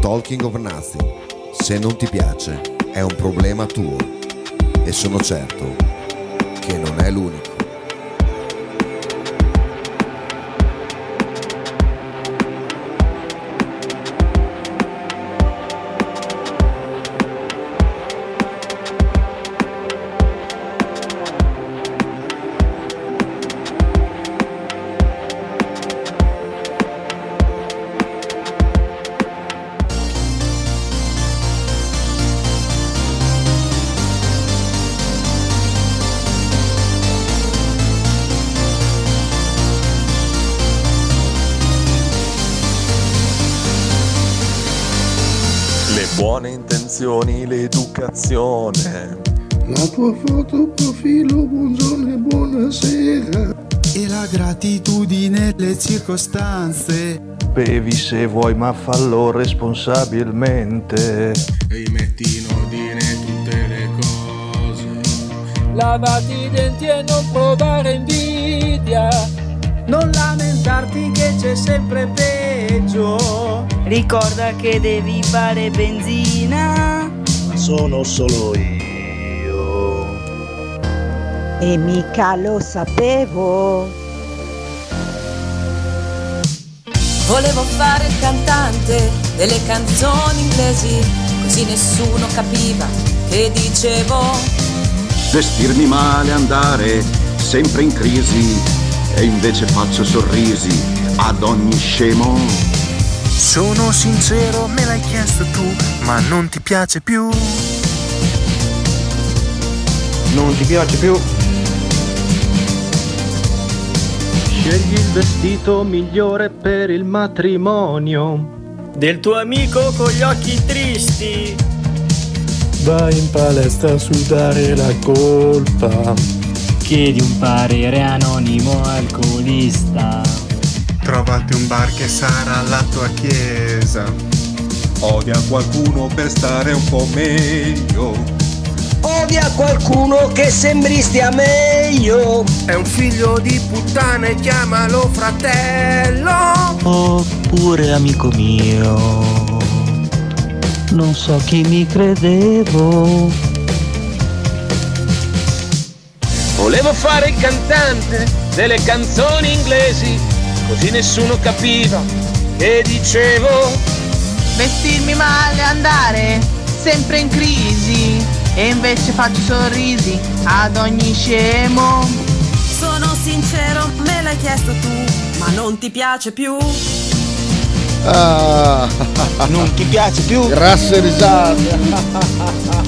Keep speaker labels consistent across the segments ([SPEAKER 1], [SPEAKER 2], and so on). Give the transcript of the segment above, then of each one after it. [SPEAKER 1] Talking of Nothing, se non ti piace, è un problema tuo e sono certo che non è l'unico.
[SPEAKER 2] Le buone intenzioni, l'educazione.
[SPEAKER 3] La tua foto profilo, buongiorno e buonasera.
[SPEAKER 4] e la gratitudine le circostanze
[SPEAKER 5] Bevi se vuoi, ma fallo responsabilmente.
[SPEAKER 6] Rimetti in ordine tutte le cose.
[SPEAKER 7] Lavati i denti e non provare invidia. Non lamentarti che c'è sempre peggio.
[SPEAKER 8] Ricorda che devi fare benzina.
[SPEAKER 5] Sono solo io.
[SPEAKER 9] E mica lo sapevo.
[SPEAKER 10] Volevo fare il cantante delle canzoni inglesi, così nessuno capiva che dicevo.
[SPEAKER 11] vestirmi male, andare sempre in crisi e invece faccio sorrisi ad ogni scemo.
[SPEAKER 4] sono sincero me l'hai chiesto tu ma non ti piace più
[SPEAKER 12] Non ti piace più?
[SPEAKER 5] Scegli il vestito migliore per il matrimonio.
[SPEAKER 7] Del tuo amico con gli occhi tristi.
[SPEAKER 3] Vai in palestra a sudare la colpa.
[SPEAKER 7] Chiedi un parere anonimo alcolista.
[SPEAKER 12] Trovate un bar che sarà la tua chiesa.
[SPEAKER 2] Odia qualcuno per stare un po' meglio.
[SPEAKER 7] Odia qualcuno che sembri stia meglio.
[SPEAKER 6] È un figlio di puttana e chiamalo fratello.
[SPEAKER 4] oppure amico mio non so chi mi credevo
[SPEAKER 7] Volevo fare il cantante delle canzoni inglesi, così nessuno capiva che dicevo.
[SPEAKER 8] Vestirmi male, andare sempre in crisi. E invece faccio sorrisi ad ogni scemo.
[SPEAKER 10] Sono sincero, me l'hai chiesto tu, ma non ti piace più.
[SPEAKER 1] Ah,
[SPEAKER 4] non ti piace più
[SPEAKER 1] grasse risate.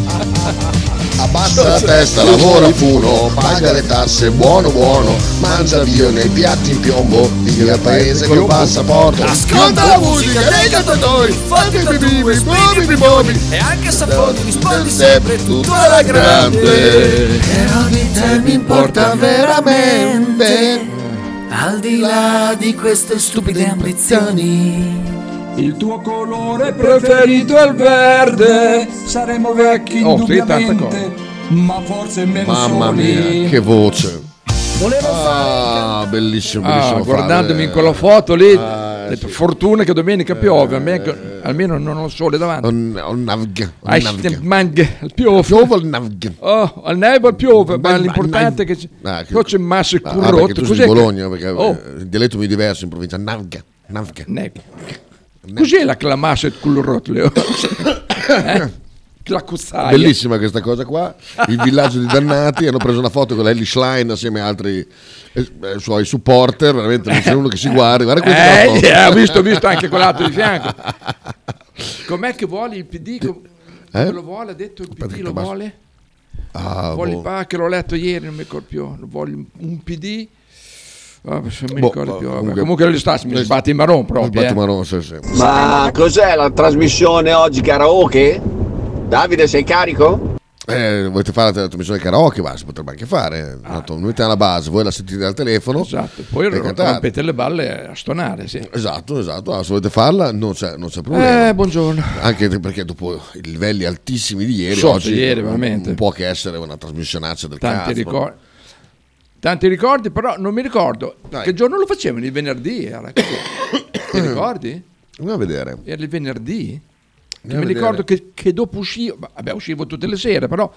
[SPEAKER 1] Abbassa la testa, lavora funo, paga le tasse, buono buono, mangia bio nei piatti in piombo, vivi al paese col passaporto. Ascolta la musica dei cantatori, fatti i bibi, bobi bobi,
[SPEAKER 7] E anche se
[SPEAKER 1] rispondi sempre tutta la grande.
[SPEAKER 4] però di te mi importa veramente al di là di queste stupide ambizioni
[SPEAKER 6] Il tuo colore
[SPEAKER 7] preferito è il verde, saremo vecchi
[SPEAKER 6] Oh, sì, tanta
[SPEAKER 7] indubbiamente, ma forse meno
[SPEAKER 11] Mamma mia, che voce!
[SPEAKER 7] Volevo
[SPEAKER 11] Ah, bellissimo,
[SPEAKER 12] Ah,
[SPEAKER 11] bellissimo.
[SPEAKER 12] guardandomi
[SPEAKER 11] fare.
[SPEAKER 12] in quella foto lì,
[SPEAKER 11] Ah,
[SPEAKER 12] le-
[SPEAKER 11] sì. Eh,
[SPEAKER 12] fortuna che domenica piove, a me- almeno non ho il sole davanti.
[SPEAKER 11] Un, un navg- un
[SPEAKER 12] Ashton
[SPEAKER 11] navg-
[SPEAKER 12] Mang, piove.
[SPEAKER 11] Piove il navg-
[SPEAKER 12] Oh, al Nebel piove, ma
[SPEAKER 11] Beh,
[SPEAKER 12] l'importante è
[SPEAKER 11] ma-
[SPEAKER 12] che
[SPEAKER 11] Ah, che-
[SPEAKER 12] poi c'è massa
[SPEAKER 11] Ah, perché
[SPEAKER 12] corrotto.
[SPEAKER 11] tu sei
[SPEAKER 12] Cos'è
[SPEAKER 11] di
[SPEAKER 12] che-
[SPEAKER 11] Bologna, perché
[SPEAKER 12] Oh,
[SPEAKER 11] eh, il dialetto mi è diverso in provincia. Navga, navga.
[SPEAKER 12] ne- Cos'è la clamassa e corrotto? Leo? eh? La cozzaia.
[SPEAKER 11] Bellissima questa cosa qua. Il villaggio di dannati hanno preso una foto con Ellie Schlein assieme a altri eh, eh, suoi supporter. Veramente non c'è uno che si guardi. Guarda questa è una
[SPEAKER 12] Eh,
[SPEAKER 11] foto.
[SPEAKER 12] eh, ho visto, ho visto anche quell'altro di fianco. Com'è che vuole il PD? Com-
[SPEAKER 11] Eh?
[SPEAKER 12] Lo vuole, ha detto il PD,
[SPEAKER 11] Aspetta,
[SPEAKER 12] lo
[SPEAKER 11] che basta.
[SPEAKER 12] vuole?
[SPEAKER 11] Ah,
[SPEAKER 12] Vuole
[SPEAKER 11] boh.
[SPEAKER 12] il pa- che l'ho letto ieri, Ah, non mi ricordo più. Lo vuole un- un PD. Vabbè, se non mi
[SPEAKER 11] Boh,
[SPEAKER 12] ricordo più. vabbè. Comunque,
[SPEAKER 11] comunque-
[SPEAKER 12] l'estate mi sbatte in marron proprio.
[SPEAKER 11] Mi sbatte
[SPEAKER 12] eh.
[SPEAKER 11] in marron, Oh, sì, sì.
[SPEAKER 13] Ma cos'è la trasmissione oggi karaoke? Davide, sei carico?
[SPEAKER 11] Eh, volete fare la trasmissione karaoke? Ma si potrebbe anche fare. Tanto mettete alla base, voi la sentite dal telefono. Esatto,
[SPEAKER 12] Ah. Poi
[SPEAKER 11] e
[SPEAKER 12] ro-
[SPEAKER 11] cantate.
[SPEAKER 12] rompete le balle a stonare, sì.
[SPEAKER 11] Esatto, esatto. Ah, se volete farla, non c'è, non c'è problema.
[SPEAKER 12] Eh, buongiorno.
[SPEAKER 11] Anche perché dopo i livelli altissimi di ieri,
[SPEAKER 12] Sotto
[SPEAKER 11] oggi
[SPEAKER 12] ieri,
[SPEAKER 11] non-
[SPEAKER 12] veramente.
[SPEAKER 11] non può che essere una trasmissionaccia del
[SPEAKER 12] Tanti
[SPEAKER 11] cazzo.
[SPEAKER 12] ricordi. Tanti ricordi, però non mi ricordo che giorno lo facevano, il venerdì era. così. Ti ricordi?
[SPEAKER 11] Andiamo a vedere.
[SPEAKER 12] Era il venerdì? Che
[SPEAKER 11] Andiamo
[SPEAKER 12] mi
[SPEAKER 11] a
[SPEAKER 12] ricordo che, che dopo uscivo, ma- vabbè uscivo tutte le sere, però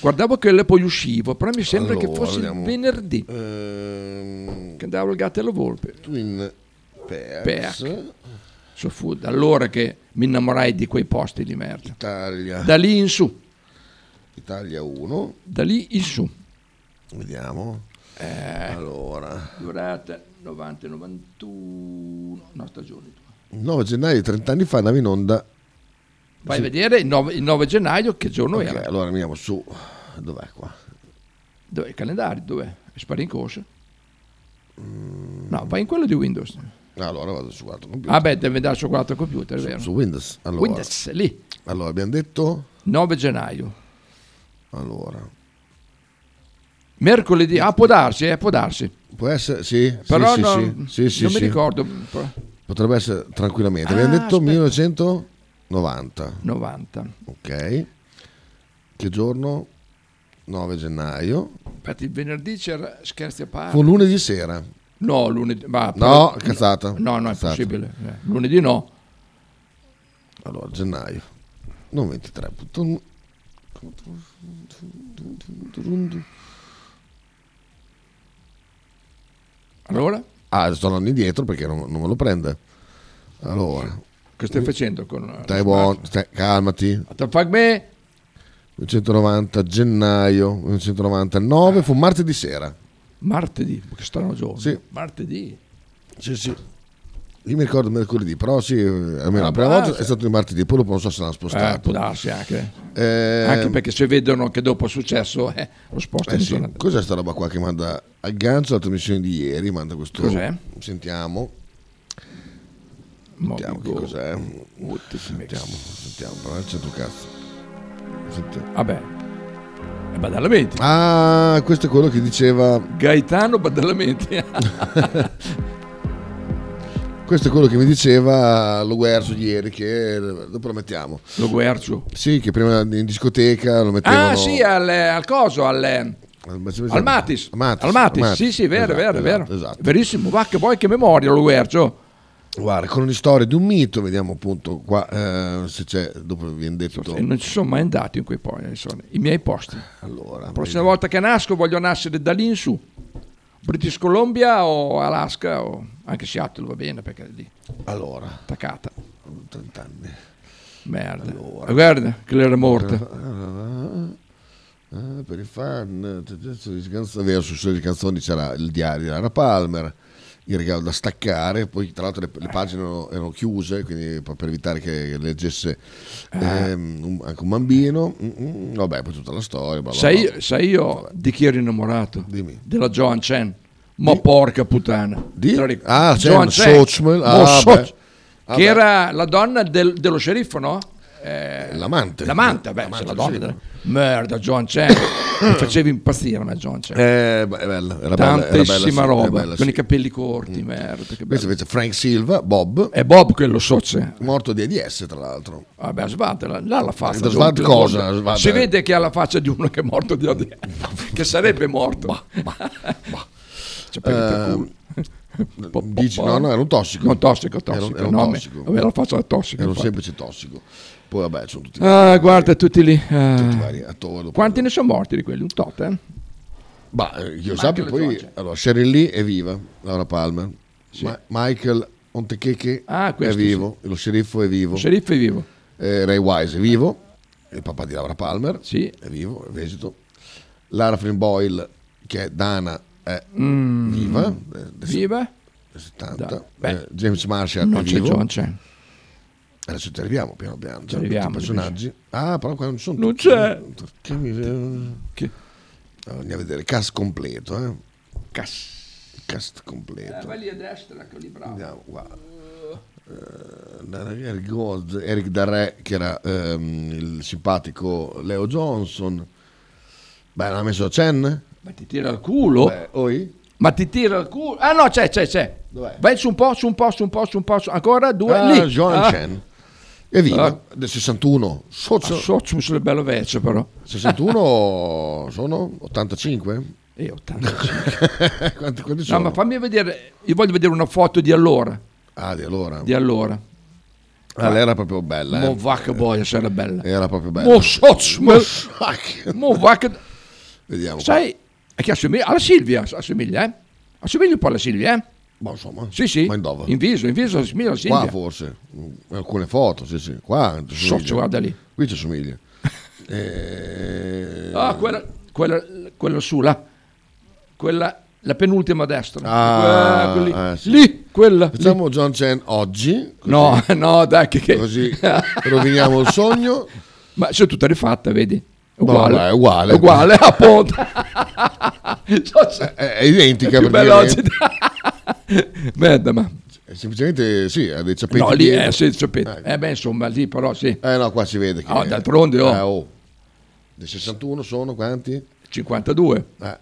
[SPEAKER 12] guardavo quello e poi uscivo, però mi sembra che
[SPEAKER 11] Allora,
[SPEAKER 12] fosse
[SPEAKER 11] vediamo.
[SPEAKER 12] il venerdì
[SPEAKER 11] Ehm,
[SPEAKER 12] che andavo il gatto e la volpe.
[SPEAKER 11] Twin Peaks.
[SPEAKER 12] Peaks. So fu da allora che mi innamorai di quei posti di merda.
[SPEAKER 11] Italia.
[SPEAKER 12] Da lì in su,
[SPEAKER 11] Italia 1.
[SPEAKER 12] da lì in su.
[SPEAKER 11] Vediamo.
[SPEAKER 12] Eh.
[SPEAKER 11] allora.
[SPEAKER 12] Durata 90-91, no stagione.
[SPEAKER 11] 9 gennaio di 30 anni fa andava in onda.
[SPEAKER 12] Vai
[SPEAKER 11] Sì.
[SPEAKER 12] a vedere il 9, il 9 gennaio che giorno
[SPEAKER 11] Ok,
[SPEAKER 12] era.
[SPEAKER 11] allora andiamo su. Dov'è qua?
[SPEAKER 12] Dov'è il calendario? Dov'è? Spari in corsa?
[SPEAKER 11] Mm.
[SPEAKER 12] No, vai in quello di Windows.
[SPEAKER 11] Allora vado su altro computer.
[SPEAKER 12] Ah beh, deve dare su 4 computer, è
[SPEAKER 11] su,
[SPEAKER 12] vero?
[SPEAKER 11] su Windows. Allora.
[SPEAKER 12] Windows, lì.
[SPEAKER 11] Allora abbiamo detto.
[SPEAKER 12] 9 gennaio.
[SPEAKER 11] Allora.
[SPEAKER 12] Mercoledì, ah può darsi, eh, può darsi.
[SPEAKER 11] Può essere, sì,
[SPEAKER 12] Però
[SPEAKER 11] sì,
[SPEAKER 12] non,
[SPEAKER 11] sì, sì, sì,
[SPEAKER 12] non
[SPEAKER 11] sì.
[SPEAKER 12] mi ricordo.
[SPEAKER 11] Potrebbe essere tranquillamente. Abbiamo
[SPEAKER 12] Ah,
[SPEAKER 11] detto
[SPEAKER 12] aspetta.
[SPEAKER 11] 1990.
[SPEAKER 12] 90.
[SPEAKER 11] Ok. Che giorno? 9 gennaio.
[SPEAKER 12] Infatti il venerdì c'era scherzi a parte.
[SPEAKER 11] Fu lunedì sera.
[SPEAKER 12] No, lunedì. Ma,
[SPEAKER 11] No, cazzata.
[SPEAKER 12] No, no, è
[SPEAKER 11] Cazzata.
[SPEAKER 12] possibile. Eh, Lunedì no.
[SPEAKER 11] Allora, gennaio. Non 23.1.
[SPEAKER 12] Allora,
[SPEAKER 11] Ah, sto andando indietro perché non, non me lo prende. Allora.
[SPEAKER 12] che stai facendo con...
[SPEAKER 11] Stai buono, stai- calmati.
[SPEAKER 12] Attafag me.
[SPEAKER 11] 1990 gennaio 1999 fu martedì sera.
[SPEAKER 12] Martedì, che strano giorno.
[SPEAKER 11] Sì.
[SPEAKER 12] Martedì.
[SPEAKER 11] Sì, sì. Io mi ricordo mercoledì, però sì, eh, almeno
[SPEAKER 12] Ah,
[SPEAKER 11] la prima
[SPEAKER 12] beh,
[SPEAKER 11] volta
[SPEAKER 12] sì.
[SPEAKER 11] è stato il martedì, poi dopo non so se l'hanno spostato.
[SPEAKER 12] Eh, può darsi anche.
[SPEAKER 11] Eh,
[SPEAKER 12] Anche perché se vedono che dopo è successo, eh, lo spostano.
[SPEAKER 11] eh sì.
[SPEAKER 12] intorno a-
[SPEAKER 11] Cos'è sta roba qua che manda aggancio alla trasmissione di ieri? Manda questo.
[SPEAKER 12] Cos'è?
[SPEAKER 11] Sentiamo. Sentiamo
[SPEAKER 12] boh.
[SPEAKER 11] che cos'è. Sentiamo, sentiamo, però c'è tu cazzo. Sentiamo.
[SPEAKER 12] Vabbè. È Badalamenti.
[SPEAKER 11] Ah, questo è quello che diceva.
[SPEAKER 12] Gaetano Badalamenti. Ah,
[SPEAKER 11] Questo è quello che mi diceva Ah, lo Guercio ieri, che dopo lo mettiamo.
[SPEAKER 12] Lo Guercio?
[SPEAKER 11] Sì, che prima in discoteca lo mettevano.
[SPEAKER 12] ah, sì, al, al coso, al, eh, al Matis.
[SPEAKER 11] Al Matis,
[SPEAKER 12] Al Matis,
[SPEAKER 11] al
[SPEAKER 12] sì, sì, vero,
[SPEAKER 11] Esatto,
[SPEAKER 12] vero, vero.
[SPEAKER 11] esatto, esatto.
[SPEAKER 12] Verissimo, va che poi che memoria lo Guercio.
[SPEAKER 11] Guarda, con le storie di un mito, vediamo appunto qua eh, se c'è, dopo viene detto...
[SPEAKER 12] E non ci sono mai andati in quei poi, eh, sono i miei posti.
[SPEAKER 11] Allora,
[SPEAKER 12] La prossima volta che nasco voglio nascere da lì in su. British Columbia o Alaska o anche Seattle va bene perché è lì.
[SPEAKER 11] Allora.
[SPEAKER 12] Attaccata.
[SPEAKER 11] 30 anni.
[SPEAKER 12] Merda. Guarda, che l'era
[SPEAKER 11] Eh,
[SPEAKER 12] morta.
[SPEAKER 11] Ah, eh, per i fan, adesso di Sganza- vero, su sulle canzoni c'era il diario di Lara Palmer, il regalo da staccare, poi tra l'altro le, le pagine erano, erano chiuse, quindi per per evitare che leggesse
[SPEAKER 12] Ah.
[SPEAKER 11] ehm, un- anche un bambino, Mm, mm, vabbè, poi tutta la storia. bla, bla, bla.
[SPEAKER 12] Sai, sai io di chi ero innamorato? Della Joan Chen. Ma porca puttana. Te la ric-
[SPEAKER 11] Ah,
[SPEAKER 12] Joan
[SPEAKER 11] Chen, Sochmel,
[SPEAKER 12] Mo
[SPEAKER 11] ah,
[SPEAKER 12] Soch-
[SPEAKER 11] beh. Ah,
[SPEAKER 12] che
[SPEAKER 11] beh.
[SPEAKER 12] era la donna del- dello sceriffo, no? Eh,
[SPEAKER 11] l'amante.
[SPEAKER 12] L'amante, beh,
[SPEAKER 11] L'amante
[SPEAKER 12] se la
[SPEAKER 11] dello
[SPEAKER 12] donna. Merda, Joan Chen. Mi facevi impazzire me Joan Chen.
[SPEAKER 11] Eh, beh, è bella, era bella, era
[SPEAKER 12] Tantissima
[SPEAKER 11] bella, sì, era
[SPEAKER 12] roba,
[SPEAKER 11] bella,
[SPEAKER 12] con
[SPEAKER 11] sì. Mm.
[SPEAKER 12] i capelli corti, merda. Che
[SPEAKER 11] Questo
[SPEAKER 12] bello.
[SPEAKER 11] invece è Frank Silva, Bob.
[SPEAKER 12] È Bob quello socio.
[SPEAKER 11] Morto di AIDS, tra l'altro.
[SPEAKER 12] Vabbè, svatela, là la faccia.
[SPEAKER 11] Da
[SPEAKER 12] di-
[SPEAKER 11] svat
[SPEAKER 12] di-
[SPEAKER 11] cosa?
[SPEAKER 12] di-
[SPEAKER 11] Svat-
[SPEAKER 12] Si vede che ha la faccia di uno che è morto di odio, che sarebbe morto. Ci prende cioè, per culo. Po- po-
[SPEAKER 11] Ehm, Dici,
[SPEAKER 12] po-
[SPEAKER 11] no, no, era un tossico.
[SPEAKER 12] Non tossico, tossico.
[SPEAKER 11] Era, era un
[SPEAKER 12] no,
[SPEAKER 11] tossico.
[SPEAKER 12] Aveva la faccia da tossico.
[SPEAKER 11] Era un
[SPEAKER 12] infatti.
[SPEAKER 11] semplice tossico. Poi vabbè, sono tutti...
[SPEAKER 12] Ah, guarda, tutti lì. ah.
[SPEAKER 11] Tutti vari attori.
[SPEAKER 12] Quanti ne sono morti di quelli? Un tot, eh?
[SPEAKER 11] Ma eh, io
[SPEAKER 12] Michael
[SPEAKER 11] sappia
[SPEAKER 12] e
[SPEAKER 11] poi...
[SPEAKER 12] George.
[SPEAKER 11] Allora, Sheryl Lee è viva, Laura Palmer. Ma- Michael Ontekeke
[SPEAKER 12] Ah,
[SPEAKER 11] è
[SPEAKER 12] questo
[SPEAKER 11] vivo, lo sceriffo è vivo.
[SPEAKER 12] Lo sceriffo è vivo.
[SPEAKER 11] Eh, Ray Wise è vivo, il papà di Laura Palmer
[SPEAKER 12] Sì.
[SPEAKER 11] è vivo, è vegeto. Lara Flynn Boyle, che è Dana, è
[SPEAKER 12] Mm.
[SPEAKER 11] viva, eh, del
[SPEAKER 12] Viva?
[SPEAKER 11] 70.
[SPEAKER 12] Da- beh.
[SPEAKER 11] Eh, James Marshall
[SPEAKER 12] Non
[SPEAKER 11] è
[SPEAKER 12] c'è
[SPEAKER 11] vivo.
[SPEAKER 12] John Chen.
[SPEAKER 11] Adesso ci arriviamo piano piano. Ci
[SPEAKER 12] arriviamo,
[SPEAKER 11] i personaggi. Ah, però qua non ci sono
[SPEAKER 12] Non
[SPEAKER 11] tutti.
[SPEAKER 12] c'è.
[SPEAKER 11] Che mi... Allora, andiamo a vedere, cast completo. Eh.
[SPEAKER 12] Cas.
[SPEAKER 11] podcast completo.
[SPEAKER 12] vai lì a Eh, destra, che lì bravo.
[SPEAKER 11] Andiamo qua. Eh, da Eric Gold, Eric Darré, che era ehm, il simpatico Leo Johnson. Beh, l'ha messo a Chen?
[SPEAKER 12] Ma ti tira il culo.
[SPEAKER 11] Beh, oi?
[SPEAKER 12] Ma ti tira il culo. Ah no, c'è, c'è, c'è. Vai su un po', su un po', su un po', su un po'. su- Ancora due.
[SPEAKER 11] Ah,
[SPEAKER 12] lì.
[SPEAKER 11] John
[SPEAKER 12] Ah.
[SPEAKER 11] Chen. Evviva,
[SPEAKER 12] Ah.
[SPEAKER 11] del 61. Socio.
[SPEAKER 12] Ah, Socius è bello vecchio però.
[SPEAKER 11] 61 sono 85?
[SPEAKER 12] Io 85.
[SPEAKER 11] quanti, quanti
[SPEAKER 12] No,
[SPEAKER 11] sono?
[SPEAKER 12] ma fammi vedere. Io voglio vedere una foto di allora.
[SPEAKER 11] Ah, di allora.
[SPEAKER 12] Di allora.
[SPEAKER 11] Ah, lei era proprio bella.
[SPEAKER 12] Mo
[SPEAKER 11] Eh.
[SPEAKER 12] vacca boia, sarà bella.
[SPEAKER 11] Era proprio bella.
[SPEAKER 12] Mo socio,
[SPEAKER 11] Mo
[SPEAKER 12] mo-
[SPEAKER 11] socio.
[SPEAKER 12] Mo vacca.
[SPEAKER 11] Vediamo.
[SPEAKER 12] Sai, è che assomiglia alla Silvia, assomiglia, eh? Assomiglia un po' alla Silvia, eh?
[SPEAKER 11] Ma insomma.
[SPEAKER 12] Sì, sì.
[SPEAKER 11] Ma in dove?
[SPEAKER 12] In viso, in viso assomiglia alla Silvia.
[SPEAKER 11] Qua forse. Alcune foto, sì, sì. Qua. ci
[SPEAKER 12] Socio,
[SPEAKER 11] somiglia.
[SPEAKER 12] guarda lì.
[SPEAKER 11] Qui ci somiglia. Eh,
[SPEAKER 12] Ah, quella, quella, quella su là. Quella, la penultima a destra.
[SPEAKER 11] Ah,
[SPEAKER 12] Eh, quelli-
[SPEAKER 11] eh, sì.
[SPEAKER 12] Lì, quella. lì.
[SPEAKER 11] Facciamo John Chen oggi. così
[SPEAKER 12] No, no, dai, che, che-
[SPEAKER 11] Così roviniamo il sogno.
[SPEAKER 12] Ma sono tutta rifatta, vedi?
[SPEAKER 11] No,
[SPEAKER 12] Uguale.
[SPEAKER 11] vabbè, è uguale. Eh,
[SPEAKER 12] Uguale, appunto. Socio,
[SPEAKER 11] È, è identica.
[SPEAKER 12] È più
[SPEAKER 11] perché-
[SPEAKER 12] bella oggi. Merda, ma...
[SPEAKER 11] è Eh, Semplicemente sì, ha dei ciapetti.
[SPEAKER 12] No, lì
[SPEAKER 11] dietro.
[SPEAKER 12] è senza sapete.
[SPEAKER 11] Eh,
[SPEAKER 12] Eh, beh, insomma, lì però sì.
[SPEAKER 11] eh, no, qua si vede che...
[SPEAKER 12] Ah, d'altronde, oh.
[SPEAKER 11] Eh, Dei 61 sono quanti?
[SPEAKER 12] 52.
[SPEAKER 11] Eh.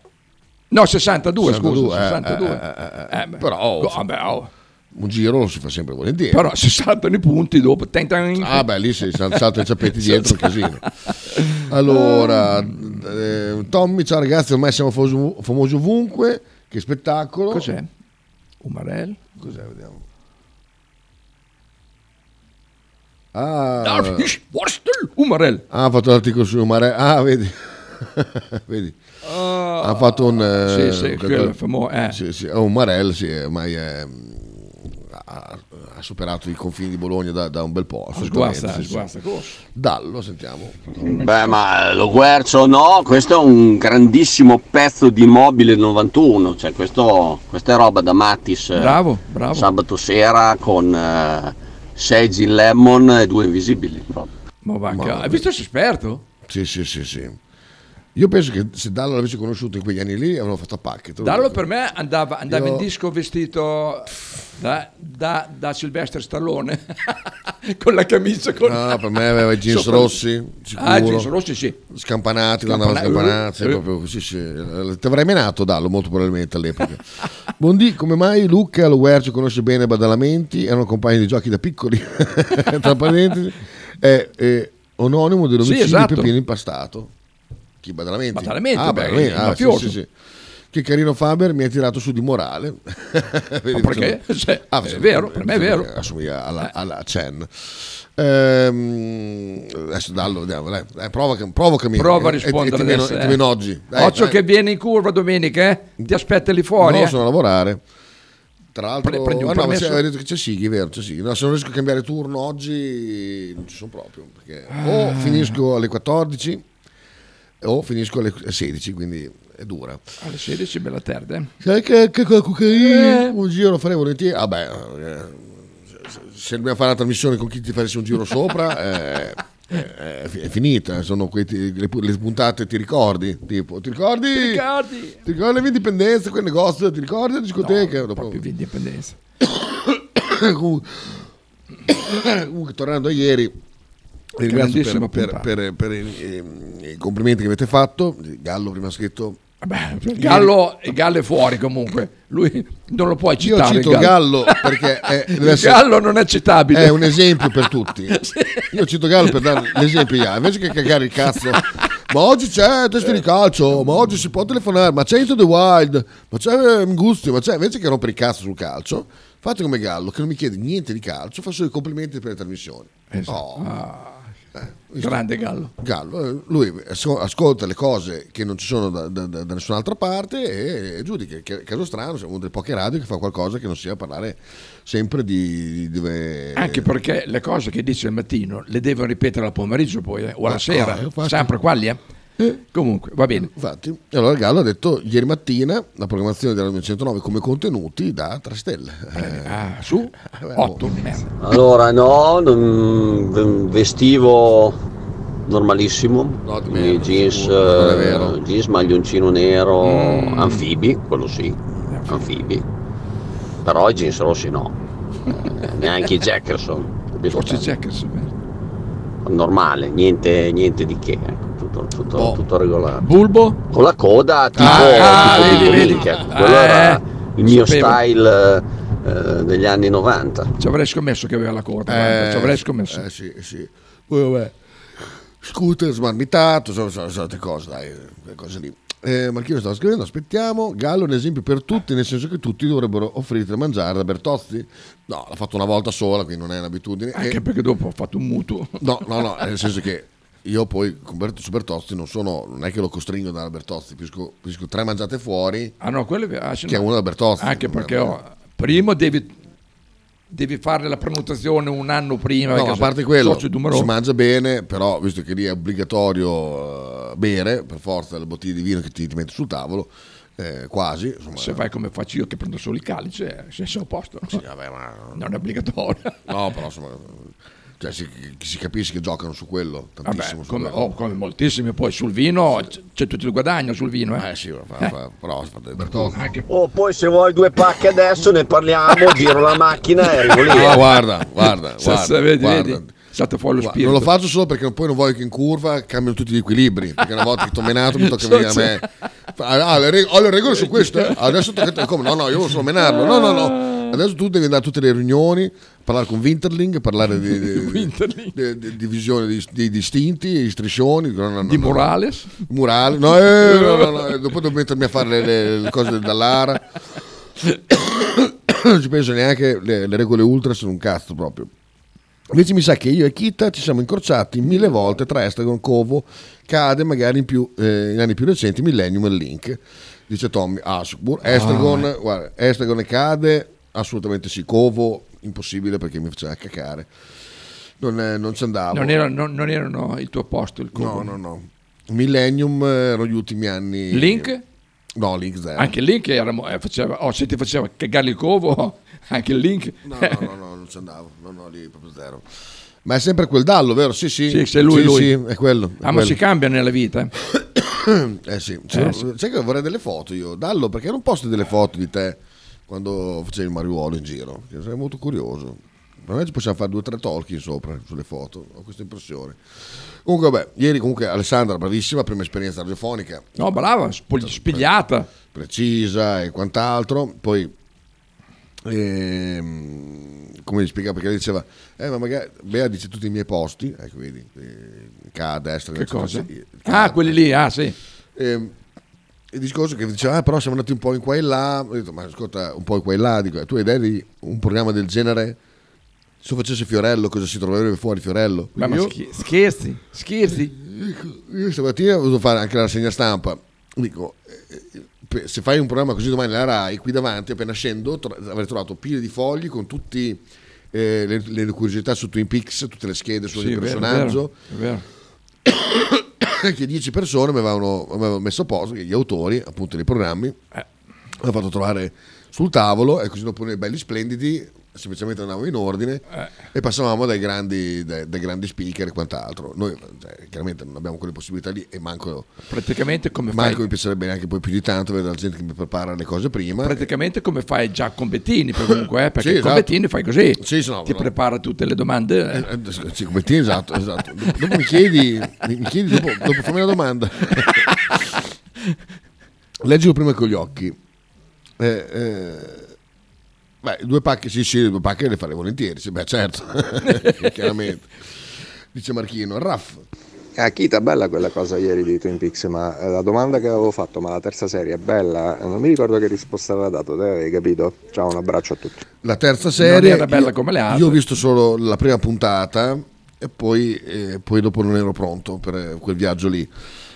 [SPEAKER 12] No, 62, scusa,
[SPEAKER 11] 62, eh,
[SPEAKER 12] 62.
[SPEAKER 11] eh, eh, eh,
[SPEAKER 12] beh.
[SPEAKER 11] però, oh,
[SPEAKER 12] Co-
[SPEAKER 11] sì.
[SPEAKER 12] vabbè, oh.
[SPEAKER 11] Un giro lo si fa sempre volentieri.
[SPEAKER 12] Però si saltano i punti dopo. Ten, ten.
[SPEAKER 11] Ah, beh, lì si sono alzati i ciappetti dietro, un casino. Allora, eh, Tommy, ciao ragazzi, ormai siamo famosi, famosi ovunque. Che spettacolo.
[SPEAKER 12] Cos'è? Umarell?
[SPEAKER 11] Cos'è, vediamo. Ah,
[SPEAKER 12] Darvish, Worstel, Umarell.
[SPEAKER 11] ah, ha fatto l'articolo su Mare. Ah, vedi. vedi. ha fatto un... eh,
[SPEAKER 12] Ah. Sì, sì,
[SPEAKER 11] un-
[SPEAKER 12] quello è famo- eh.
[SPEAKER 11] sì, sì, è un Marel, sì, ormai è, ha, ha superato i confini di Bologna da, da un bel po'. assolutamente,
[SPEAKER 12] Sguasta,
[SPEAKER 11] sì, sì.
[SPEAKER 12] sguasta, corso.
[SPEAKER 11] Dallo, sentiamo.
[SPEAKER 13] Beh, ma lo Guercio no, questo è un grandissimo pezzo di mobile 91, cioè questo, questa è roba da Mattis. eh,
[SPEAKER 12] Bravo, bravo.
[SPEAKER 13] Sabato sera con eh, 6 gin lemon e due invisibili. proprio.
[SPEAKER 12] Ma va,
[SPEAKER 11] Ma-
[SPEAKER 12] ca- hai visto il esperto?
[SPEAKER 11] Sì, sì, sì, sì. Io penso che se Dallo l'avessi conosciuto in quegli anni lì, avevano fatto a pacche. te lo
[SPEAKER 12] Dallo
[SPEAKER 11] dico.
[SPEAKER 12] per me andava, andava
[SPEAKER 11] Io-
[SPEAKER 12] in disco vestito da, da, da Sylvester Stallone con la camicia con
[SPEAKER 11] No, per me aveva i jeans
[SPEAKER 12] Sopra-
[SPEAKER 11] rossi, sicuro.
[SPEAKER 12] Ah, jeans rossi, sì.
[SPEAKER 11] Scampanati, quando andava
[SPEAKER 12] Scampana-
[SPEAKER 11] scampanati,
[SPEAKER 12] Eh.
[SPEAKER 11] proprio, sì, sì. Eh, Ti avrei menato Dallo, molto probabilmente all'epoca. Bondi, come mai Luca lo Guercio conosce bene Badalamenti? Erano compagni di giochi da piccoli, tra parentesi. È, è omonimo dell'omicidio
[SPEAKER 12] Sì, esatto.
[SPEAKER 11] di Peppino Impastato. Chi Badalamenti?
[SPEAKER 12] Badalamenti,
[SPEAKER 11] ah,
[SPEAKER 12] beh,
[SPEAKER 11] Badalamenti,
[SPEAKER 12] il
[SPEAKER 11] ah, sì,
[SPEAKER 12] mafioso.
[SPEAKER 11] sì, sì. Che carino Faber mi ha tirato su di morale. Vedi,
[SPEAKER 12] Ma perché?
[SPEAKER 11] insomma.
[SPEAKER 12] Cioè, è
[SPEAKER 11] sì,
[SPEAKER 12] vero, per me è vero. Eh.
[SPEAKER 11] Assomiglia eh, alla, alla Chen. Ehm, adesso dallo, vediamo, dai, dai, provoca- provocami.
[SPEAKER 12] Prova a
[SPEAKER 11] E- e-
[SPEAKER 12] rispondere
[SPEAKER 11] e eh, ti meno-
[SPEAKER 12] adesso,
[SPEAKER 11] e ti
[SPEAKER 12] eh.
[SPEAKER 11] meno oggi. Dai,
[SPEAKER 12] Occhio
[SPEAKER 11] dai.
[SPEAKER 12] che viene in curva domenica, eh? Ti aspetta lì fuori.
[SPEAKER 11] No,
[SPEAKER 12] eh.
[SPEAKER 11] sono a lavorare. Tra l'altro,
[SPEAKER 12] Pre- prendi un
[SPEAKER 11] ah, no, ma
[SPEAKER 12] permesso?
[SPEAKER 11] c'è, hai detto che c'è Sighi, vero? C'è Sighi. No, se non riesco a cambiare turno oggi, non ci sono proprio. Perché o
[SPEAKER 12] Ah.
[SPEAKER 11] finisco alle 14 o finisco alle 16, quindi è dura.
[SPEAKER 12] Alle 16 me la terde.
[SPEAKER 11] Sai che, che, che, che-
[SPEAKER 12] Eh.
[SPEAKER 11] un giro lo farei volentieri? Vabbè, eh, se- se dobbiamo fare una trasmissione con chi ti faresti un giro sopra, eh, eh, è fi- è finita. Sono quei ti- le, pu- le puntate, ti ricordi? Tipo, ti ricordi? Ti ricordi,
[SPEAKER 12] Ricordi?
[SPEAKER 11] la mia indipendenza, quel negozio, ti ricordi la discoteca? Dopo-
[SPEAKER 12] Proprio di indipendenza.
[SPEAKER 11] comunque, comunque, tornando a ieri. Vi ringrazio
[SPEAKER 12] Grandissima
[SPEAKER 11] per,
[SPEAKER 12] puntata.
[SPEAKER 11] per- per- per i, i- i complimenti che mi avete fatto. Gallo prima ha scritto
[SPEAKER 12] Il Gallo, il Gallo è fuori comunque. Lui non lo puoi
[SPEAKER 11] Io
[SPEAKER 12] citare. il
[SPEAKER 11] cito Gallo, perché eh, è, deve
[SPEAKER 12] il
[SPEAKER 11] essere-
[SPEAKER 12] Gallo non è citabile.
[SPEAKER 11] è un esempio per tutti. Io cito Gallo per dare l'esempio agli altri, invece che cagare il cazzo. Ma oggi c'è testi di calcio, ma oggi si può telefonare, ma c'è Into the Wild, ma c'è Minguzzi, ma c'è invece che rompere il cazzo sul calcio. Fate come Gallo, che non mi chiede niente di calcio, fa solo i complimenti per le trasmissioni.
[SPEAKER 12] Esatto.
[SPEAKER 11] Oh.
[SPEAKER 12] Ah,
[SPEAKER 11] visto?
[SPEAKER 12] grande Gallo.
[SPEAKER 11] Gallo, eh, lui asco- ascolta le cose che non ci sono da, da- da- da nessun'altra parte e, e giudica. Che- Caso strano, siamo una delle poche radio che fa qualcosa che non sia parlare sempre di, di dove...
[SPEAKER 12] Anche perché le cose che dice al mattino le devono ripetere al pomeriggio poi, eh, o alla
[SPEAKER 11] Ah,
[SPEAKER 12] sera,
[SPEAKER 11] ah, infatti.
[SPEAKER 12] sempre quelli. eh. Comunque, va bene.
[SPEAKER 11] Infatti, e allora Gallo ha detto ieri mattina la programmazione della 909 come contenuti da 3 stelle. Eh,
[SPEAKER 12] Ah, su 8 merda.
[SPEAKER 13] Allora no, non- v- vestivo normalissimo, quindi
[SPEAKER 12] Mm.
[SPEAKER 13] jeans, eh, jeans, maglioncino nero, anfibi, quello sì, anfibi. Però i jeans rossi no. Eh, neanche i Jackerson. capito?
[SPEAKER 12] Forse Jackerson. eh.
[SPEAKER 13] Normale, niente, niente di che. ecco, Tutto, tutto- tutto regolare.
[SPEAKER 12] Bulbo?
[SPEAKER 13] Con la coda tipo,
[SPEAKER 12] Boh. Ah,
[SPEAKER 13] tipo
[SPEAKER 12] vedi,
[SPEAKER 13] Bulbo
[SPEAKER 12] vedi.
[SPEAKER 13] Minchia. Quello era
[SPEAKER 12] Eh,
[SPEAKER 13] il mio
[SPEAKER 12] sapevo.
[SPEAKER 13] style eh, degli anni 90.
[SPEAKER 12] Ci avrei scommesso che aveva la corda. guarda, ci avrei scommesso.
[SPEAKER 11] Eh, sì, sì. Poi vabbè, scooter, smarmitato, sono, sono, sono altre cose, dai, quelle cose lì. Eh, Marchino stava scrivendo, aspettiamo, Gallo è un esempio per tutti, nel senso che tutti dovrebbero offrirti da mangiare da Bertozzi. No, l'ha fatto una volta sola, quindi non è un'abitudine.
[SPEAKER 12] Anche perché dopo ho fatto un mutuo.
[SPEAKER 11] No, no, no, nel senso che io poi con Bert- su Bertozzi non sono, non è che lo costringo ad andare a Bertozzi, pisco, pisco tre mangiate fuori,
[SPEAKER 12] Ah no, quello è vero. Ah, sì,
[SPEAKER 11] che è
[SPEAKER 12] no.
[SPEAKER 11] uno da Bertozzi.
[SPEAKER 12] Anche perché oh, primo devi, devi fare la prenotazione un anno prima.
[SPEAKER 11] No,
[SPEAKER 12] perché
[SPEAKER 11] ma a
[SPEAKER 12] so-
[SPEAKER 11] parte quello,
[SPEAKER 12] socio numero
[SPEAKER 11] si mangia bene, però visto che lì è obbligatorio eh, bere, per forza le bottiglie di vino che ti, ti metti sul tavolo, eh, quasi. Insomma,
[SPEAKER 12] Se vai come faccio io che prendo solo il calice, eh, se sei a posto. Non è obbligatorio.
[SPEAKER 11] No, però insomma, cioè, si, si capisce che giocano su quello,
[SPEAKER 12] Vabbè,
[SPEAKER 11] tantissimo su
[SPEAKER 12] come,
[SPEAKER 11] quello.
[SPEAKER 12] oh, come moltissimi, poi sul vino c- c'è tutto il guadagno sul vino. Eh,
[SPEAKER 11] sì, però
[SPEAKER 12] anche
[SPEAKER 13] Oh, poi se vuoi due pacche adesso ne parliamo, giro la macchina e arrivo lì.
[SPEAKER 11] No, Ah, guarda, guarda,
[SPEAKER 12] Sa- sa-
[SPEAKER 11] guarda,
[SPEAKER 12] vedi,
[SPEAKER 11] guarda.
[SPEAKER 12] vedi, salta fuori lo
[SPEAKER 11] Guarda,
[SPEAKER 12] spirito.
[SPEAKER 11] Non lo faccio solo perché poi non voglio che in curva cambiano tutti gli equilibri. Perché una volta che ti ho menato mi tocca
[SPEAKER 12] So-
[SPEAKER 11] venire a me. Ah, le reg- ho le regole su questo. eh? Adesso tocca a te. Come? No, no, io voglio solo menarlo. No, no, no. Adesso tu devi andare a tutte le riunioni, parlare con Winterling, parlare di, di, di- di- di visione di, di distinti, di striscioni. no, no, no,
[SPEAKER 12] Di
[SPEAKER 11] no.
[SPEAKER 12] Morales?
[SPEAKER 11] Murales. No, eh, no, no, no, eh, Dopo devo mettermi a fare le, le- le cose dall'ara. non ci penso neanche, le, le regole ultra sono un cazzo proprio. Invece mi sa che io e Kita ci siamo incrociati mille volte tra Estragon, Covo, Cade, magari in, più, eh, in anni più recenti, Millennium e Link. Dice Tommy, ah, sicuro. Estragon,
[SPEAKER 12] Ah.
[SPEAKER 11] guarda, Estragon e Cade, assolutamente sì. Covo, impossibile perché mi faceva cacare. Non, eh, non ci andavo.
[SPEAKER 12] Non era, non, non era, no, il tuo posto, il
[SPEAKER 11] No,
[SPEAKER 12] cubo.
[SPEAKER 11] no, no. Millennium eh, erano gli ultimi anni.
[SPEAKER 12] Link?
[SPEAKER 11] No, Link zero.
[SPEAKER 12] Anche il link era, mo- eh, faceva, oh, se ti faceva cagare il covo, anche il link.
[SPEAKER 11] No, no, no, no, non ci andavo. No, no, lì proprio zero. Ma è sempre quel dallo, vero? Sì, sì.
[SPEAKER 12] Sì, se lui,
[SPEAKER 11] Sì,
[SPEAKER 12] lui.
[SPEAKER 11] sì, è quello. è
[SPEAKER 12] ah, ma
[SPEAKER 11] quello.
[SPEAKER 12] si cambia nella vita. eh.
[SPEAKER 11] Eh sì.
[SPEAKER 12] Eh,
[SPEAKER 11] C'è-
[SPEAKER 12] sì.
[SPEAKER 11] Sai che vorrei delle foto io? Dallo, perché non posto delle foto di te quando facevi il mariuolo in giro? Che sarei molto curioso. Per me ci possiamo fare due o tre talking sopra, sulle foto. Ho questa impressione. Comunque, vabbè, ieri comunque Alessandra, bravissima, prima esperienza radiofonica.
[SPEAKER 12] No, brava, spogli- spigliata.
[SPEAKER 11] precisa e quant'altro. Poi, ehm, come gli spiegava, perché lei diceva, eh, ma magari Bea dice tutti i miei posti, ecco, vedi, eh, K a destra,
[SPEAKER 12] Che
[SPEAKER 11] eccetera,
[SPEAKER 12] cosa?
[SPEAKER 11] sì, K.
[SPEAKER 12] Ah, quelli lì, ah sì.
[SPEAKER 11] Ehm, il discorso che diceva, ah, però siamo andati un po' in qua e là, ho detto, ma ascolta, un po' in qua e là, dico, tu hai idea di un programma del genere? Se facesse Fiorello, cosa si troverebbe fuori Fiorello?
[SPEAKER 12] Ma, ma
[SPEAKER 11] Io-
[SPEAKER 12] schi- scherzi, scherzi.
[SPEAKER 11] io stamattina ho dovuto fare anche la rassegna stampa. Dico, eh, eh, se fai un programma così domani alla Rai, qui davanti, appena scendo, tro- avrei trovato pile di fogli con tutti eh, le, le curiosità su Twin Peaks, tutte le schede su
[SPEAKER 12] Sì,
[SPEAKER 11] ogni
[SPEAKER 12] è vero, è
[SPEAKER 11] personaggio.
[SPEAKER 12] vero, è vero.
[SPEAKER 11] che 10 persone mi avevano, mi avevano messo a posto, gli autori appunto dei programmi,
[SPEAKER 12] Eh.
[SPEAKER 11] l'ho fatto trovare sul tavolo e così dopo nei belli splendidi semplicemente andavamo in ordine
[SPEAKER 12] Eh.
[SPEAKER 11] e passavamo dai grandi, dai, dai grandi speaker e quant'altro. Noi cioè, chiaramente non abbiamo quelle possibilità lì e manco,
[SPEAKER 12] Praticamente come fai?
[SPEAKER 11] manco mi piacerebbe neanche poi più di tanto vedere la gente che mi prepara le cose prima.
[SPEAKER 12] Praticamente come fai già con Bettini, per comunque, eh, perché
[SPEAKER 11] Sì,
[SPEAKER 12] con
[SPEAKER 11] esatto.
[SPEAKER 12] Bettini fai così,
[SPEAKER 11] Sì, sì, no,
[SPEAKER 12] ti
[SPEAKER 11] no.
[SPEAKER 12] prepara tutte le domande.
[SPEAKER 11] Eh, eh, sì, come te, esatto, esatto. Dopo, dopo mi chiedi, mi mi chiedi dopo, dopo fammi una domanda. Leggilo prima con gli occhi. Eh, eh, beh, due pacche, sì, sì, due pacche le farei volentieri, sì, beh, certo, chiaramente. Dice Marchino, Raff,
[SPEAKER 14] Ah, Kita, bella quella cosa ieri di Twin Peaks, ma eh, la domanda che avevo fatto, ma la terza serie è bella? Non mi ricordo che risposta aveva dato, te avevi capito? Ciao, un abbraccio a tutti.
[SPEAKER 11] la terza serie...
[SPEAKER 12] era bella
[SPEAKER 11] io-
[SPEAKER 12] come le altre.
[SPEAKER 11] Io ho visto solo la prima puntata e poi, eh, poi dopo non ero pronto per eh, quel viaggio lì.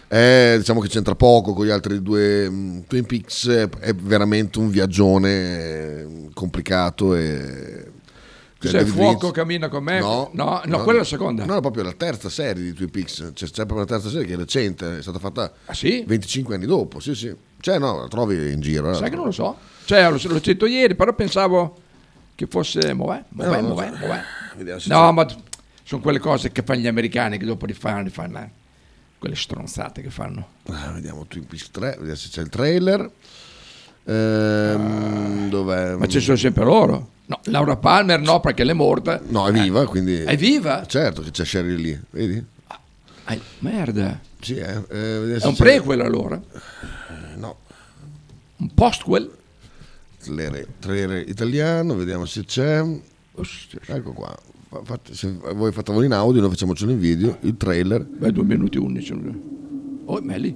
[SPEAKER 11] Eh, diciamo che c'entra poco con gli altri due. mh, Twin Peaks è, è veramente un viaggione eh, complicato e... cioè,
[SPEAKER 12] Cioè,
[SPEAKER 11] David
[SPEAKER 12] fuoco
[SPEAKER 11] Lynch-
[SPEAKER 12] cammina con me?
[SPEAKER 11] No,
[SPEAKER 12] no, no, quella è la seconda.
[SPEAKER 11] No, proprio la terza serie di Twin Peaks. C'è, c'è proprio la terza serie che è recente, è stata fatta
[SPEAKER 12] Ah,
[SPEAKER 11] 25 anni dopo. Sì, sì. Cioè, no, la trovi in giro. eh.
[SPEAKER 12] Sai che non lo so? Cioè, l'ho, l'ho detto ieri, però pensavo che fosse... Movè, movè,
[SPEAKER 11] Eh, no,
[SPEAKER 12] movè,
[SPEAKER 11] no.
[SPEAKER 12] movè.
[SPEAKER 11] Vediamo se
[SPEAKER 12] No,
[SPEAKER 11] c'è.
[SPEAKER 12] ma sono quelle cose che fanno gli americani che dopo rifanno, rifanno eh, quelle stronzate che fanno.
[SPEAKER 11] Ah, vediamo Twin Peaks 3, vediamo se c'è il trailer. Ehm, dov'è?
[SPEAKER 12] Ah. Ma ci sono sempre loro. No, Laura Palmer no, perché l'è morta.
[SPEAKER 11] No, è viva, quindi...
[SPEAKER 12] È viva? Ah,
[SPEAKER 11] Certo che c'è Sherry lì, vedi?
[SPEAKER 12] Merda.
[SPEAKER 11] Sì, eh, eh, vediamo
[SPEAKER 12] È
[SPEAKER 11] se
[SPEAKER 12] un
[SPEAKER 11] c'è- Eh,
[SPEAKER 12] prequel allora?
[SPEAKER 11] No.
[SPEAKER 12] Un postquel?
[SPEAKER 11] Trailer, trailer italiano, vediamo se c'è. Ecco qua. Fa- fate- se voi fatevelo in audio, noi facciamocelo in video. Il trailer.
[SPEAKER 12] Beh, 2 minuti 11. Oh, ma è lì.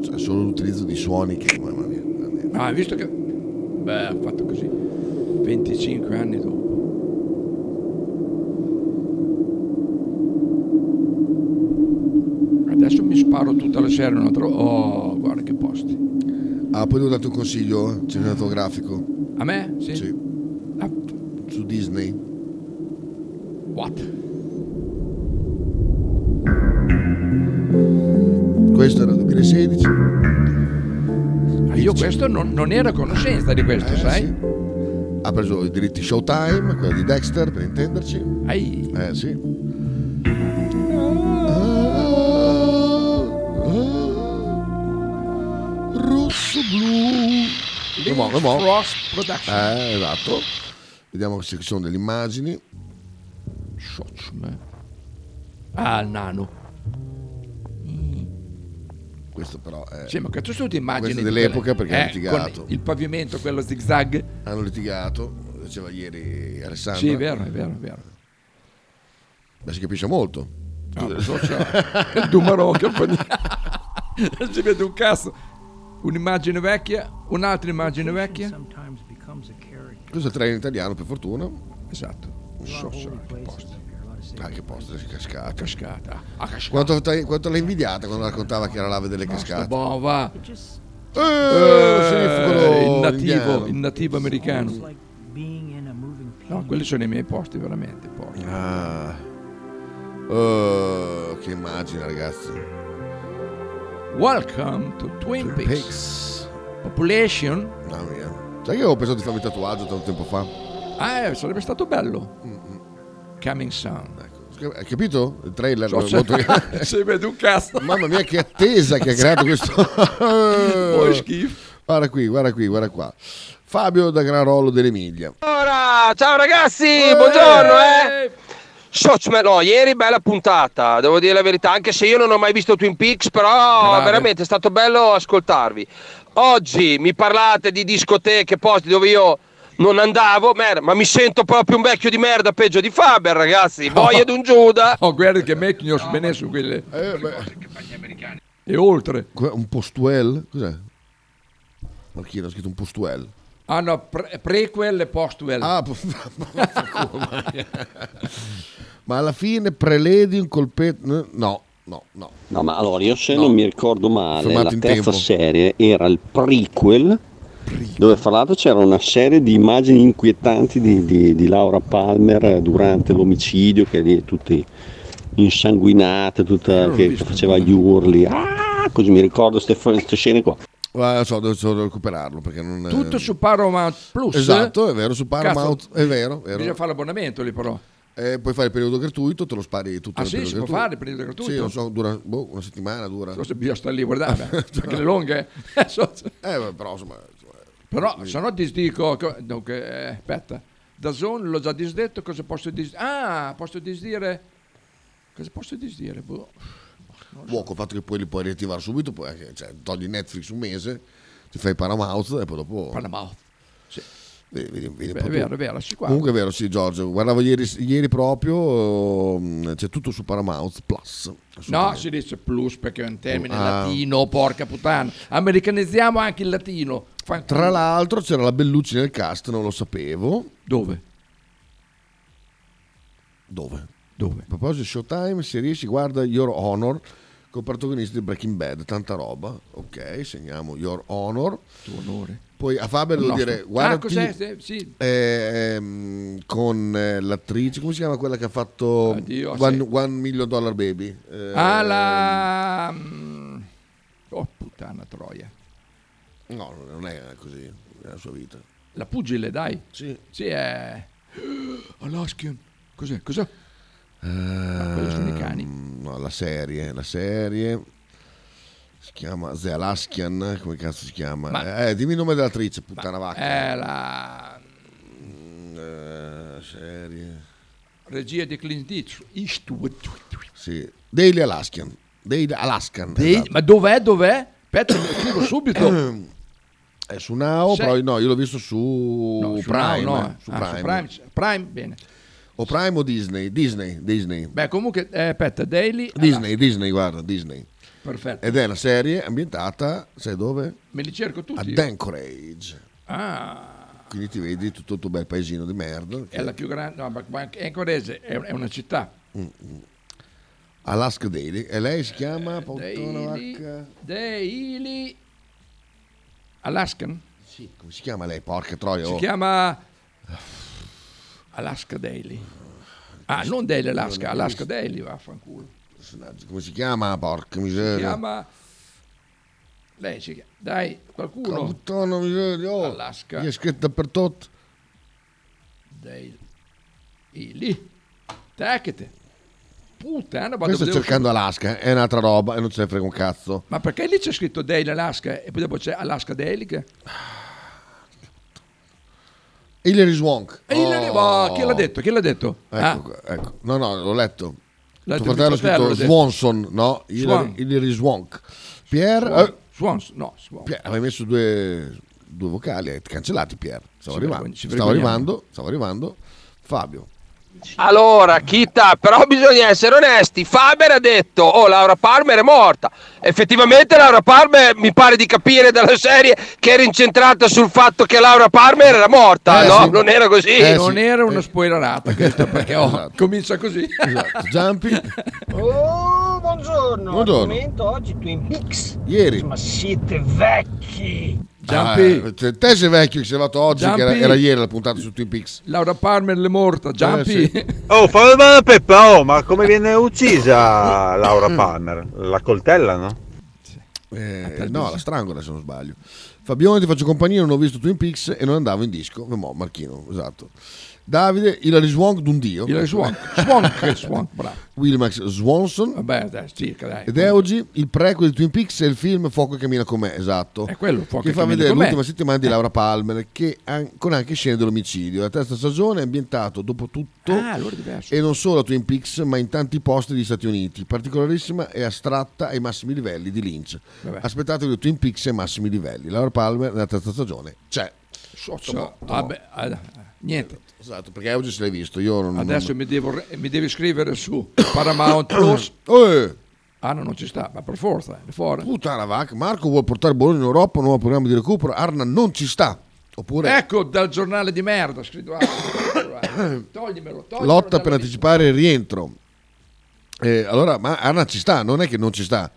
[SPEAKER 11] C'è Cioè, solo l'utilizzo di suoni che. Mamma mia.
[SPEAKER 12] Ah, hai visto che... Beh, ha fatto così. 25 anni dopo. Adesso mi sparo tutta la sera un altro... Oh, guarda che posti.
[SPEAKER 11] Ah, poi devo darti un consiglio eh, cinematografico.
[SPEAKER 12] A me? Sì.
[SPEAKER 11] Su Disney.
[SPEAKER 12] What?
[SPEAKER 11] Questo era 2016.
[SPEAKER 12] Ma Ah, io questo non, non
[SPEAKER 11] Eh,
[SPEAKER 12] ero a conoscenza di questo, sai?
[SPEAKER 11] Ha preso i diritti Showtime, quello di Dexter, per intenderci. Eh sì. Rosso blu.
[SPEAKER 12] Lynch Frost Production.
[SPEAKER 11] Eh, esatto. Vediamo se ci sono delle immagini. eh.
[SPEAKER 12] Ah, il nano.
[SPEAKER 11] Questo però è...
[SPEAKER 12] Sì, ma che tu tutte
[SPEAKER 11] eh. Questo
[SPEAKER 12] immagini
[SPEAKER 11] è dell'epoca perché hanno
[SPEAKER 12] è
[SPEAKER 11] litigato.
[SPEAKER 12] Il pavimento, quello zigzag.
[SPEAKER 11] Hanno litigato, lo diceva ieri Alessandro.
[SPEAKER 12] Sì, è vero, è vero, è vero.
[SPEAKER 11] Ma si capisce molto.
[SPEAKER 12] Ah, ma so c'è il Dumarò che fa niente. Non si vede un cazzo. Un'immagine vecchia, un'altra immagine vecchia.
[SPEAKER 11] Questo è il trailer italiano, per fortuna.
[SPEAKER 12] Esatto.
[SPEAKER 11] Ah, che posto, che cascata.
[SPEAKER 12] Cascata. Ah, cascata.
[SPEAKER 11] Quanto, t'hai- quanto l'hai invidiata quando raccontava che era l'ave delle cascate?
[SPEAKER 12] Boh, va.
[SPEAKER 11] Eh,
[SPEAKER 12] Eh, il
[SPEAKER 11] indiano.
[SPEAKER 12] nativo, il nativo americano. No, quelli sono i miei posti, veramente. porca.
[SPEAKER 11] Ah. Oh, che immagine, ragazzi.
[SPEAKER 12] Welcome to Twin Peaks. Population.
[SPEAKER 11] Mamma mia. Sai che avevo pensato di farmi un tatuaggio tanto tempo fa? Mm,
[SPEAKER 12] Ah, eh, sarebbe stato bello. Coming soon.
[SPEAKER 11] Ecco. Hai capito? Il trailer.
[SPEAKER 12] So, se- se vede Cioè, un cazzo.
[SPEAKER 11] Eh, Mamma mia, che attesa che ha creato questo.
[SPEAKER 12] Poi schifo.
[SPEAKER 11] Guarda qui, guarda qui, guarda qua. Fabio da Granarolo dell'Emilia.
[SPEAKER 15] Allora, ciao ragazzi, buongiorno eh! Sciocme- no, ieri bella puntata, devo dire la verità, anche se io non ho mai visto Twin Peaks, però
[SPEAKER 12] Grave.
[SPEAKER 15] veramente è stato bello ascoltarvi. Oggi mi parlate di discoteche, posti dove io non andavo, mer- ma mi sento proprio un vecchio di merda, peggio di Faber ragazzi, boia d'un Giuda.
[SPEAKER 12] Oh, guarda che Mechnios no, su quelle.
[SPEAKER 11] Eh,
[SPEAKER 12] E oltre.
[SPEAKER 11] Un postuel? Cos'è? Marchino ha scritto un postuel.
[SPEAKER 12] Ah no, pre- prequel e postquel.
[SPEAKER 11] Ah, Ma alla fine preledi un colpetto. No, no, no.
[SPEAKER 13] No, ma allora io se
[SPEAKER 11] No.
[SPEAKER 13] non mi ricordo male,
[SPEAKER 11] Fermato
[SPEAKER 13] la
[SPEAKER 11] in
[SPEAKER 13] terza
[SPEAKER 11] tempo.
[SPEAKER 13] serie era il prequel, dove fra l'altro c'era una serie di immagini inquietanti di, di- di Laura Palmer eh, durante l'omicidio, che lì è tutti insanguinate,
[SPEAKER 11] Eh,
[SPEAKER 13] tutta, che faceva gli urli, ah, così mi ricordo queste scene qua.
[SPEAKER 11] Ah, non so, devo, devo recuperarlo perché non.
[SPEAKER 12] Tutto su Paramount Plus. eh?
[SPEAKER 11] Esatto, è vero, su Paramount,
[SPEAKER 12] Cazzo,
[SPEAKER 11] è vero, vero.
[SPEAKER 12] Bisogna fare l'abbonamento lì però.
[SPEAKER 11] Eh, puoi fare il periodo gratuito, te lo spari tutto
[SPEAKER 12] Ah,
[SPEAKER 11] nel
[SPEAKER 12] sì,
[SPEAKER 11] periodo
[SPEAKER 12] si può fare il periodo gratuito?
[SPEAKER 11] Sì, non so, dura boh, una settimana, dura.
[SPEAKER 12] Non so se bisogna stare lì a guardare, beh, perché le lunghe.
[SPEAKER 11] eh, beh, però insomma...
[SPEAKER 12] Però se no ti dico, co- dunque, eh, aspetta, da Zone l'ho già disdetto, cosa posso disdire? Ah, posso disdire... Cosa posso disdire? Boh.
[SPEAKER 11] Buono, col fatto che poi li puoi riattivare subito, poi anche- cioè, togli Netflix un mese, ti fai Paramount e poi dopo...
[SPEAKER 12] Paramount,
[SPEAKER 11] Vedi, vedi,
[SPEAKER 12] Beh,
[SPEAKER 11] vedi un po'
[SPEAKER 12] è
[SPEAKER 11] tu.
[SPEAKER 12] vero, è vero, sì, guarda.
[SPEAKER 11] Comunque è vero, sì Giorgio, guardavo ieri, ieri proprio, ehm, c'è tutto su Paramount Plus.
[SPEAKER 12] No, si dice plus perché è un termine
[SPEAKER 11] Ah.
[SPEAKER 12] latino, porca puttana. Americanizziamo anche il latino. Fan-
[SPEAKER 11] Tra l'altro c'era la Bellucci nel cast, non lo sapevo.
[SPEAKER 12] Dove?
[SPEAKER 11] Dove?
[SPEAKER 12] Dove?
[SPEAKER 11] A proposito di Showtime, se riesci guarda Your Honor con protagonisti di Breaking Bad, tanta roba. Ok, segniamo Your Honor.
[SPEAKER 12] Tuo onore.
[SPEAKER 11] Poi a Faber devo
[SPEAKER 12] Il nostro.
[SPEAKER 11] dire, guarda...
[SPEAKER 12] Ah, cos'è? Sì, sì.
[SPEAKER 11] con eh, l'attrice, come si chiama quella che ha fatto
[SPEAKER 12] Addio,
[SPEAKER 11] One,
[SPEAKER 12] sì.
[SPEAKER 11] One Million Dollar Baby? Eh,
[SPEAKER 12] Ah,
[SPEAKER 11] ehm.
[SPEAKER 12] la... Oh, puttana troia.
[SPEAKER 11] No, non è così, è la sua vita.
[SPEAKER 12] La pugile, dai.
[SPEAKER 11] Sì.
[SPEAKER 12] Sì, è... Alaskan. Cos'è? Cos'è?
[SPEAKER 11] quelli
[SPEAKER 12] sono i
[SPEAKER 11] cani. Ehm, No, la serie, la serie. Si chiama The Alaskian, come cazzo si chiama?
[SPEAKER 12] Ma-
[SPEAKER 11] Eh, dimmi il nome dell'attrice, puttana vacca.
[SPEAKER 12] È la
[SPEAKER 11] Eh, serie.
[SPEAKER 12] regia di Clint Eastwood- Eastwood.
[SPEAKER 11] Sì. Daily Alaskian. Daily Alaskan.
[SPEAKER 12] Dei-
[SPEAKER 11] esatto.
[SPEAKER 12] Ma dov'è, dov'è? Aspetta, mi scrivo subito.
[SPEAKER 11] È su Now,
[SPEAKER 12] Sì.
[SPEAKER 11] però no, io l'ho visto su,
[SPEAKER 12] No, su
[SPEAKER 11] Prime,
[SPEAKER 12] Now no,
[SPEAKER 11] eh, su
[SPEAKER 12] ah,
[SPEAKER 11] Prime.
[SPEAKER 12] su Prime, Prime, bene.
[SPEAKER 11] O Prime o Disney? Disney, Disney.
[SPEAKER 12] Beh, comunque, eh, aspetta, Daily,
[SPEAKER 11] Disney, Disney, guarda, Disney.
[SPEAKER 12] perfetto.
[SPEAKER 11] Ed è una serie ambientata, sai dove?
[SPEAKER 12] Me li cerco tutti.
[SPEAKER 11] Ad
[SPEAKER 12] io.
[SPEAKER 11] Anchorage.
[SPEAKER 12] Ah,
[SPEAKER 11] Quindi ti vedi tutto un bel paesino di merda.
[SPEAKER 12] è la più grande, no, ma ma anche- Anchorage è, è una città.
[SPEAKER 11] Mm, mm. Alaska Daily. E lei si chiama... Puttana
[SPEAKER 12] Eh, Daily,
[SPEAKER 11] vacca.
[SPEAKER 12] Daily Alaskan?
[SPEAKER 11] Sì, come si chiama lei? Porca troia.
[SPEAKER 12] Si
[SPEAKER 11] oh.
[SPEAKER 12] chiama Alaska Daily. Ah, non Daily Alaska,
[SPEAKER 11] Non l'ho
[SPEAKER 12] Alaska
[SPEAKER 11] visto.
[SPEAKER 12] Daily, vaffanculo.
[SPEAKER 11] Personaggio, Come si chiama? Porca
[SPEAKER 12] Si
[SPEAKER 11] miseria.
[SPEAKER 12] chiama... Lei si chiama... Dai,
[SPEAKER 11] Porca
[SPEAKER 12] qualcuno...
[SPEAKER 11] puttana miseria. oh.
[SPEAKER 12] Alaska.
[SPEAKER 11] Gli è scritta per tutto.
[SPEAKER 12] Daily. Lì. Tacchete. Puttana, vado a
[SPEAKER 11] Questo sta
[SPEAKER 12] vedere-
[SPEAKER 11] cercando Alaska, è un'altra roba e non ce ne frega un cazzo.
[SPEAKER 12] Ma perché lì c'è scritto Daily Alaska e poi dopo c'è Alaska Daily? Che...
[SPEAKER 11] Hilary Swank.
[SPEAKER 12] E Hilary- oh, chi l'ha detto? Chi l'ha detto? Ah.
[SPEAKER 11] Ecco, ecco. No, no, l'ho letto.
[SPEAKER 12] L'ha detto
[SPEAKER 11] Tuo fratello
[SPEAKER 12] mio fratello,
[SPEAKER 11] ha scritto
[SPEAKER 12] l'ha detto.
[SPEAKER 11] Swanson, no? Hilary
[SPEAKER 12] Swan.
[SPEAKER 11] Hilary Swank. Pierre... eh,
[SPEAKER 12] Swans, no, Swans.
[SPEAKER 11] Pier, avevi messo due, due vocali, hai cancellato Pier. Stavo,
[SPEAKER 12] Ci
[SPEAKER 11] arrivando,
[SPEAKER 12] vergogn- ci
[SPEAKER 11] stavo
[SPEAKER 12] vergogniamo.
[SPEAKER 11] arrivando, stavo arrivando. Fabio.
[SPEAKER 15] Allora, Chita, però bisogna essere onesti. Faber ha detto, oh, Laura Palmer è morta. Effettivamente Laura Palmer, mi pare di capire dalla serie, che era incentrata sul fatto che Laura Palmer era morta.
[SPEAKER 12] Eh,
[SPEAKER 15] Ah, no,
[SPEAKER 12] sì.
[SPEAKER 15] non era così. Eh,
[SPEAKER 12] non era una spoilerata questa, perché oh, comincia così.
[SPEAKER 11] Giampi.
[SPEAKER 16] Oh, buongiorno.
[SPEAKER 12] Buongiorno.
[SPEAKER 16] Argomento oggi Twin Peaks.
[SPEAKER 11] Ieri.
[SPEAKER 16] Ma siete vecchi.
[SPEAKER 11] Ah, te, te sei vecchio che sei andato oggi, che era,
[SPEAKER 12] Giampi.
[SPEAKER 11] era ieri la puntata su Twin Peaks.
[SPEAKER 12] Laura Palmer è morta, Giampi.
[SPEAKER 17] Oh, fa una peppa, oh, ma come viene uccisa Laura
[SPEAKER 12] Mm.
[SPEAKER 17] Palmer? La coltellano?
[SPEAKER 11] Eh, no, la strangola se non sbaglio. Fabione ti faccio compagnia, non ho visto Twin Peaks e non andavo in disco. Mo, Marchino, esatto. Davide, Hilary Swank d'un dio.
[SPEAKER 12] Hilary Swank, Swank, Swank, bravo.
[SPEAKER 11] Wilmax Swanson.
[SPEAKER 12] Vabbè, dai, circa, dai.
[SPEAKER 11] Ed è oggi il prequel di Twin Peaks e il film Fuoco e cammina con me, esatto.
[SPEAKER 12] È quello, Fuoco
[SPEAKER 11] Che
[SPEAKER 12] e
[SPEAKER 11] fa
[SPEAKER 12] cammina
[SPEAKER 11] vedere
[SPEAKER 12] con me.
[SPEAKER 11] l'ultima settimana
[SPEAKER 12] Eh.
[SPEAKER 11] di Laura Palmer, che an- con anche scene dell'omicidio. La terza stagione è ambientato dopo tutto
[SPEAKER 12] Ah, allora è diverso.
[SPEAKER 11] e non solo a Twin Peaks, ma in tanti posti degli Stati Uniti. Particolarissima e astratta ai massimi livelli di Lynch.
[SPEAKER 12] Vabbè.
[SPEAKER 11] Aspettatevi Twin Peaks ai massimi livelli. Laura Palmer nella terza stagione c'è.
[SPEAKER 12] So-
[SPEAKER 11] Tomò, Tomò.
[SPEAKER 12] vabbè, ah, niente.
[SPEAKER 11] Esatto, perché oggi se l'hai visto, io non...
[SPEAKER 12] Adesso
[SPEAKER 11] non-
[SPEAKER 12] mi devo, re- mi devo iscrivere su Paramount Plus.
[SPEAKER 11] Eh,
[SPEAKER 12] Ah, no, non ci sta, ma per forza, è fuori.
[SPEAKER 11] puttana vacca, Marco vuole portare Bologna in Europa, nuovo programma di recupero, Arna non ci sta. Oppure...
[SPEAKER 12] Ecco, dal giornale di merda, scritto. ah, Toglimelo, toglimelo.
[SPEAKER 11] lotta
[SPEAKER 12] dalla
[SPEAKER 11] per anticipare il rientro. Eh, allora, ma Anna ci sta, non è che non ci sta.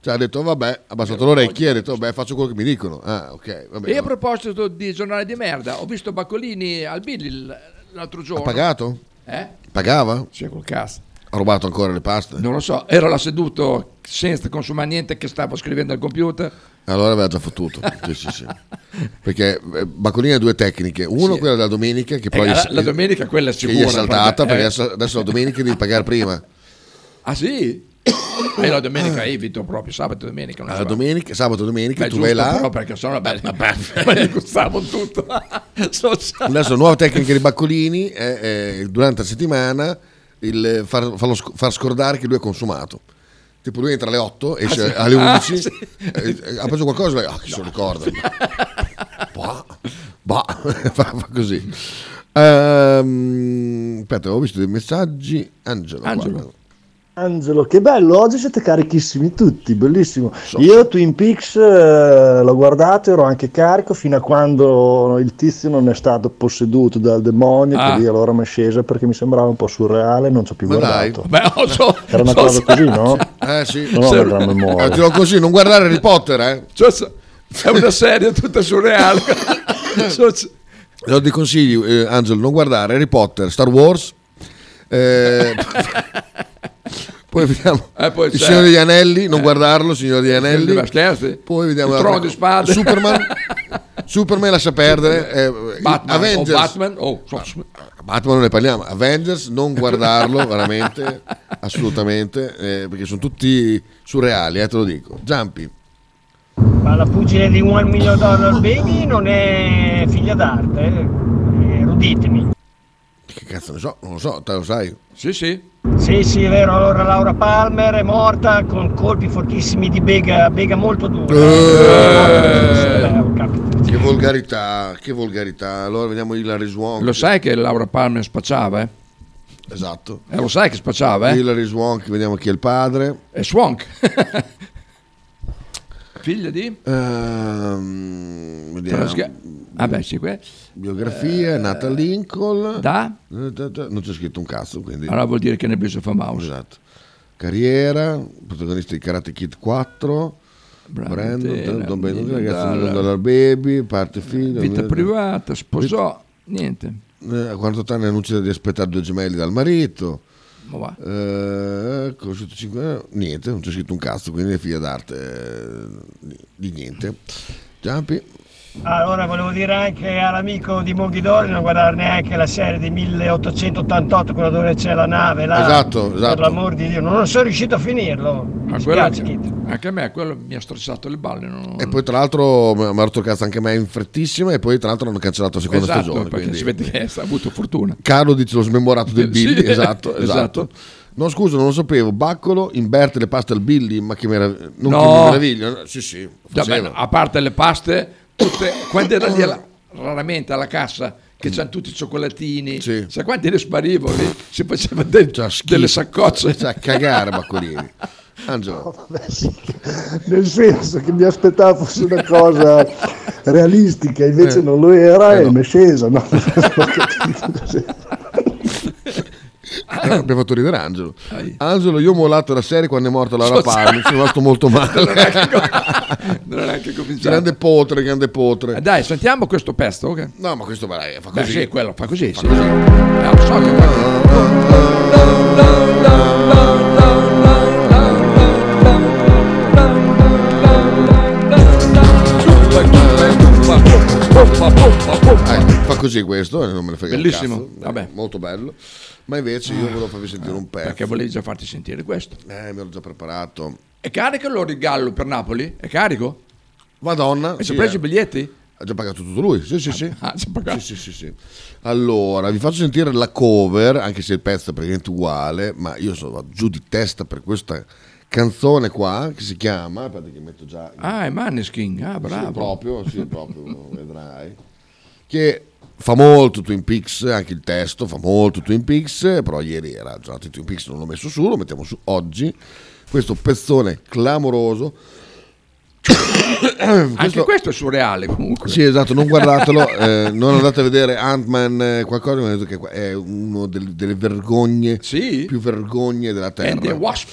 [SPEAKER 11] Cioè, ha detto, vabbè, ha
[SPEAKER 12] Eh,
[SPEAKER 11] abbassato l'orecchio e ha detto, vabbè, faccio quello che mi dicono. Ah, ok, vabbè.
[SPEAKER 12] E a
[SPEAKER 11] vabbè.
[SPEAKER 12] proposito di giornale di merda, ho visto Baccolini al Billy l- l'altro giorno.
[SPEAKER 11] Ha pagato?
[SPEAKER 12] Eh?
[SPEAKER 11] Pagava?
[SPEAKER 12] C'è col cazzo.
[SPEAKER 11] Ha rubato ancora le paste?
[SPEAKER 12] Non lo so, era là seduto senza consumare niente che stavo scrivendo al computer.
[SPEAKER 11] Allora aveva già fottuto. Sì, sì, sì. Perché eh, Baccolini ha due tecniche. Uno, quella della domenica, che poi...
[SPEAKER 12] Eh, la- la domenica quella è
[SPEAKER 11] che
[SPEAKER 12] sicura,
[SPEAKER 11] gli è saltata,
[SPEAKER 12] perché-
[SPEAKER 11] perché
[SPEAKER 12] eh.
[SPEAKER 11] adesso- adesso la domenica devi pagare prima.
[SPEAKER 12] Ah sì? E la domenica eh, evito proprio, sabato e domenica. Non
[SPEAKER 11] La
[SPEAKER 12] ci vado.
[SPEAKER 11] domenica, sabato e domenica,
[SPEAKER 12] Beh,
[SPEAKER 11] Ah, tu vai
[SPEAKER 12] giusto,
[SPEAKER 11] là... Ah,
[SPEAKER 12] Però perché sono belli, ma ma gli gustavo tutto. So- so-
[SPEAKER 11] Adesso nuova tecnica di Baccolini è, è, durante la settimana il eh, far, farlo sc- far scordare che lui è consumato. Tipo lui entra alle 8, esce
[SPEAKER 12] Ah, sì.
[SPEAKER 11] alle
[SPEAKER 12] Ah,
[SPEAKER 11] 11,
[SPEAKER 12] sì.
[SPEAKER 11] eh, eh, ha preso qualcosa e ah, chi se lo ricorda? Bah, bah, fa, fa così. Ehm, aspetta, avevo visto dei messaggi. Angelo.
[SPEAKER 12] Angelo.
[SPEAKER 11] guarda.
[SPEAKER 18] Angelo, che bello, oggi siete carichissimi tutti, bellissimo. Io Twin Peaks eh, l'ho guardato, ero anche carico fino a quando il tizio non è stato posseduto dal demonio,
[SPEAKER 12] Ah.
[SPEAKER 18] che lì allora mi è scesa perché mi sembrava un po' surreale, non ci ho più
[SPEAKER 11] Ma dai.
[SPEAKER 18] guardato.
[SPEAKER 12] Beh, oh, so-
[SPEAKER 18] Era una
[SPEAKER 12] so-
[SPEAKER 18] cosa così, no?
[SPEAKER 11] Eh sì.
[SPEAKER 18] Non ho una gran memoria.
[SPEAKER 11] Eh, te lo così, non guardare Harry Potter, eh.
[SPEAKER 12] so- so- È una serie tutta surreale. So- so-
[SPEAKER 11] Lo ti consiglio, eh, Angelo, non guardare Harry Potter, Star Wars. eh, poi vediamo
[SPEAKER 12] Eh, poi
[SPEAKER 11] Il
[SPEAKER 12] c'è-
[SPEAKER 11] Signore degli Anelli, non guardarlo, Signore degli Anelli.
[SPEAKER 12] Ma scherzi?
[SPEAKER 11] Poi vediamo
[SPEAKER 12] Il
[SPEAKER 11] l'altra
[SPEAKER 12] trono di
[SPEAKER 11] cosa.
[SPEAKER 12] spade.
[SPEAKER 11] Superman. Superman lascia perdere. eh,
[SPEAKER 12] Batman,
[SPEAKER 11] Avengers. Ah.
[SPEAKER 12] oh, Batman, oh, so-
[SPEAKER 11] Batman non ne parliamo, Avengers non guardarlo veramente, assolutamente, eh, perché sono tutti surreali, eh, te lo dico. Giampi,
[SPEAKER 16] Ma la pugile di One Million Dollar Baby non è figlia d'arte, eh? eruditemi.
[SPEAKER 11] che cazzo ne so, non lo so, te lo sai.
[SPEAKER 12] Sì, sì.
[SPEAKER 16] Sì, sì, è vero, allora Laura Palmer è morta con colpi fortissimi di Bega, Bega molto dura.
[SPEAKER 11] Che volgarità, che volgarità. Allora vediamo Hilary Swank.
[SPEAKER 12] Lo sai che Laura Palmer spacciava, eh?
[SPEAKER 11] Esatto.
[SPEAKER 12] Eh, lo sai che spacciava, eh?
[SPEAKER 11] Hilary Swank, vediamo chi è il padre.
[SPEAKER 12] È Swank. Figlia di?
[SPEAKER 11] Ehm, vediamo.
[SPEAKER 12] Trasga- ah, beh, sì, que- Eh,
[SPEAKER 11] Biografia, è nata a Lincoln. Eh,
[SPEAKER 12] Da?
[SPEAKER 11] Non c'è scritto un cazzo, quindi.
[SPEAKER 12] Allora vuol dire che ne è preso famoso.
[SPEAKER 11] Esatto. Carriera, protagonista di Karate Kid 4.
[SPEAKER 12] Brandon Taylor,
[SPEAKER 11] Brandon, Don Brandon,
[SPEAKER 12] Million
[SPEAKER 11] ragazzi, Million
[SPEAKER 12] Dollar
[SPEAKER 11] Dollar Baby, parte figlio.
[SPEAKER 12] Eh, Vita
[SPEAKER 11] Million-
[SPEAKER 12] privata, sposò, niente.
[SPEAKER 11] Eh, A 48 anni annuncia di aspettare due gemelli dal marito.
[SPEAKER 12] Ma va.
[SPEAKER 11] Eh, conosciuto cinque- eh, niente, non c'è scritto un cazzo, quindi è figlia d'arte eh, di niente. Giampi,
[SPEAKER 16] Allora volevo dire anche all'amico di Monghidori non guardare neanche la serie di 1888, quella dove c'è la nave là.
[SPEAKER 11] Esatto, esatto.
[SPEAKER 16] Per l'amor di Dio, non sono riuscito a finirlo. Mi
[SPEAKER 12] Quello-
[SPEAKER 16] spiace, Kit.
[SPEAKER 12] anche a me, quello mi ha stressato le balle. non-
[SPEAKER 11] e poi tra l'altro mi ha rotto il cazzo anche a me in frettissima e poi tra l'altro hanno cancellato la seconda
[SPEAKER 12] esatto,
[SPEAKER 11] stagione.
[SPEAKER 12] perché
[SPEAKER 11] quindi-
[SPEAKER 12] si vede che ha avuto fortuna.
[SPEAKER 11] Carlo dice lo smemorato del
[SPEAKER 12] Sì,
[SPEAKER 11] Billy, esatto, esatto.
[SPEAKER 12] esatto.
[SPEAKER 11] No, scusa, non lo sapevo. Baccolo inverte le paste al Billy, ma che meraviglia. Non
[SPEAKER 12] No.
[SPEAKER 11] che mi meraviglia, sì, sì. lo
[SPEAKER 12] Già,
[SPEAKER 11] faceva.
[SPEAKER 12] beh, a parte le paste, tutte, quante erano lì alla- raramente alla cassa che c'hanno tutti i cioccolatini, sai quanti ne sparivano lì? Si faceva de- delle saccocce.
[SPEAKER 11] Cioè, cagare Baccolini. Angelo,
[SPEAKER 18] Nel senso che mi aspettavo fosse una cosa realistica, invece non lo era e mi è scesa. No?
[SPEAKER 11] eh, abbiamo fatto ridere Angelo. Angelo, io ho mollato la serie quando è morta Laura
[SPEAKER 12] So-
[SPEAKER 11] Palmer, sono rimasto molto
[SPEAKER 12] Non
[SPEAKER 11] male.
[SPEAKER 12] era neanche- non era neanche cominciato.
[SPEAKER 11] grande potre, grande potre.
[SPEAKER 12] Eh, Dai, sentiamo questo pezzo. ok?
[SPEAKER 11] No, ma questo dai, fa
[SPEAKER 12] Beh,
[SPEAKER 11] così.
[SPEAKER 12] sì, quello fa così. sì. Eh,
[SPEAKER 11] Eh, Ecco, fa così questo, eh, non me ne frega un
[SPEAKER 12] Bellissimo,
[SPEAKER 11] cazzo. Eh,
[SPEAKER 12] vabbè.
[SPEAKER 11] molto bello. Ma invece io volevo farvi sentire un pezzo.
[SPEAKER 12] Perché volevi già farti sentire questo.
[SPEAKER 11] Eh, mi ero già preparato.
[SPEAKER 12] È carico allora il gallo per Napoli? È carico?
[SPEAKER 11] Madonna.
[SPEAKER 12] Hai già
[SPEAKER 11] sì,
[SPEAKER 12] preso
[SPEAKER 11] eh.
[SPEAKER 12] i biglietti?
[SPEAKER 11] Ha già pagato tutto lui, sì, sì, sì.
[SPEAKER 12] Ah, già pagato.
[SPEAKER 11] Sì, sì, sì, sì. Allora, vi faccio sentire la cover, anche se il pezzo è praticamente uguale, ma io sono giù di testa per questa canzone qua che si chiama, aspetta che metto già
[SPEAKER 12] Ah, è Maneskin. Ah, bravo.
[SPEAKER 11] Sì, proprio, sì, proprio, vedrai. Che fa molto Twin Peaks, anche il testo fa molto Twin Peaks, però ieri era giornata di Twin Peaks, non l'ho messo su, lo mettiamo su oggi. Questo pezzone clamoroso.
[SPEAKER 12] Anche questo è surreale comunque.
[SPEAKER 11] Sì, esatto, non guardatelo, eh, non andate a vedere Ant-Man eh, qualcosa, mi hanno detto che qua- è una delle vergogne, più vergogne della Terra.
[SPEAKER 12] And the Wasp.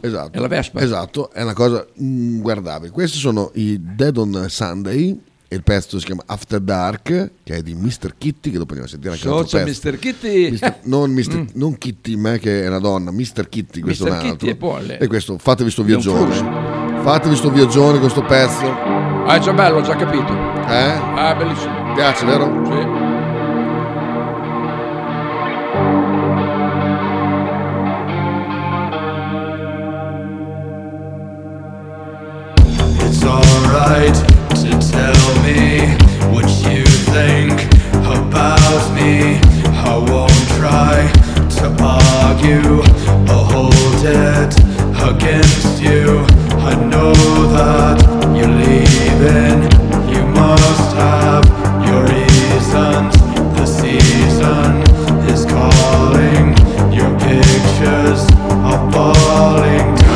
[SPEAKER 11] Esatto.
[SPEAKER 12] È la Vespa.
[SPEAKER 11] Esatto, è una cosa inguardabile. Questi sono i Dead on Sunday e il pezzo si chiama After Dark, che è di Mr. Kitty, che dopo andiamo a sentire anche l'altro
[SPEAKER 12] Socia
[SPEAKER 11] pezzo.
[SPEAKER 12] Mr. Kitty. Mm.
[SPEAKER 11] Mister- non, Mister- non Kitty, ma che è una donna, Mr. Kitty, questo è
[SPEAKER 12] Mr.
[SPEAKER 11] un altro.
[SPEAKER 12] Kitty e poi le-
[SPEAKER 11] E questo, fatevi sto
[SPEAKER 12] Leon
[SPEAKER 11] viaggione. Fatevi sto viaggione, questo pezzo.
[SPEAKER 12] Ah, è già bello, ho già capito.
[SPEAKER 11] Eh?
[SPEAKER 12] Ah, bellissimo.
[SPEAKER 11] Piace, vero?
[SPEAKER 12] Sì.
[SPEAKER 19] It's alright to tell me what you think about me. I won't try to argue or hold it against you. I know that you're leaving. You must have your reasons. The season is calling. Your pictures are falling down.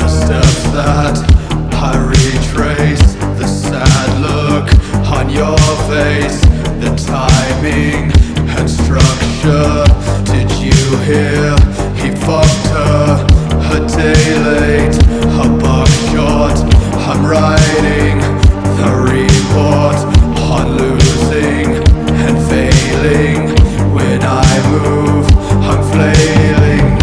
[SPEAKER 19] The steps that I retrace, the sad look on your face, the timing and structure. Did you hear? He fucked her a day late, a buckshot. I'm writing the report on losing and failing. When I move, I'm flailing.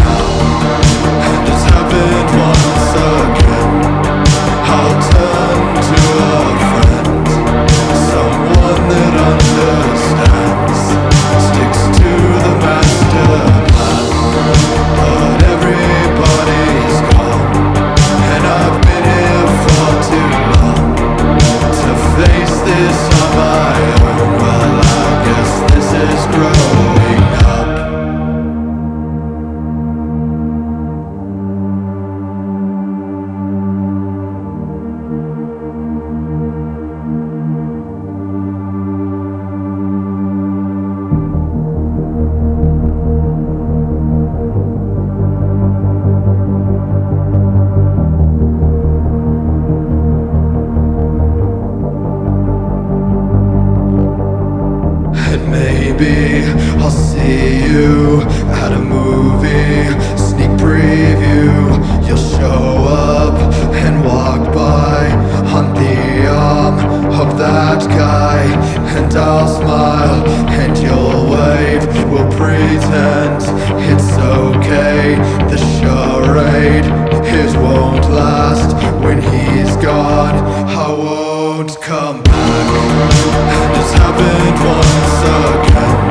[SPEAKER 19] maybe I'll see you at a movie sneak preview. You'll show up and walk by on the arm of that guy, and I'll smile and you'll wave. We'll pretend it's okay. The charade it won't last when he's gone. I won't come back. And it's happened once again.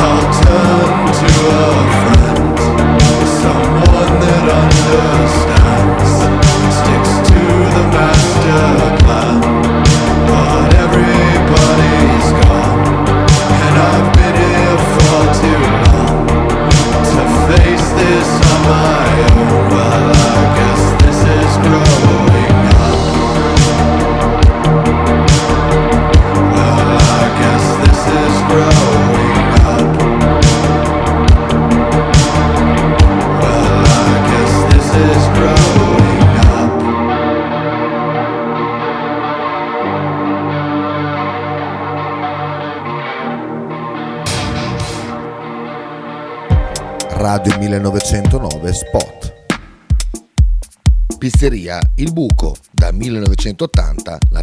[SPEAKER 19] I'll turn to a friend, someone that understands, sticks to the master plan. But everybody's gone, and I've been here for too long to face this on my own. Well, I guess this is growing up. Well, I guess this is growing up. Well, I guess this is growing up.
[SPEAKER 20] Radio 1909 Spot.
[SPEAKER 1] Pizzeria Il Buco, da 1980 la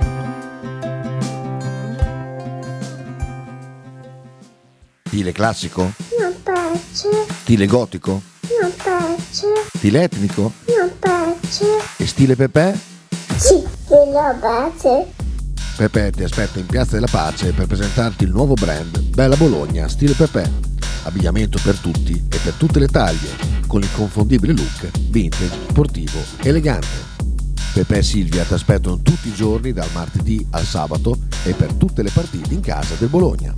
[SPEAKER 1] Stile classico?
[SPEAKER 4] Non piace,
[SPEAKER 1] Stile gotico?
[SPEAKER 4] non piace,
[SPEAKER 1] Stile etnico?
[SPEAKER 4] non piace.
[SPEAKER 1] E stile Pepe?
[SPEAKER 4] Sì, la base.
[SPEAKER 1] Pepe ti aspetta in Piazza della Pace per presentarti il nuovo brand Bella Bologna Stile Pepe. Abbigliamento per tutti e per tutte le taglie, con l'inconfondibile look vintage, sportivo, elegante. Pepe e Silvia ti aspettano tutti i giorni dal martedì al sabato e per tutte le partite in casa del Bologna.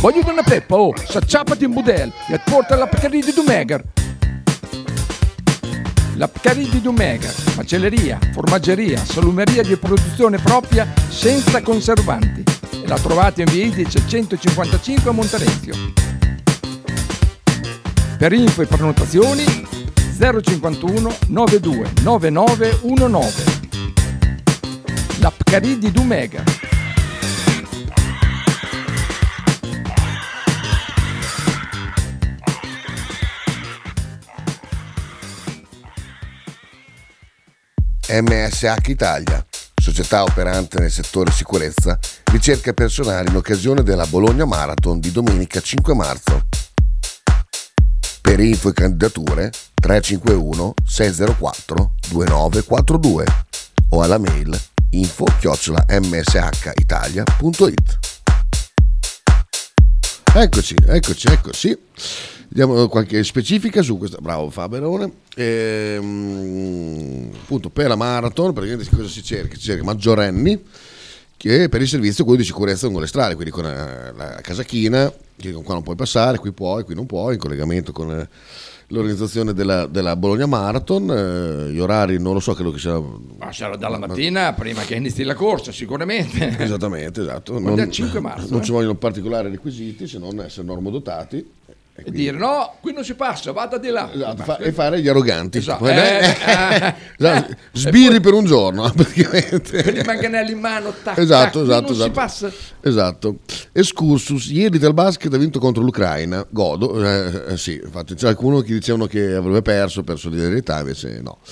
[SPEAKER 12] Voglio una peppa, oh, s'acciappati in budel e porta la Pcaridi di Dumegar. La Pcaridi di Dumegar, macelleria, formaggeria, salumeria di produzione propria senza conservanti. E la trovate in via Idice 155 a Monterezio. Per info e prenotazioni 051 92 9919. La Pcaridi di Dumegar.
[SPEAKER 1] MSH Italia,
[SPEAKER 11] società operante nel settore sicurezza, ricerca personale in occasione della Bologna Marathon di domenica 5 marzo. Per info e candidature 351 604 2942 o alla mail info mshitalia.it Eccoci, eccoci, eccoci. Diamo qualche specifica su questa. Bravo Faberone. Ehm, appunto per la marathon, praticamente cosa si cerca? Si cerca maggiorenni che per il servizio quello di sicurezza lungo le strade, quindi con eh, la casachina, che qua non puoi passare, qui puoi, qui non puoi, in collegamento con eh, l'organizzazione della, della Bologna Marathon, eh, gli orari non lo so, credo che sia...
[SPEAKER 12] Ma sarà dalla mattina prima che inizi la corsa, sicuramente.
[SPEAKER 11] Esattamente, esatto.
[SPEAKER 12] Guarda, il 5 marzo,
[SPEAKER 11] Non
[SPEAKER 12] eh.
[SPEAKER 11] ci vogliono particolari requisiti se non essere normodotati.
[SPEAKER 12] E
[SPEAKER 11] E, quindi-
[SPEAKER 12] dire no, qui non si passa, vada di là.
[SPEAKER 11] Esatto, fa- e fare gli arroganti.
[SPEAKER 12] Esatto.
[SPEAKER 11] Poi-
[SPEAKER 12] Eh, eh,
[SPEAKER 11] esatto, sbirri per un giorno, praticamente.
[SPEAKER 12] Con i manganelli in mano, tac, tac,
[SPEAKER 11] esatto,
[SPEAKER 12] qui
[SPEAKER 11] esatto,
[SPEAKER 12] non
[SPEAKER 11] esatto.
[SPEAKER 12] si passa.
[SPEAKER 11] Esatto. Escursus, ieri del basket ha vinto contro l'Ucraina. Godo, eh, eh, sì, infatti c'è qualcuno che dicevano che avrebbe perso per solidarietà, invece no.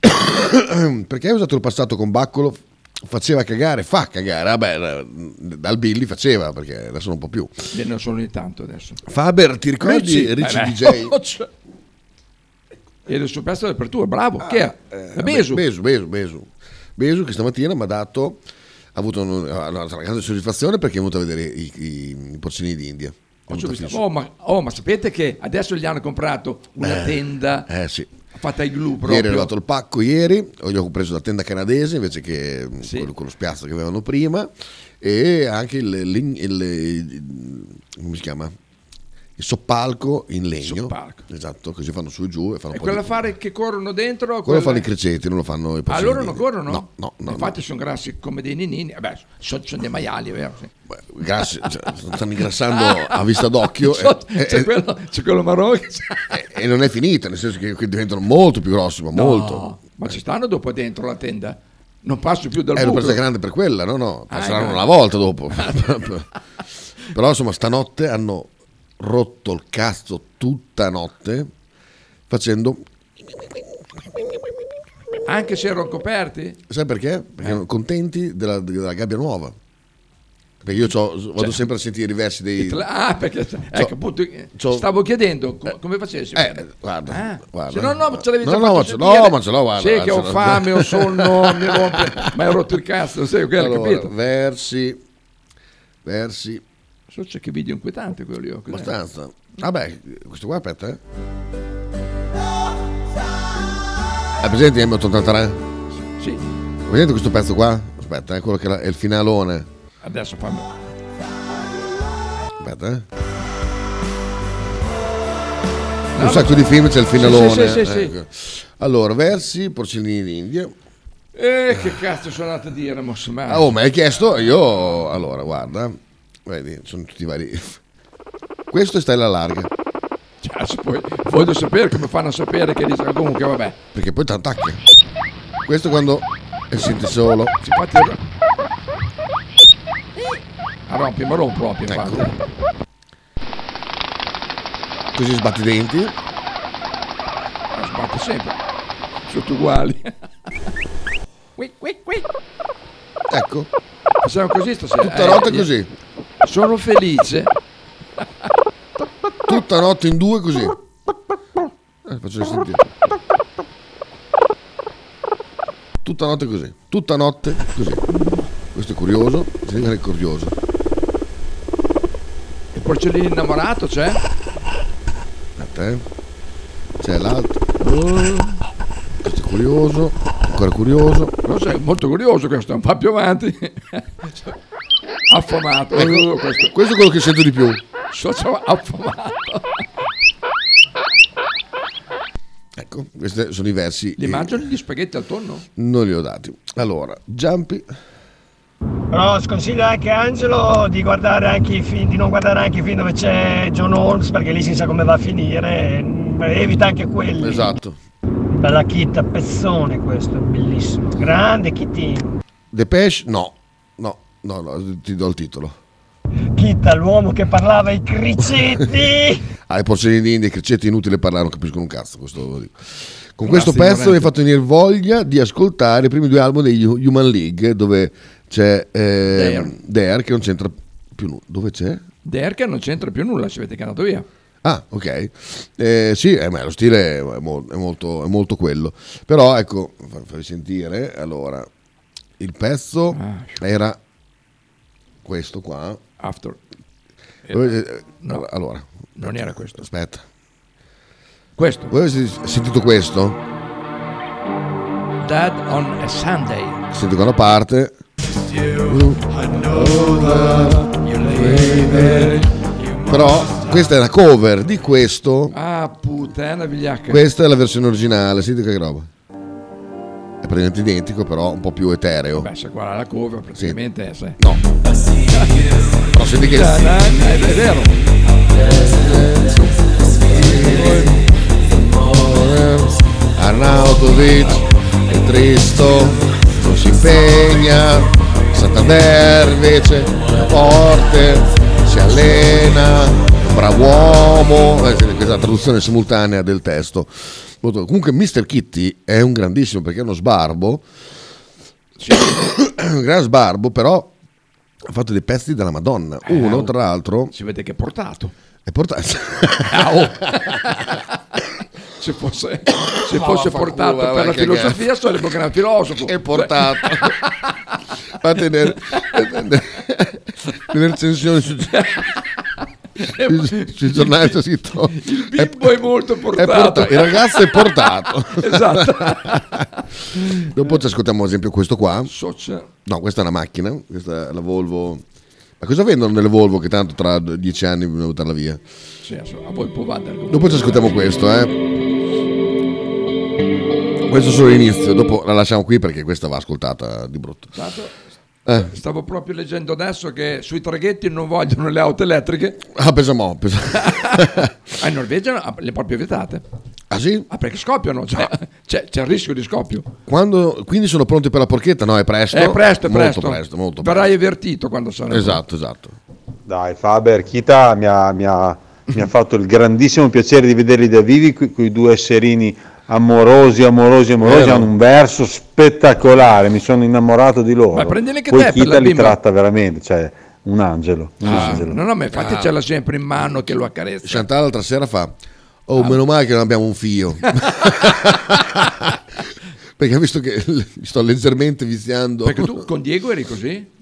[SPEAKER 11] Perché hai usato il passato con Baccolo? Faceva cagare, fa cagare. Vabbè, eh, dal Billy faceva, perché adesso non può più.
[SPEAKER 12] Beh, non sono ogni tanto adesso.
[SPEAKER 11] Faber, ti ricordi
[SPEAKER 12] Ricci?
[SPEAKER 11] Ricci
[SPEAKER 12] Eh, beh.
[SPEAKER 11] DJ?
[SPEAKER 12] Cioè, E il suo pezzo per tu, bravo. chi è?
[SPEAKER 11] Eh,
[SPEAKER 12] Besu.
[SPEAKER 11] Besu, Besu, Besu. Besu che stamattina mi ha dato ha avuto un- ha- una grande soddisfazione perché è venuto a vedere i, i- i porcini d'India. È
[SPEAKER 12] Oggi ho
[SPEAKER 11] venuto
[SPEAKER 12] visto-
[SPEAKER 11] fisso.
[SPEAKER 12] Oh, ma, oh, ma sapete che adesso gli hanno comprato una
[SPEAKER 11] Eh,
[SPEAKER 12] tenda
[SPEAKER 11] Eh sì.
[SPEAKER 12] fatta ai glue proprio.
[SPEAKER 11] Ieri è arrivato il pacco ieri, ho- gli ho preso la tenda canadese invece che mm, quello, quello spiazzo che avevano prima e anche il, legn- il- il- come si chiama? Il soppalco in legno. Esatto, così fanno su e giù e fanno
[SPEAKER 12] E
[SPEAKER 11] un po' di-
[SPEAKER 12] quella fare che corrono dentro.
[SPEAKER 11] Quello
[SPEAKER 12] quella-
[SPEAKER 11] fanno i criceti, non lo fanno i
[SPEAKER 12] Ah,
[SPEAKER 11] porcini
[SPEAKER 12] loro non
[SPEAKER 11] d'India.
[SPEAKER 12] corrono?
[SPEAKER 11] No, no, no,
[SPEAKER 12] Infatti sono grassi come dei Eh, ninini. Vabbè, sono, sono dei maiali, vero? Sì.
[SPEAKER 11] Grassi, cioè, stanno ingrassando a vista d'occhio
[SPEAKER 12] C'è-
[SPEAKER 11] e,
[SPEAKER 12] c'è
[SPEAKER 11] e-
[SPEAKER 12] quello- c'è quello marrone che
[SPEAKER 11] e- e non è finita, nel senso che qui diventano molto più grossi, ma
[SPEAKER 12] No,
[SPEAKER 11] molto.
[SPEAKER 12] Ma ci stanno dopo dentro la tenda? Non passo più dal
[SPEAKER 11] Eh, l'ho
[SPEAKER 12] buco.
[SPEAKER 11] presa grande per quella, no no,
[SPEAKER 12] Ah,
[SPEAKER 11] passeranno
[SPEAKER 12] grande.
[SPEAKER 11] una volta dopo. Però insomma stanotte hanno rotto il cazzo tutta notte facendo...
[SPEAKER 12] Anche se erano coperti?
[SPEAKER 11] Sai perché?
[SPEAKER 12] Eh.
[SPEAKER 11] Perché erano contenti della, della gabbia nuova. Perché io c'ho- vado
[SPEAKER 12] Cioè-
[SPEAKER 11] sempre a sentire i versi dei...
[SPEAKER 12] Ah, perché ecco, appunto, eh,
[SPEAKER 11] c'ho-
[SPEAKER 12] stavo chiedendo co- come facessi.
[SPEAKER 11] Eh, guarda,
[SPEAKER 12] Ah, se
[SPEAKER 11] guarda.
[SPEAKER 12] no, no, ce l'avevi
[SPEAKER 11] No,
[SPEAKER 12] già
[SPEAKER 11] no,
[SPEAKER 12] fatto
[SPEAKER 11] ma ce-
[SPEAKER 12] sentire.
[SPEAKER 11] no, ma ce l'ho, guarda,
[SPEAKER 12] Sì, che ho
[SPEAKER 11] ce l'ho.
[SPEAKER 12] fame, ho sonno, mi rompe. Ma hai rotto il cazzo, sai, quello,
[SPEAKER 11] Allora,
[SPEAKER 12] capito?
[SPEAKER 11] versi, versi.
[SPEAKER 12] So c'è che video inquietante quello lì. oh, cos'è?
[SPEAKER 11] Abbastanza. Vabbè, questo qua aspetta, eh. Hai presente M83?
[SPEAKER 12] Sì,
[SPEAKER 11] Hai presente questo pezzo qua? Aspetta, eh, quello che è la- è il finalone.
[SPEAKER 12] adesso fammi.
[SPEAKER 11] Aspetta, eh. Un sacco di film c'è il
[SPEAKER 12] Sì, sì,
[SPEAKER 11] finalone.
[SPEAKER 12] sì, sì,
[SPEAKER 11] ecco. Allora, versi, porcellini d'India.
[SPEAKER 12] Eh, che cazzo sono andato a dire, mosso
[SPEAKER 11] Ah, oh, mi hai chiesto, io... Allora, guarda. Vedi, sono tutti vari... Questo è Stella Larga.
[SPEAKER 12] Cioè, poi, voglio sapere come fanno a sapere che dicono comunque, vabbè.
[SPEAKER 11] Perché poi ti attacca. Questo quando e senti solo.
[SPEAKER 12] Infatti, ah, rompi, ma rompo proprio,
[SPEAKER 11] Ecco.
[SPEAKER 12] infatti.
[SPEAKER 11] Così sbatti i denti.
[SPEAKER 12] Ma Sbatti Ah, sempre. Sono tutti uguali. qui, qui, qui.
[SPEAKER 11] Ecco.
[SPEAKER 12] Siamo così stasera.
[SPEAKER 11] Tutta
[SPEAKER 12] Eh,
[SPEAKER 11] notte
[SPEAKER 12] io-
[SPEAKER 11] così.
[SPEAKER 12] Sono felice.
[SPEAKER 11] Tutta notte in due così. Eh, faccio sentire. Tutta notte così. Tutta notte così. Questo è curioso. Si è curioso.
[SPEAKER 12] Il porcellino innamorato c'è?
[SPEAKER 11] Aspetta, eh. C'è l'altro. Questo è curioso. Ancora curioso.
[SPEAKER 12] Non sei molto curioso questo, un po' più avanti. affamato.
[SPEAKER 11] Ecco,
[SPEAKER 12] Oh, questo.
[SPEAKER 11] questo è quello che sento di più.
[SPEAKER 12] Sono affamato.
[SPEAKER 11] Ecco, questi sono i versi.
[SPEAKER 12] Li
[SPEAKER 11] che
[SPEAKER 12] mangiano gli spaghetti al tonno?
[SPEAKER 11] Non li ho dati. Allora, Jumpy.
[SPEAKER 16] Però sconsiglio anche a Angelo di, guardare anche i film, di non guardare anche i film dove c'è John Holmes perché lì si sa come va a finire. eh, Evita anche quelli.
[SPEAKER 11] Esatto.
[SPEAKER 16] Bella chitta, pezzone questo, bellissimo. Grande chittino.
[SPEAKER 11] Depeche? No. No, no, no, ti do il titolo.
[SPEAKER 16] Chitta, l'uomo che parlava i cricetti.
[SPEAKER 11] Ah, i porcellini d'India, i criceti inutile parlare, non capiscono un cazzo, questo lo dico. Con questo pezzo mi hai fatto venire voglia di ascoltare i primi due album degli Human League dove c'è eh,
[SPEAKER 12] Dare.
[SPEAKER 11] Dare che non c'entra più nulla. Dove c'è?
[SPEAKER 12] Derker non c'entra più nulla, ci avete cantato via.
[SPEAKER 11] Ah, ok. Eh, sì, eh, ma lo stile è, mo- è molto, è molto quello. Però ecco, fa- fammi sentire. Allora, il pezzo
[SPEAKER 12] Ah,
[SPEAKER 11] era questo qua.
[SPEAKER 12] After.
[SPEAKER 11] Dove-
[SPEAKER 12] no,
[SPEAKER 11] all- allora,
[SPEAKER 12] non era questo.
[SPEAKER 11] Aspetta.
[SPEAKER 12] Questo.
[SPEAKER 11] Voi avete sentito questo?
[SPEAKER 12] Dead on a Sunday.
[SPEAKER 11] Sentito quella parte. Mm. Però questa è una cover di questo.
[SPEAKER 12] Ah, puttana vigliacca.
[SPEAKER 11] Questa è la versione originale, sentite che roba. È praticamente identico, però un po' più etereo.
[SPEAKER 12] Beh, se guarda la cover, praticamente è se-
[SPEAKER 11] No. Però senti che.
[SPEAKER 12] Ta-da, È, è vero.
[SPEAKER 11] Arnautovic è tristo, non si impegna, Santander invece è forte, si allena, è un bravo uomo, Eh, sì, questa traduzione simultanea del testo. Molto- Comunque Mr. Kitty è un grandissimo perché è uno sbarbo, un gran sbarbo però ha fatto dei pezzi della Madonna, uno tra l'altro
[SPEAKER 12] Eh, oh. Si vede che è portato. Ah, oh.
[SPEAKER 11] è portato...
[SPEAKER 12] Se fosse,
[SPEAKER 11] se fosse portato per la filosofia,
[SPEAKER 12] sarebbe un gran filosofo.
[SPEAKER 11] eh, È portato. Infatti nel- nelle recensioni su, sui- sui giornali c'è scritto il
[SPEAKER 12] bimbo è, molto portato.
[SPEAKER 11] il ragazzo è portato
[SPEAKER 12] Esatto.
[SPEAKER 11] dopo ci ascoltiamo ad esempio questo qua
[SPEAKER 12] Socia.
[SPEAKER 11] no questa è una macchina questa è la Volvo ma cosa vendono nelle Volvo che tanto tra dieci anni bisogna buttarla via
[SPEAKER 12] Sì, insomma, a voi può vandare.
[SPEAKER 11] dopo ci ascoltiamo questo eh questo è solo l'inizio dopo la lasciamo qui perché questa va ascoltata di brutto
[SPEAKER 12] Tanto
[SPEAKER 11] eh.
[SPEAKER 12] Stavo proprio leggendo adesso che sui traghetti non vogliono le auto elettriche.
[SPEAKER 11] ah pensiamo pensiamo
[SPEAKER 12] Ah, in Norvegia no, le proprio vietate.
[SPEAKER 11] Ah sì? Eh.
[SPEAKER 12] Ah, perché scoppiano, cioè, c'è, c'è il rischio di scoppio.
[SPEAKER 11] Quando- quindi sono pronti per la porchetta? No, è Eh, presto.
[SPEAKER 12] è presto, è
[SPEAKER 11] molto
[SPEAKER 12] presto.
[SPEAKER 11] presto, molto
[SPEAKER 12] Verrai avvertito quando sarà.
[SPEAKER 11] Esatto, esatto.
[SPEAKER 17] Dai, Faber, Kita mi ha, mi ha- mi ha fatto il grandissimo piacere di vederli da vivi, quei due esserini amorosi, amorosi, amorosi,
[SPEAKER 12] Vero.
[SPEAKER 17] hanno un verso spettacolare, mi sono innamorato di loro.
[SPEAKER 12] Ma prendili anche
[SPEAKER 17] Poi
[SPEAKER 12] te per
[SPEAKER 17] Kita
[SPEAKER 12] la
[SPEAKER 17] li
[SPEAKER 12] bimba.
[SPEAKER 17] tratta veramente, cioè un angelo. un
[SPEAKER 12] Ah,
[SPEAKER 17] angelo.
[SPEAKER 12] no, no, ma infatti
[SPEAKER 11] Ah.
[SPEAKER 12] ce l'ha sempre in mano che lo accarezza.
[SPEAKER 11] Chantal l'altra sera fa, oh
[SPEAKER 12] Ah.
[SPEAKER 11] meno male che non abbiamo un figlio. Perché ha visto che l- mi sto leggermente viziando.
[SPEAKER 12] Perché tu con Diego eri così?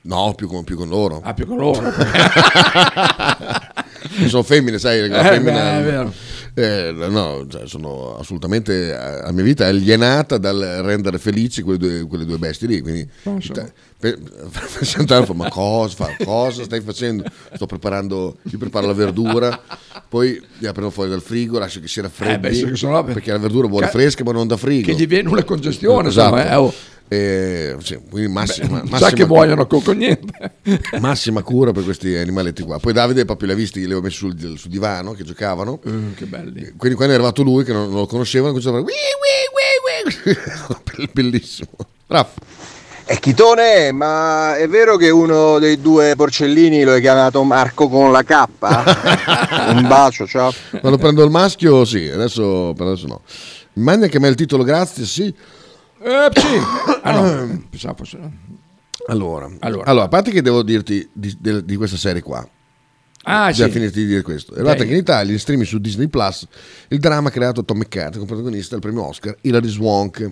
[SPEAKER 11] No, più con, più con loro.
[SPEAKER 12] Ah, più con loro.
[SPEAKER 11] sono femmine, sai, la
[SPEAKER 12] Eh,
[SPEAKER 11] femmina-
[SPEAKER 12] beh, è vero.
[SPEAKER 11] Eh, no, cioè, sono assolutamente eh, la mia vita è alienata dal rendere felici quelle due, quelle due bestie lì. Quindi te- pe- Chantal fa, ma cosa, fa- cosa stai facendo? Sto preparando, io preparo la verdura, poi la prendo fuori dal frigo, lascio che si
[SPEAKER 12] Eh beh,
[SPEAKER 11] raffreddi
[SPEAKER 12] sì, che sono-
[SPEAKER 11] perché la verdura vuole
[SPEAKER 12] Che-
[SPEAKER 11] fresca, ma non da frigo. Esatto.
[SPEAKER 12] che gli viene una congestione, insomma, eh, oh.
[SPEAKER 11] Eh, sì, quindi massima,
[SPEAKER 12] Beh, sa
[SPEAKER 11] massima
[SPEAKER 12] che muoiono con- con niente.
[SPEAKER 11] massima cura per questi animaletti qua. Poi Davide proprio li ha visti, li ho messi sul, sul divano che giocavano.
[SPEAKER 12] Eh, che belli.
[SPEAKER 11] Quindi quando è arrivato lui che non, non lo conoscevano, cominciava a fare bellissimo. Raff.
[SPEAKER 14] E Chitone, ma è vero che uno dei due porcellini lo hai chiamato Marco con la K? Un bacio, ciao.
[SPEAKER 11] Quando prendo il maschio, sì, adesso per adesso no. Mi mandi anche a me il titolo, grazie, sì. Ehm,
[SPEAKER 12] Eh, sì. Ah, no, pensavo fosse-
[SPEAKER 11] Allora, allora.
[SPEAKER 12] Allora.
[SPEAKER 11] a parte che devo dirti di, del- di questa serie qua.
[SPEAKER 12] Ah,
[SPEAKER 11] Già
[SPEAKER 12] sì.
[SPEAKER 11] finiti di dire questo. È arrivato
[SPEAKER 12] Ok.
[SPEAKER 11] anche in Italia in streaming su Disney Plus il dramma creato da Tom McCarthy con protagonista del premio Oscar Hilary Swank.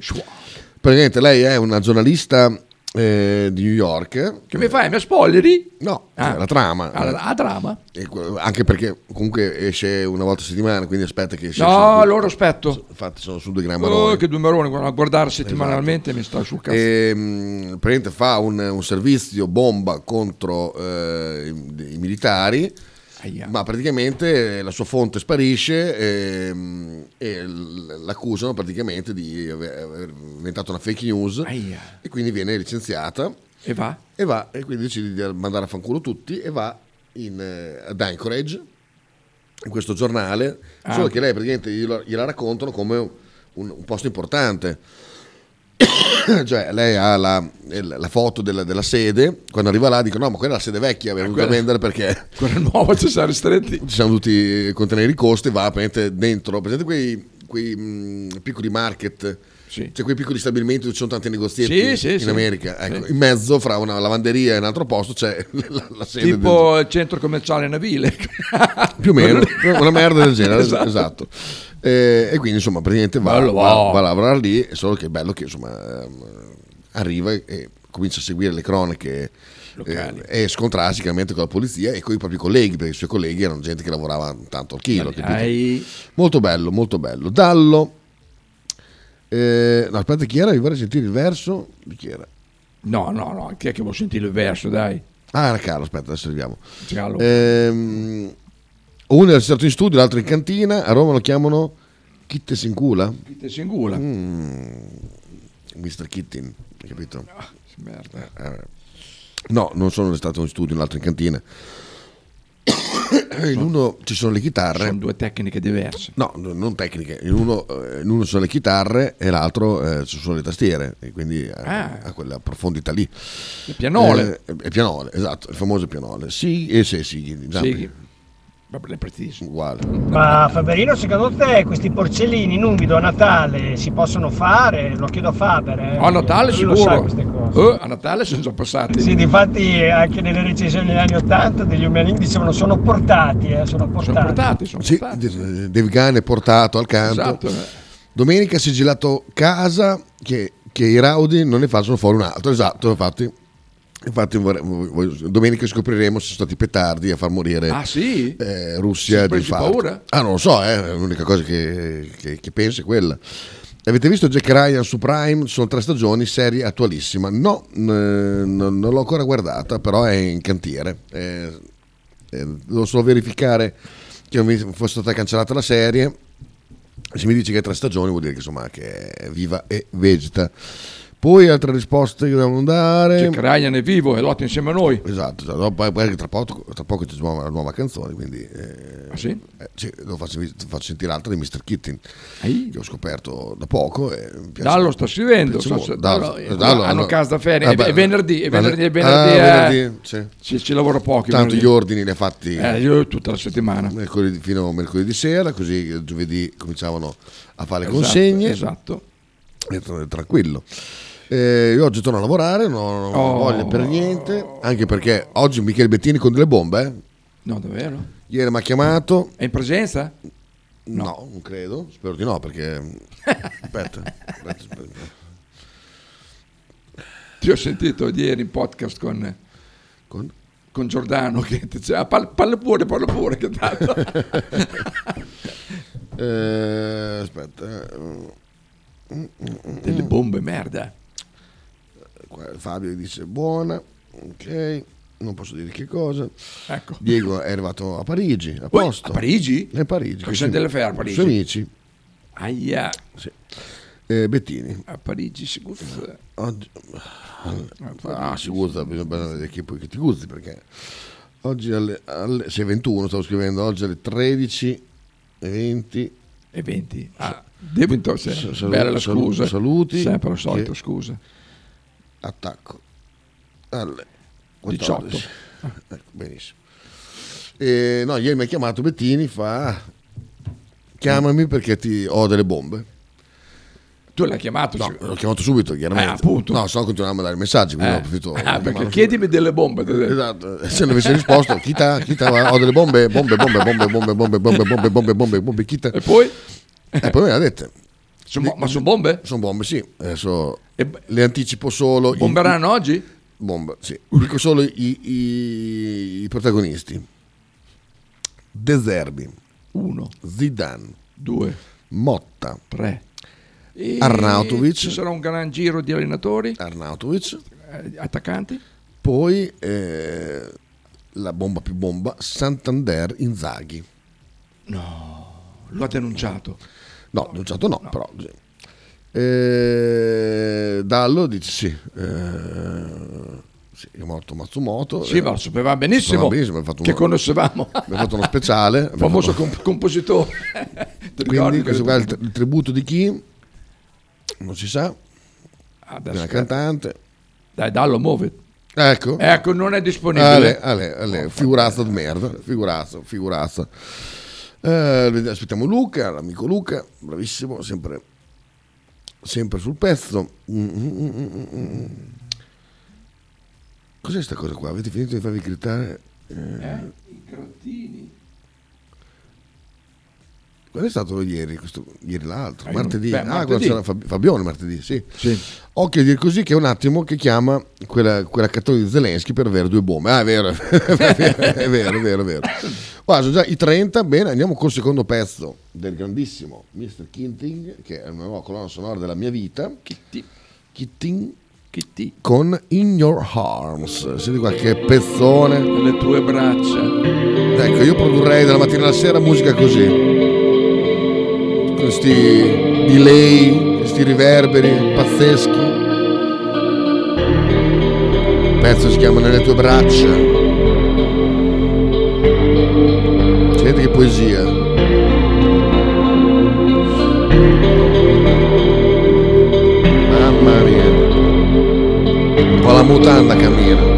[SPEAKER 11] Praticamente lei è una giornalista eh, di New York.
[SPEAKER 12] Che mi fai? Mi spoileri?
[SPEAKER 11] No,
[SPEAKER 12] Ah.
[SPEAKER 11] cioè, la trama.
[SPEAKER 12] Ah, la- la trama?
[SPEAKER 11] E que- anche perché comunque esce una volta a settimana, quindi aspetta che esce.
[SPEAKER 12] No,
[SPEAKER 11] su-
[SPEAKER 12] loro aspetto.
[SPEAKER 11] Infatti sono su due gran maroni.
[SPEAKER 12] Oh, che due maroni, guarda, a guardare
[SPEAKER 11] Esatto.
[SPEAKER 12] settimanalmente mi sta sul cazzo.
[SPEAKER 11] E, mh, Ehm, praticamente fa un, un servizio bomba contro eh, i, i militari, ma praticamente eh, la sua fonte sparisce e, mh, e l- l'accusano praticamente di aver aver inventato una fake news e quindi viene licenziata
[SPEAKER 12] E va?
[SPEAKER 11] e va e quindi decide di mandare a fanculo tutti e va in, eh, ad Anchorage in questo giornale
[SPEAKER 12] Ah.
[SPEAKER 11] solo che lei praticamente gliela, gliela raccontano come un, un posto importante cioè lei ha la, eh, la- la foto della, della sede quando arriva là dicono no ma quella è la sede vecchia è venuta a
[SPEAKER 12] Ah, quella-
[SPEAKER 11] vendere perché
[SPEAKER 12] Quella nuova ci siamo ristretti.
[SPEAKER 11] eh, ci siamo dovuti contenere i costi va praticamente dentro presente quei quei mm, piccoli market, cioè quei piccoli stabilimenti dove ci sono tanti negozietti
[SPEAKER 12] Sì, sì,
[SPEAKER 11] in
[SPEAKER 12] sì.
[SPEAKER 11] America. Ecco,
[SPEAKER 12] Sì.
[SPEAKER 11] In mezzo fra una lavanderia e un altro posto c'è la, la sede
[SPEAKER 12] tipo il centro commerciale Navile.
[SPEAKER 11] del- più o meno, una merda del genere, es- esatto. Eh, e quindi insomma praticamente va,
[SPEAKER 12] Bello,
[SPEAKER 11] va-
[SPEAKER 12] wow.
[SPEAKER 11] va a lavorare lì, è solo che è bello che insomma ehm, arriva e- e comincia a seguire le cronache.
[SPEAKER 12] Locali.
[SPEAKER 11] eh, e scontrarsi chiaramente con la polizia e con i propri colleghi perché i suoi colleghi erano gente che lavorava tanto al chilo capito?
[SPEAKER 12] Ai.
[SPEAKER 11] molto bello molto bello Dallo eh, no, aspetta chi era vi vorrei sentire il verso di chi era
[SPEAKER 12] No, no, no, chi è che vuol sentire il verso, dai?
[SPEAKER 11] ah era Carlo aspetta adesso arriviamo
[SPEAKER 12] Carlo.
[SPEAKER 11] Ehm, uno è stato in studio l'altro in cantina a Roma lo chiamano Kitte Singula
[SPEAKER 12] Kitte Singula.
[SPEAKER 11] Mr. Kittin hai capito
[SPEAKER 12] Ah, Merda.
[SPEAKER 11] Eh, No, non sono stato in studio, un altro in cantina. Eh, In uno ci sono le chitarre.
[SPEAKER 12] Sono due tecniche diverse.
[SPEAKER 11] No, no, non tecniche. In uno, eh, in uno ci sono le chitarre e l'altro eh, ci sono le tastiere. E quindi ha-
[SPEAKER 12] Ah.
[SPEAKER 11] ha quella profondità lì.
[SPEAKER 12] Le pianole.
[SPEAKER 11] Eh, e pianole, esatto, il famoso pianole. Sì, e se sì.
[SPEAKER 12] Sì. Vabbè, le pretissime.
[SPEAKER 11] Uguale.
[SPEAKER 16] Ma Faberino, secondo te questi porcellini in umido a Natale si possono fare? Lo chiedo a Faber. eh,
[SPEAKER 12] A Natale
[SPEAKER 16] lui lo sa
[SPEAKER 12] sicuro.
[SPEAKER 16] queste cose.
[SPEAKER 12] Eh, a Natale sono già passati.
[SPEAKER 16] Sì, difatti eh, anche nelle recensioni degli anni 80 degli umialini dicevano sono portati, eh, sono portati.
[SPEAKER 11] Sì, Eh, boh. De- Dave Gunn è portato al canto.
[SPEAKER 16] Esatto.
[SPEAKER 12] eh.
[SPEAKER 11] Domenica si è girato casa che, che i Raudi non ne facciano fuori un altro. Esatto, infatti. Infatti vorrei- voglio- domenica scopriremo se sono stati petardi a far morire
[SPEAKER 12] Ah, sì?
[SPEAKER 11] eh,
[SPEAKER 12] Si
[SPEAKER 11] Russia di
[SPEAKER 12] prende
[SPEAKER 11] infarto.
[SPEAKER 12] paura?
[SPEAKER 11] Ah, non lo so, eh, l'unica cosa che, che, che penso è quella. Avete visto Jack Ryan su Prime? Sono tre stagioni, serie attualissima. No, n- non non l'ho ancora guardata, però è in cantiere. Eh, eh, devo solo verificare che non mi fosse stata cancellata la serie. Se mi dice che è tre stagioni, vuol dire che, insomma, che è viva e vegeta. Poi altre risposte che dobbiamo dare.
[SPEAKER 12] Jack Ryan è vivo e lotta insieme a noi.
[SPEAKER 11] Esatto, esatto. No, poi- poi tra poco, tra poco ci sarà una nuova canzone, quindi... eh,
[SPEAKER 12] Ah,
[SPEAKER 11] eh, sì, lo faccio, ti faccio sentire l'altra di Mr. Kittin, che ho scoperto da poco. e mi piace
[SPEAKER 12] Dallo
[SPEAKER 11] molto.
[SPEAKER 12] sta scrivendo.
[SPEAKER 11] Mi piace
[SPEAKER 12] so-
[SPEAKER 11] molto.
[SPEAKER 12] so-
[SPEAKER 11] Dallo-
[SPEAKER 12] allora,
[SPEAKER 11] eh, Dallo-
[SPEAKER 12] hanno
[SPEAKER 11] allora-
[SPEAKER 12] casa da ferie.
[SPEAKER 11] Ah,
[SPEAKER 12] è-
[SPEAKER 11] beh,
[SPEAKER 12] è venerdì. È
[SPEAKER 11] vabbè.
[SPEAKER 12] venerdì. È
[SPEAKER 11] Ah,
[SPEAKER 12] venerdì, eh,
[SPEAKER 11] venerdì, sì.
[SPEAKER 12] ci, ci lavoro poco.
[SPEAKER 11] Tanto
[SPEAKER 12] venerdì.
[SPEAKER 11] gli ordini li ha fatti
[SPEAKER 12] Eh, io tutta la settimana.
[SPEAKER 11] mercoledì- fino a mercoledì sera, così il giovedì cominciavano a fare le
[SPEAKER 12] Esatto,
[SPEAKER 11] consegne.
[SPEAKER 12] esatto.
[SPEAKER 11] E tra- tranquillo. Eh, io oggi torno a lavorare, non non ho
[SPEAKER 12] Oh.
[SPEAKER 11] voglia per niente, anche perché oggi Michele Bettini con delle bombe. eh.
[SPEAKER 12] No, davvero?
[SPEAKER 11] Ieri mi ha chiamato.
[SPEAKER 12] È in presenza?
[SPEAKER 11] No, non credo, spero di no perché... eh, Aspetta, aspetta, aspetta.
[SPEAKER 12] Ti ho sentito ieri in podcast con,
[SPEAKER 11] con?
[SPEAKER 12] Giordano che diceva "Pal- parla pure, parla pure. Che tanto.
[SPEAKER 11] Eh, mm, aspetta.
[SPEAKER 12] Delle bombe merda.
[SPEAKER 11] Qua Fabio dice buona, ok, non posso dire che cosa.
[SPEAKER 12] Ecco.
[SPEAKER 11] Diego è arrivato a Parigi, a
[SPEAKER 12] Ui,
[SPEAKER 11] posto.
[SPEAKER 12] a Parigi?
[SPEAKER 11] È Parigi.
[SPEAKER 12] Con
[SPEAKER 11] sì.
[SPEAKER 12] Saint-Deléfer a Parigi.
[SPEAKER 11] Suoi amici.
[SPEAKER 12] Aia.
[SPEAKER 11] Sì. Eh, Bettini.
[SPEAKER 12] A Parigi si gusta.
[SPEAKER 11] Oggi... Ah, si gusta, bisogna vedere che, poi che ti gusti perché oggi alle, alle 6.21 stavo scrivendo, oggi alle 13.20
[SPEAKER 12] E 20. Ah, devo intorcere. Bella la scusa.
[SPEAKER 11] Saluti.
[SPEAKER 12] Sempre la solita
[SPEAKER 11] che
[SPEAKER 12] scusa.
[SPEAKER 11] Attacco. Alle
[SPEAKER 12] 18.
[SPEAKER 11] 14. Ecco, benissimo. Eh, no, ieri mi ha chiamato Bettini, fa chiamami perché ti- ho delle bombe.
[SPEAKER 12] Tu l'hai chiamato?
[SPEAKER 11] No, l'ho chiamato subito, chiaramente.
[SPEAKER 12] Eh, appunto.
[SPEAKER 11] No, sennò continuavamo a dare messaggi, quindi
[SPEAKER 12] Eh.
[SPEAKER 11] ho
[SPEAKER 12] Ah,
[SPEAKER 11] approfitto. ho chiamato
[SPEAKER 12] perché
[SPEAKER 11] subito.
[SPEAKER 12] chiedimi delle bombe. ti ho detto.
[SPEAKER 11] Esatto, se non avessi risposto, chi ta, chi ta, ho delle bombe, bombe, bombe, bombe, bombe, bombe, bombe, bombe, bombe, bombe, bombe, chi ta. E
[SPEAKER 12] poi?
[SPEAKER 11] E poi me l'ha dette.
[SPEAKER 12] ma sono bombe?
[SPEAKER 11] Sono bombe, sì. Adesso le anticipo solo. i-
[SPEAKER 12] Bomberanno oggi?
[SPEAKER 11] Bomba, sì. Dico solo i, i- i protagonisti. De Zerbi.
[SPEAKER 12] 1.
[SPEAKER 11] Zidane.
[SPEAKER 12] 2.
[SPEAKER 11] Motta.
[SPEAKER 12] 3. E
[SPEAKER 11] Arnautovic.
[SPEAKER 12] Ci sarà un gran giro di allenatori. Eh,
[SPEAKER 11] Arnautovic.
[SPEAKER 12] Attaccanti.
[SPEAKER 11] Poi eh, la bomba più bomba, Santander Inzaghi.
[SPEAKER 12] No, lo ha denunciato.
[SPEAKER 11] No, denunciato no, però... sì. Eh, Dallo dice sì, eh, sì, è morto Matsumoto.
[SPEAKER 12] Sì,
[SPEAKER 11] eh,
[SPEAKER 12] ma lo sapeva benissimo,
[SPEAKER 11] sapeva benissimo, abbiamo fatto
[SPEAKER 12] che
[SPEAKER 11] uno-
[SPEAKER 12] conoscevamo.
[SPEAKER 11] Abbiamo fatto uno speciale.
[SPEAKER 12] Il famoso
[SPEAKER 11] abbiamo
[SPEAKER 12] comp- compositore. Ti
[SPEAKER 11] fatto-
[SPEAKER 12] ricordi
[SPEAKER 11] Quindi questo qua è
[SPEAKER 12] che-
[SPEAKER 11] il, tri- il tributo di chi? Non si sa.
[SPEAKER 12] Adesso
[SPEAKER 11] della
[SPEAKER 12] che-
[SPEAKER 11] cantante.
[SPEAKER 12] Ah, Dai, Dallo, muovi.
[SPEAKER 11] Ecco.
[SPEAKER 12] Ecco, non è disponibile.
[SPEAKER 11] Ale, ale, ale, figurazza di merda, figurazza, figurazza. Eh, vediamo, aspettiamo Luca, l'amico Luca, bravissimo, sempre, sempre sul pezzo. Mm, mm, mm, mm, mm, mm. Cos'è sta cosa qua? Avete finito di farvi gridare? Eh,
[SPEAKER 12] I crottini.
[SPEAKER 11] Quando è stato ieri? Questo, ieri l'altro,
[SPEAKER 12] Ah, io-
[SPEAKER 11] martedì.
[SPEAKER 12] beh,
[SPEAKER 11] ah,
[SPEAKER 12] martedì.
[SPEAKER 11] quando c'era Fab- Fabione martedì, sì. Occhio a dire così che è un attimo che chiama quella, quella cattolica di Zelensky per avere due bombe. Ah, è vero, è vero, è vero, è vero. È vero. Guarda, sono già i 30, bene, andiamo col secondo pezzo del grandissimo Mr. Kitting, che è una nuova colonna sonora della mia vita. Kitty. Kitting.
[SPEAKER 12] Kitty.
[SPEAKER 11] Con In Your Arms. Senti qua che pezzone.
[SPEAKER 12] Le tue braccia.
[SPEAKER 11] Ecco, io produrrei dalla mattina alla sera musica così. Questi delay, questi riverberi pazzeschi. Il pezzo si chiama Nelle tue braccia. Senti che poesia. Mamma mia. Un po' la mutanda cammina.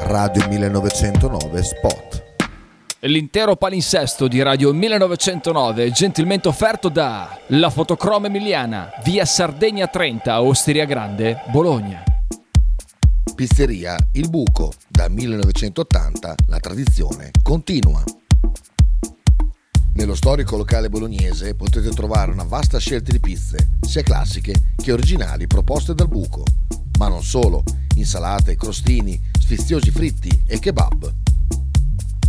[SPEAKER 1] Radio 1909 Spot.
[SPEAKER 21] L'intero palinsesto di Radio 1909 è gentilmente offerto da La Fotocroma Emiliana, via Sardegna 30, Osteria Grande, Bologna.
[SPEAKER 1] Pizzeria Il Buco, da 1980 la tradizione continua. Nello storico locale bolognese potete trovare una vasta scelta di pizze, sia classiche che originali proposte dal buco, ma non solo, insalate, crostini, sfiziosi fritti e kebab.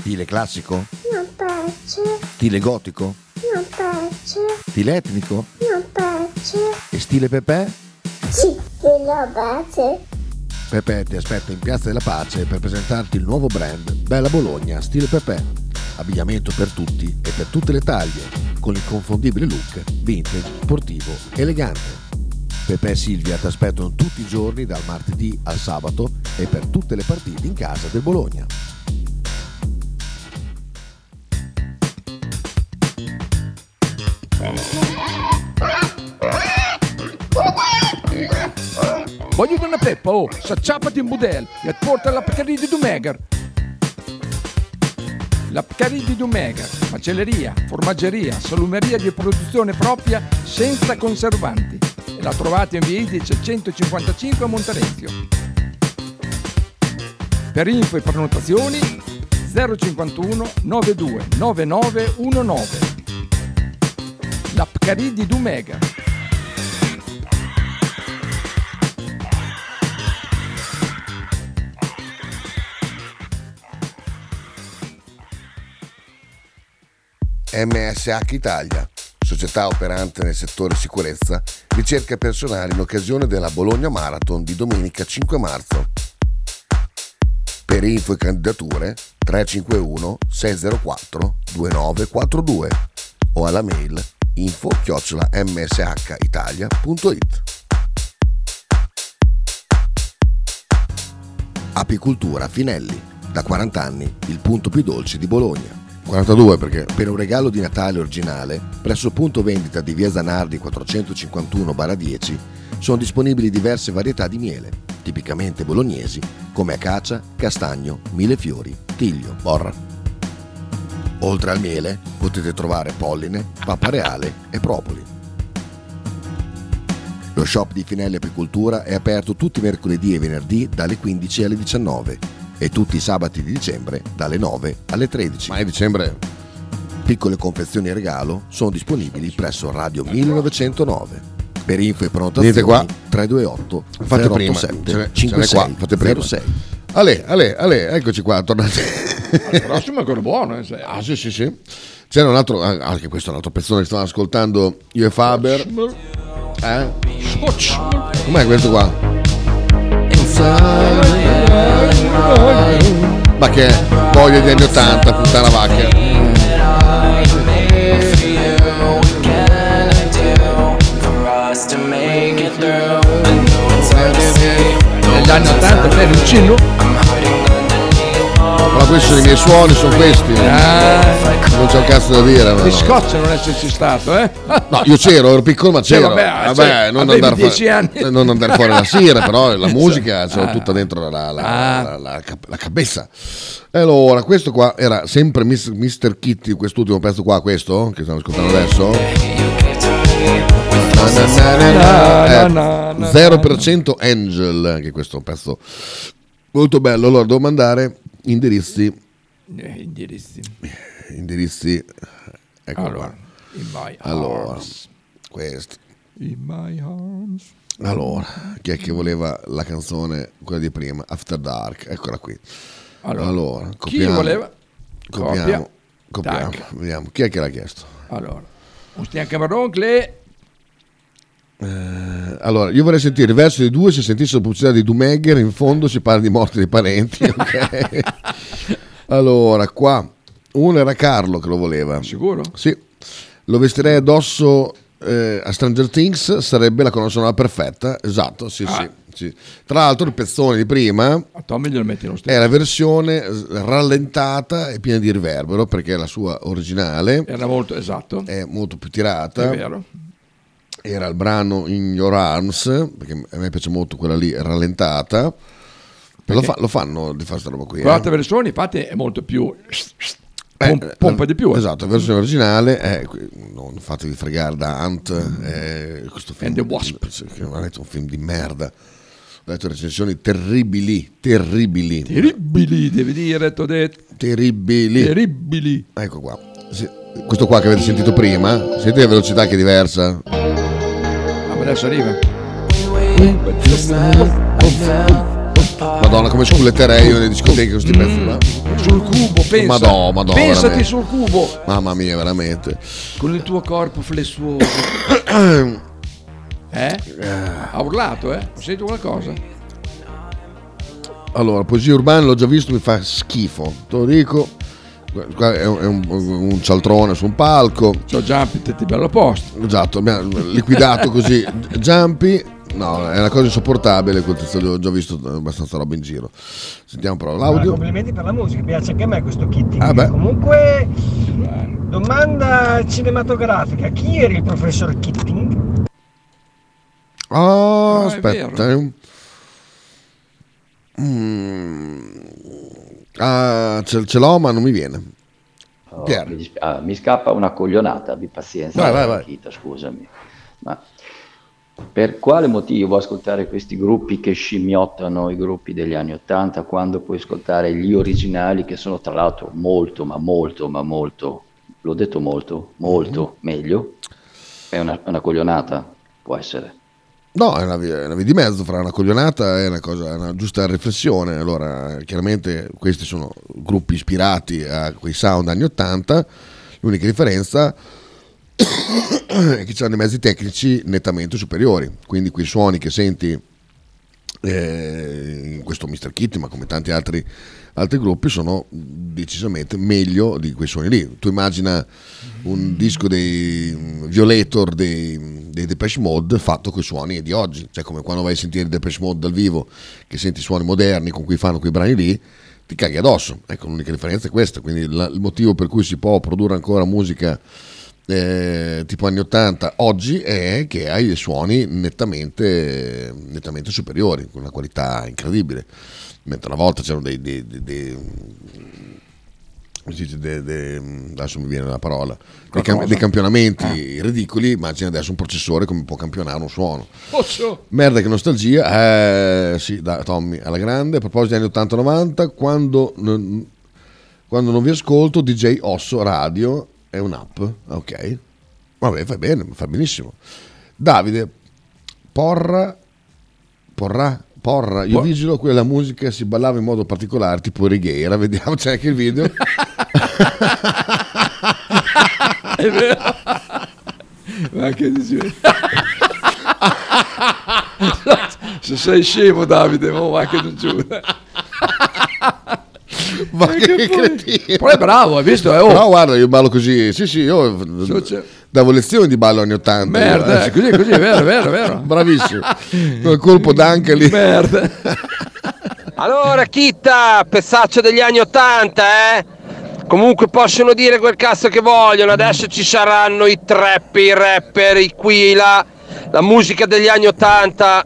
[SPEAKER 1] Stile classico?
[SPEAKER 22] non piace,
[SPEAKER 1] Stile gotico?
[SPEAKER 22] non piace,
[SPEAKER 1] Stile etnico?
[SPEAKER 22] non piace.
[SPEAKER 1] E stile Pepe?
[SPEAKER 22] Sì, la base,
[SPEAKER 1] Pepe ti aspetta in Piazza della Pace per presentarti il nuovo brand Bella Bologna Stile Pepe. Abbigliamento per tutti e per tutte le taglie, con l'inconfondibile look vintage, sportivo, elegante. Pepe e Silvia ti aspettano tutti i giorni dal martedì al sabato e per tutte le partite in casa del Bologna.
[SPEAKER 12] Voglio una peppa, oh, s'acciappati in budel e porta la Pcaridi di Dumegar. La Pcaridi di Dumegar, macelleria, formaggeria, salumeria di produzione propria senza conservanti. E la trovate in via Idice 155 a Monterezio. Per info e prenotazioni 051 92 9919. La Pcaridi di Dumegar.
[SPEAKER 11] MSH Italia, società operante nel settore sicurezza, ricerca personale in occasione della Bologna Marathon di domenica 5 marzo. Per info e candidature 351 604 2942 o alla mail info chiocciola mshitalia.it
[SPEAKER 1] Apicultura Finelli, da 40 anni il punto più dolce di Bologna. 42 perché per un regalo di Natale originale presso il punto vendita di Via Zanardi 451-10 sono disponibili diverse varietà di miele, tipicamente bolognesi, come acacia, castagno, millefiori, tiglio, borra. Oltre al miele potete trovare polline, pappa reale e propoli. Lo shop di Finelli Apicoltura è aperto tutti i mercoledì e venerdì dalle 15 alle 19 e tutti i sabati di dicembre dalle 9 alle 13. Ma è dicembre? Piccole confezioni e regalo sono disponibili presso Radio 1909. Per info e prenotazioni
[SPEAKER 11] Venite qua.
[SPEAKER 1] 328
[SPEAKER 11] Fate prima, ce
[SPEAKER 12] Cioè,
[SPEAKER 11] n'è-
[SPEAKER 1] 087
[SPEAKER 11] ce n'è qua, fate prima.
[SPEAKER 1] 5606.
[SPEAKER 11] Ale, Ale, Ale, eccoci qua, tornate.
[SPEAKER 12] Ah, Il prossimo è ancora buono, eh, se-
[SPEAKER 11] Ah sì sì sì. C'era un altro, ah, anche questo è un altro pezzone che stavamo ascoltando io e Faber. Eh? Com'è questo qua? Ma che è? voglia degli anni 80, puttana vacca.
[SPEAKER 12] Negli anni 80 per il cillo.
[SPEAKER 11] Ma questi sono i miei suoni, sono questi. Non c'è un cazzo da dire. ma
[SPEAKER 12] Ah. Mi
[SPEAKER 11] no.
[SPEAKER 12] scoccia non esserci stato, eh?
[SPEAKER 11] No, io c'ero, ero piccolo ma c'ero.
[SPEAKER 12] vabbè, cioè,
[SPEAKER 11] non,
[SPEAKER 12] avevi
[SPEAKER 11] andare fuori,
[SPEAKER 12] 10 anni.
[SPEAKER 11] eh, non andare fuori la sera, però la musica c'era
[SPEAKER 12] Ah.
[SPEAKER 11] tutta dentro la, la, la- la cap- la cabeza. E allora, questo qua era sempre Mis- Mr. Kitty, quest'ultimo pezzo qua, questo che stiamo ascoltando adesso.
[SPEAKER 12] Na, na,
[SPEAKER 11] Eh,
[SPEAKER 12] na, na,
[SPEAKER 11] 0% Angel, che questo è un pezzo molto bello. Allora, devo mandare indirizzi,
[SPEAKER 12] Eh, indirizzi.
[SPEAKER 11] indirizzi, ecco
[SPEAKER 12] Allora,
[SPEAKER 11] qua.
[SPEAKER 12] in my
[SPEAKER 11] Allora,
[SPEAKER 12] arms.
[SPEAKER 11] questo.
[SPEAKER 12] In my arms.
[SPEAKER 11] Allora, chi è che voleva la canzone, quella di prima, After Dark? Eccola qui.
[SPEAKER 12] Allora,
[SPEAKER 11] Allora,
[SPEAKER 12] chi
[SPEAKER 11] copiamo,
[SPEAKER 12] voleva?
[SPEAKER 11] Copiamo,
[SPEAKER 12] Copia.
[SPEAKER 11] copiamo,
[SPEAKER 12] Tac.
[SPEAKER 11] vediamo. Chi è che l'ha chiesto?
[SPEAKER 12] Allora, Ostian Cameroncle.
[SPEAKER 11] Eh, allora, io vorrei sentire il verso di due, se sentisse la pubblicità di Dumegger, in fondo si parla di morte dei parenti, ok? allora, qua, uno era Carlo che lo voleva.
[SPEAKER 12] Sicuro?
[SPEAKER 11] Sì. Lo vestirei addosso eh, a Stranger Things, sarebbe la colonna sonora perfetta, esatto, sì,
[SPEAKER 12] Ah.
[SPEAKER 11] sì, sì. Tra l'altro il pezzone di prima...
[SPEAKER 12] A Tommy glielo metti lo stesso.
[SPEAKER 11] È la versione s- rallentata e piena di riverbero perché la sua originale
[SPEAKER 12] Era molto esatto.
[SPEAKER 11] è molto più
[SPEAKER 12] È
[SPEAKER 11] tirata.
[SPEAKER 12] vero.
[SPEAKER 11] Era il brano In Your Arms, perché a me piace molto quella lì rallentata. Lo, fa- lo fanno di fare sta roba qui. eh.
[SPEAKER 12] Con l'altra versione, infatti, è molto più. Pom- pompa di più. eh.
[SPEAKER 11] Esatto, la versione originale è, non fatevi fregare da Hunt, eh, questo film,
[SPEAKER 12] And the Wasp.
[SPEAKER 11] sì, che è veramente un film di merda. Ho letto recensioni terribili, terribili.
[SPEAKER 12] Terribili, devi dire, t'ho detto.
[SPEAKER 11] Terribili.
[SPEAKER 12] Terribili. Ah,
[SPEAKER 11] Ecco qua. Sì, questo qua che avete sentito prima, sentite la velocità che è diversa.
[SPEAKER 12] Ah, ma adesso arriva.
[SPEAKER 11] Madonna, come sculletterei io nelle discoteche con questi pezzi qua.
[SPEAKER 12] Sul cubo, pensa.
[SPEAKER 11] Madonna, madonna,
[SPEAKER 12] Pensati
[SPEAKER 11] veramente.
[SPEAKER 12] sul cubo.
[SPEAKER 11] Mamma mia, veramente.
[SPEAKER 12] Con il tuo corpo flessuoso. eh? Ha urlato, eh? Ho sentito qualcosa?
[SPEAKER 11] Allora, poesia urbana l'ho già visto, mi fa schifo. Te lo dico. Qua è un, è un- un cialtrone su un palco.
[SPEAKER 12] Ciao Giampi, ti bello posto.
[SPEAKER 11] Esatto, abbiamo liquidato così. Giampi, no, è una cosa insopportabile. Quel tizio lì, ho già visto abbastanza roba in giro. Sentiamo però
[SPEAKER 16] Guarda,
[SPEAKER 11] l'audio.
[SPEAKER 16] Complimenti per la musica, piace anche a me questo kitting.
[SPEAKER 11] Ah, beh.
[SPEAKER 16] Comunque, domanda cinematografica: chi era il professor Kitting?
[SPEAKER 11] Ah,
[SPEAKER 16] Ah, è
[SPEAKER 11] aspetta. eh. Mm. Ah, ce, ce l'ho, ma non mi viene.
[SPEAKER 9] Oh,
[SPEAKER 11] Pier.
[SPEAKER 9] mi, dispi- ah, mi scappa una coglionata, abbi pazienza,
[SPEAKER 11] Vai, vai, vai.
[SPEAKER 9] Marchita, scusami. Ma per quale motivo ascoltare questi gruppi che scimmiottano i gruppi degli anni Ottanta quando puoi ascoltare gli originali che sono tra l'altro molto, ma molto, ma molto, l'ho detto molto, molto
[SPEAKER 12] Mm-hmm.
[SPEAKER 9] meglio? È una, una coglionata, può essere.
[SPEAKER 11] No, è una, vi- è una via di mezzo fra una coglionata e una, cosa, è una giusta riflessione. Allora, chiaramente questi sono gruppi ispirati a quei sound anni 80. L'unica differenza è che c'hanno dei mezzi tecnici nettamente superiori. Quindi quei suoni che senti eh, in questo Mr. Kitty, ma come tanti altri, altri gruppi, sono decisamente meglio di quei suoni lì. Tu immagina un disco dei mm, Violator dei, dei Depeche Mode fatto con i suoni di oggi, cioè come quando vai a sentire i Depeche Mode dal vivo, che senti i suoni moderni con cui fanno quei brani lì, ti caghi addosso. Ecco, l'unica differenza è questa, quindi la- il motivo per cui si può produrre ancora musica eh, tipo anni 80 oggi è che hai dei suoni nettamente, nettamente superiori, con una qualità incredibile. Mentre una volta c'erano dei, dei- dei- dei- come si dice, dei- dei- adesso mi viene la parola, dei, cam-
[SPEAKER 12] Qualcosa.
[SPEAKER 11] dei campionamenti ridicoli, immagina adesso un processore come può campionare un suono.
[SPEAKER 12] Posso?
[SPEAKER 11] Merda che nostalgia, eh, sì, da Tommy alla grande. A proposito degli anni 80-90, quando, non- quando non vi ascolto, DJ Osso Radio è un'app, ok? Vabbè, fai bene, fa benissimo. Davide, porra, porra, porra, io
[SPEAKER 12] Por-
[SPEAKER 11] vigilo, quella musica si ballava in modo particolare, tipo righiera, vediamo, c'è anche il video.
[SPEAKER 12] È vero. Ma che dici? Se sei scemo Davide, ma va che non giuro.
[SPEAKER 11] Ma che,
[SPEAKER 12] Perché poi-
[SPEAKER 11] cretino.
[SPEAKER 12] Poi è bravo, hai visto? Eh, oh.
[SPEAKER 11] No, guarda, io ballo così. Sì, sì, io
[SPEAKER 12] Sì, sì.
[SPEAKER 11] davo lezioni di ballo anni 80. io,
[SPEAKER 12] Merda,
[SPEAKER 11] eh.
[SPEAKER 12] eh, così, così, è vero, è vero, è vero.
[SPEAKER 11] Bravissimo. Col colpo d'anca lì.
[SPEAKER 12] Merda.
[SPEAKER 15] Allora, Chitta, pezzaccio degli anni Ottanta, eh? Comunque possono dire quel cazzo che vogliono, adesso ci saranno i trap, i rapper, i qui, là. La musica degli anni Ottanta,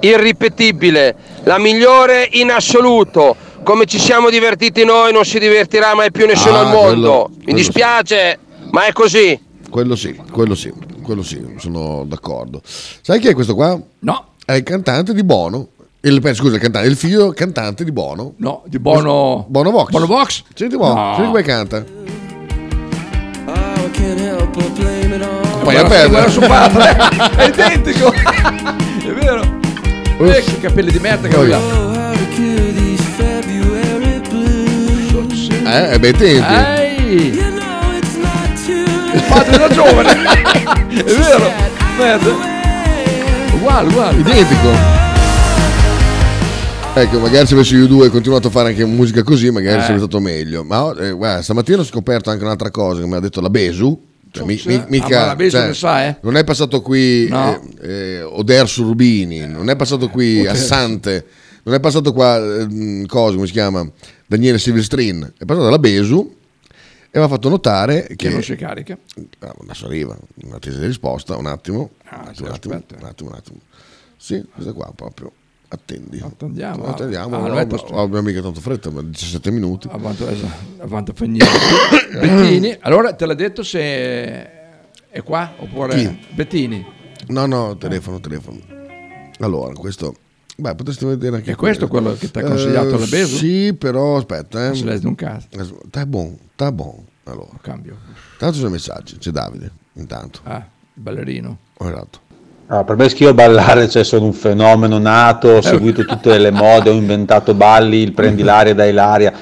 [SPEAKER 15] irripetibile, la migliore in assoluto. Come ci siamo divertiti noi non si divertirà mai più nessuno
[SPEAKER 11] Ah,
[SPEAKER 15] al mondo.
[SPEAKER 11] quello-
[SPEAKER 15] Mi
[SPEAKER 11] quello sì.
[SPEAKER 15] dispiace, ma è così.
[SPEAKER 11] Quello sì, quello sì, quello sì, sono d'accordo. Sai chi è questo qua?
[SPEAKER 12] No.
[SPEAKER 11] È il cantante di Bono. Il, beh, scusa, il cantante, il figlio cantante di Bono.
[SPEAKER 12] No, di Bono-
[SPEAKER 11] Bono Vox.
[SPEAKER 12] Bono Vox?
[SPEAKER 11] Senti Bono,
[SPEAKER 12] No.
[SPEAKER 11] senti come canta.
[SPEAKER 12] Poi
[SPEAKER 11] la perla.
[SPEAKER 12] Guarda suo padre. È identico. È vero. Eh, che capelli di merda che
[SPEAKER 11] Oh,
[SPEAKER 12] aveva.
[SPEAKER 11] Eh, è bei tempi.
[SPEAKER 12] Ehi. Padre da giovane. È vero. Merda. Uguale, uguale.
[SPEAKER 11] Identico. Ecco, magari se avessi io due e continuato a fare anche musica così, magari
[SPEAKER 12] Eh.
[SPEAKER 11] sarebbe stato meglio. Ma eh, guarda, stamattina ho scoperto anche un'altra cosa che mi ha detto la Besu. Cioè, mi- mi-
[SPEAKER 12] Ah, ma la Besu ne sa, eh.
[SPEAKER 11] Non è passato qui
[SPEAKER 12] No. Eh,
[SPEAKER 11] eh, eh, Oderso Rubini, non è passato qui
[SPEAKER 12] Oderso.
[SPEAKER 11] Assante, non è passato qua eh, mh, cosa, come si chiama? Daniele Silvestrin, è passato la Besu e mi ha fatto notare che,
[SPEAKER 12] Che non si carica.
[SPEAKER 11] Ah, adesso arriva
[SPEAKER 12] Ah,
[SPEAKER 11] un'attesa di risposta, un attimo. un attimo, un attimo, un attimo, un attimo. Sì, questa qua proprio. Attendi.
[SPEAKER 12] Attendiamo.
[SPEAKER 11] Attendiamo,
[SPEAKER 12] Ah,
[SPEAKER 11] no,
[SPEAKER 12] non è tanto-
[SPEAKER 11] ma- abbiamo mica tanto fretta, ma 17 minuti.
[SPEAKER 12] Avanti, esatto, avanti fa niente. Bettini, allora te l'ha detto se è qua oppure
[SPEAKER 11] Chi?
[SPEAKER 12] eh, Bettini.
[SPEAKER 11] No, no, telefono, telefono. Allora, questo... Beh, potresti vedere anche...
[SPEAKER 12] È questo quello che ti ha consigliato la Besu?
[SPEAKER 11] Sì, però aspetta, eh.
[SPEAKER 12] Se l'hai sdoncato.
[SPEAKER 11] Sta buono, sta buono. boh, Allora.
[SPEAKER 12] Cambio.
[SPEAKER 11] Tanto sono messaggi, c'è Davide, intanto.
[SPEAKER 12] Ah, ballerino.
[SPEAKER 11] Esatto.
[SPEAKER 17] Ah, per me schio ballare, cioè sono un fenomeno nato,
[SPEAKER 11] Eh.
[SPEAKER 17] ho seguito tutte le mode, ho inventato balli, il prendi l'aria dai l'aria,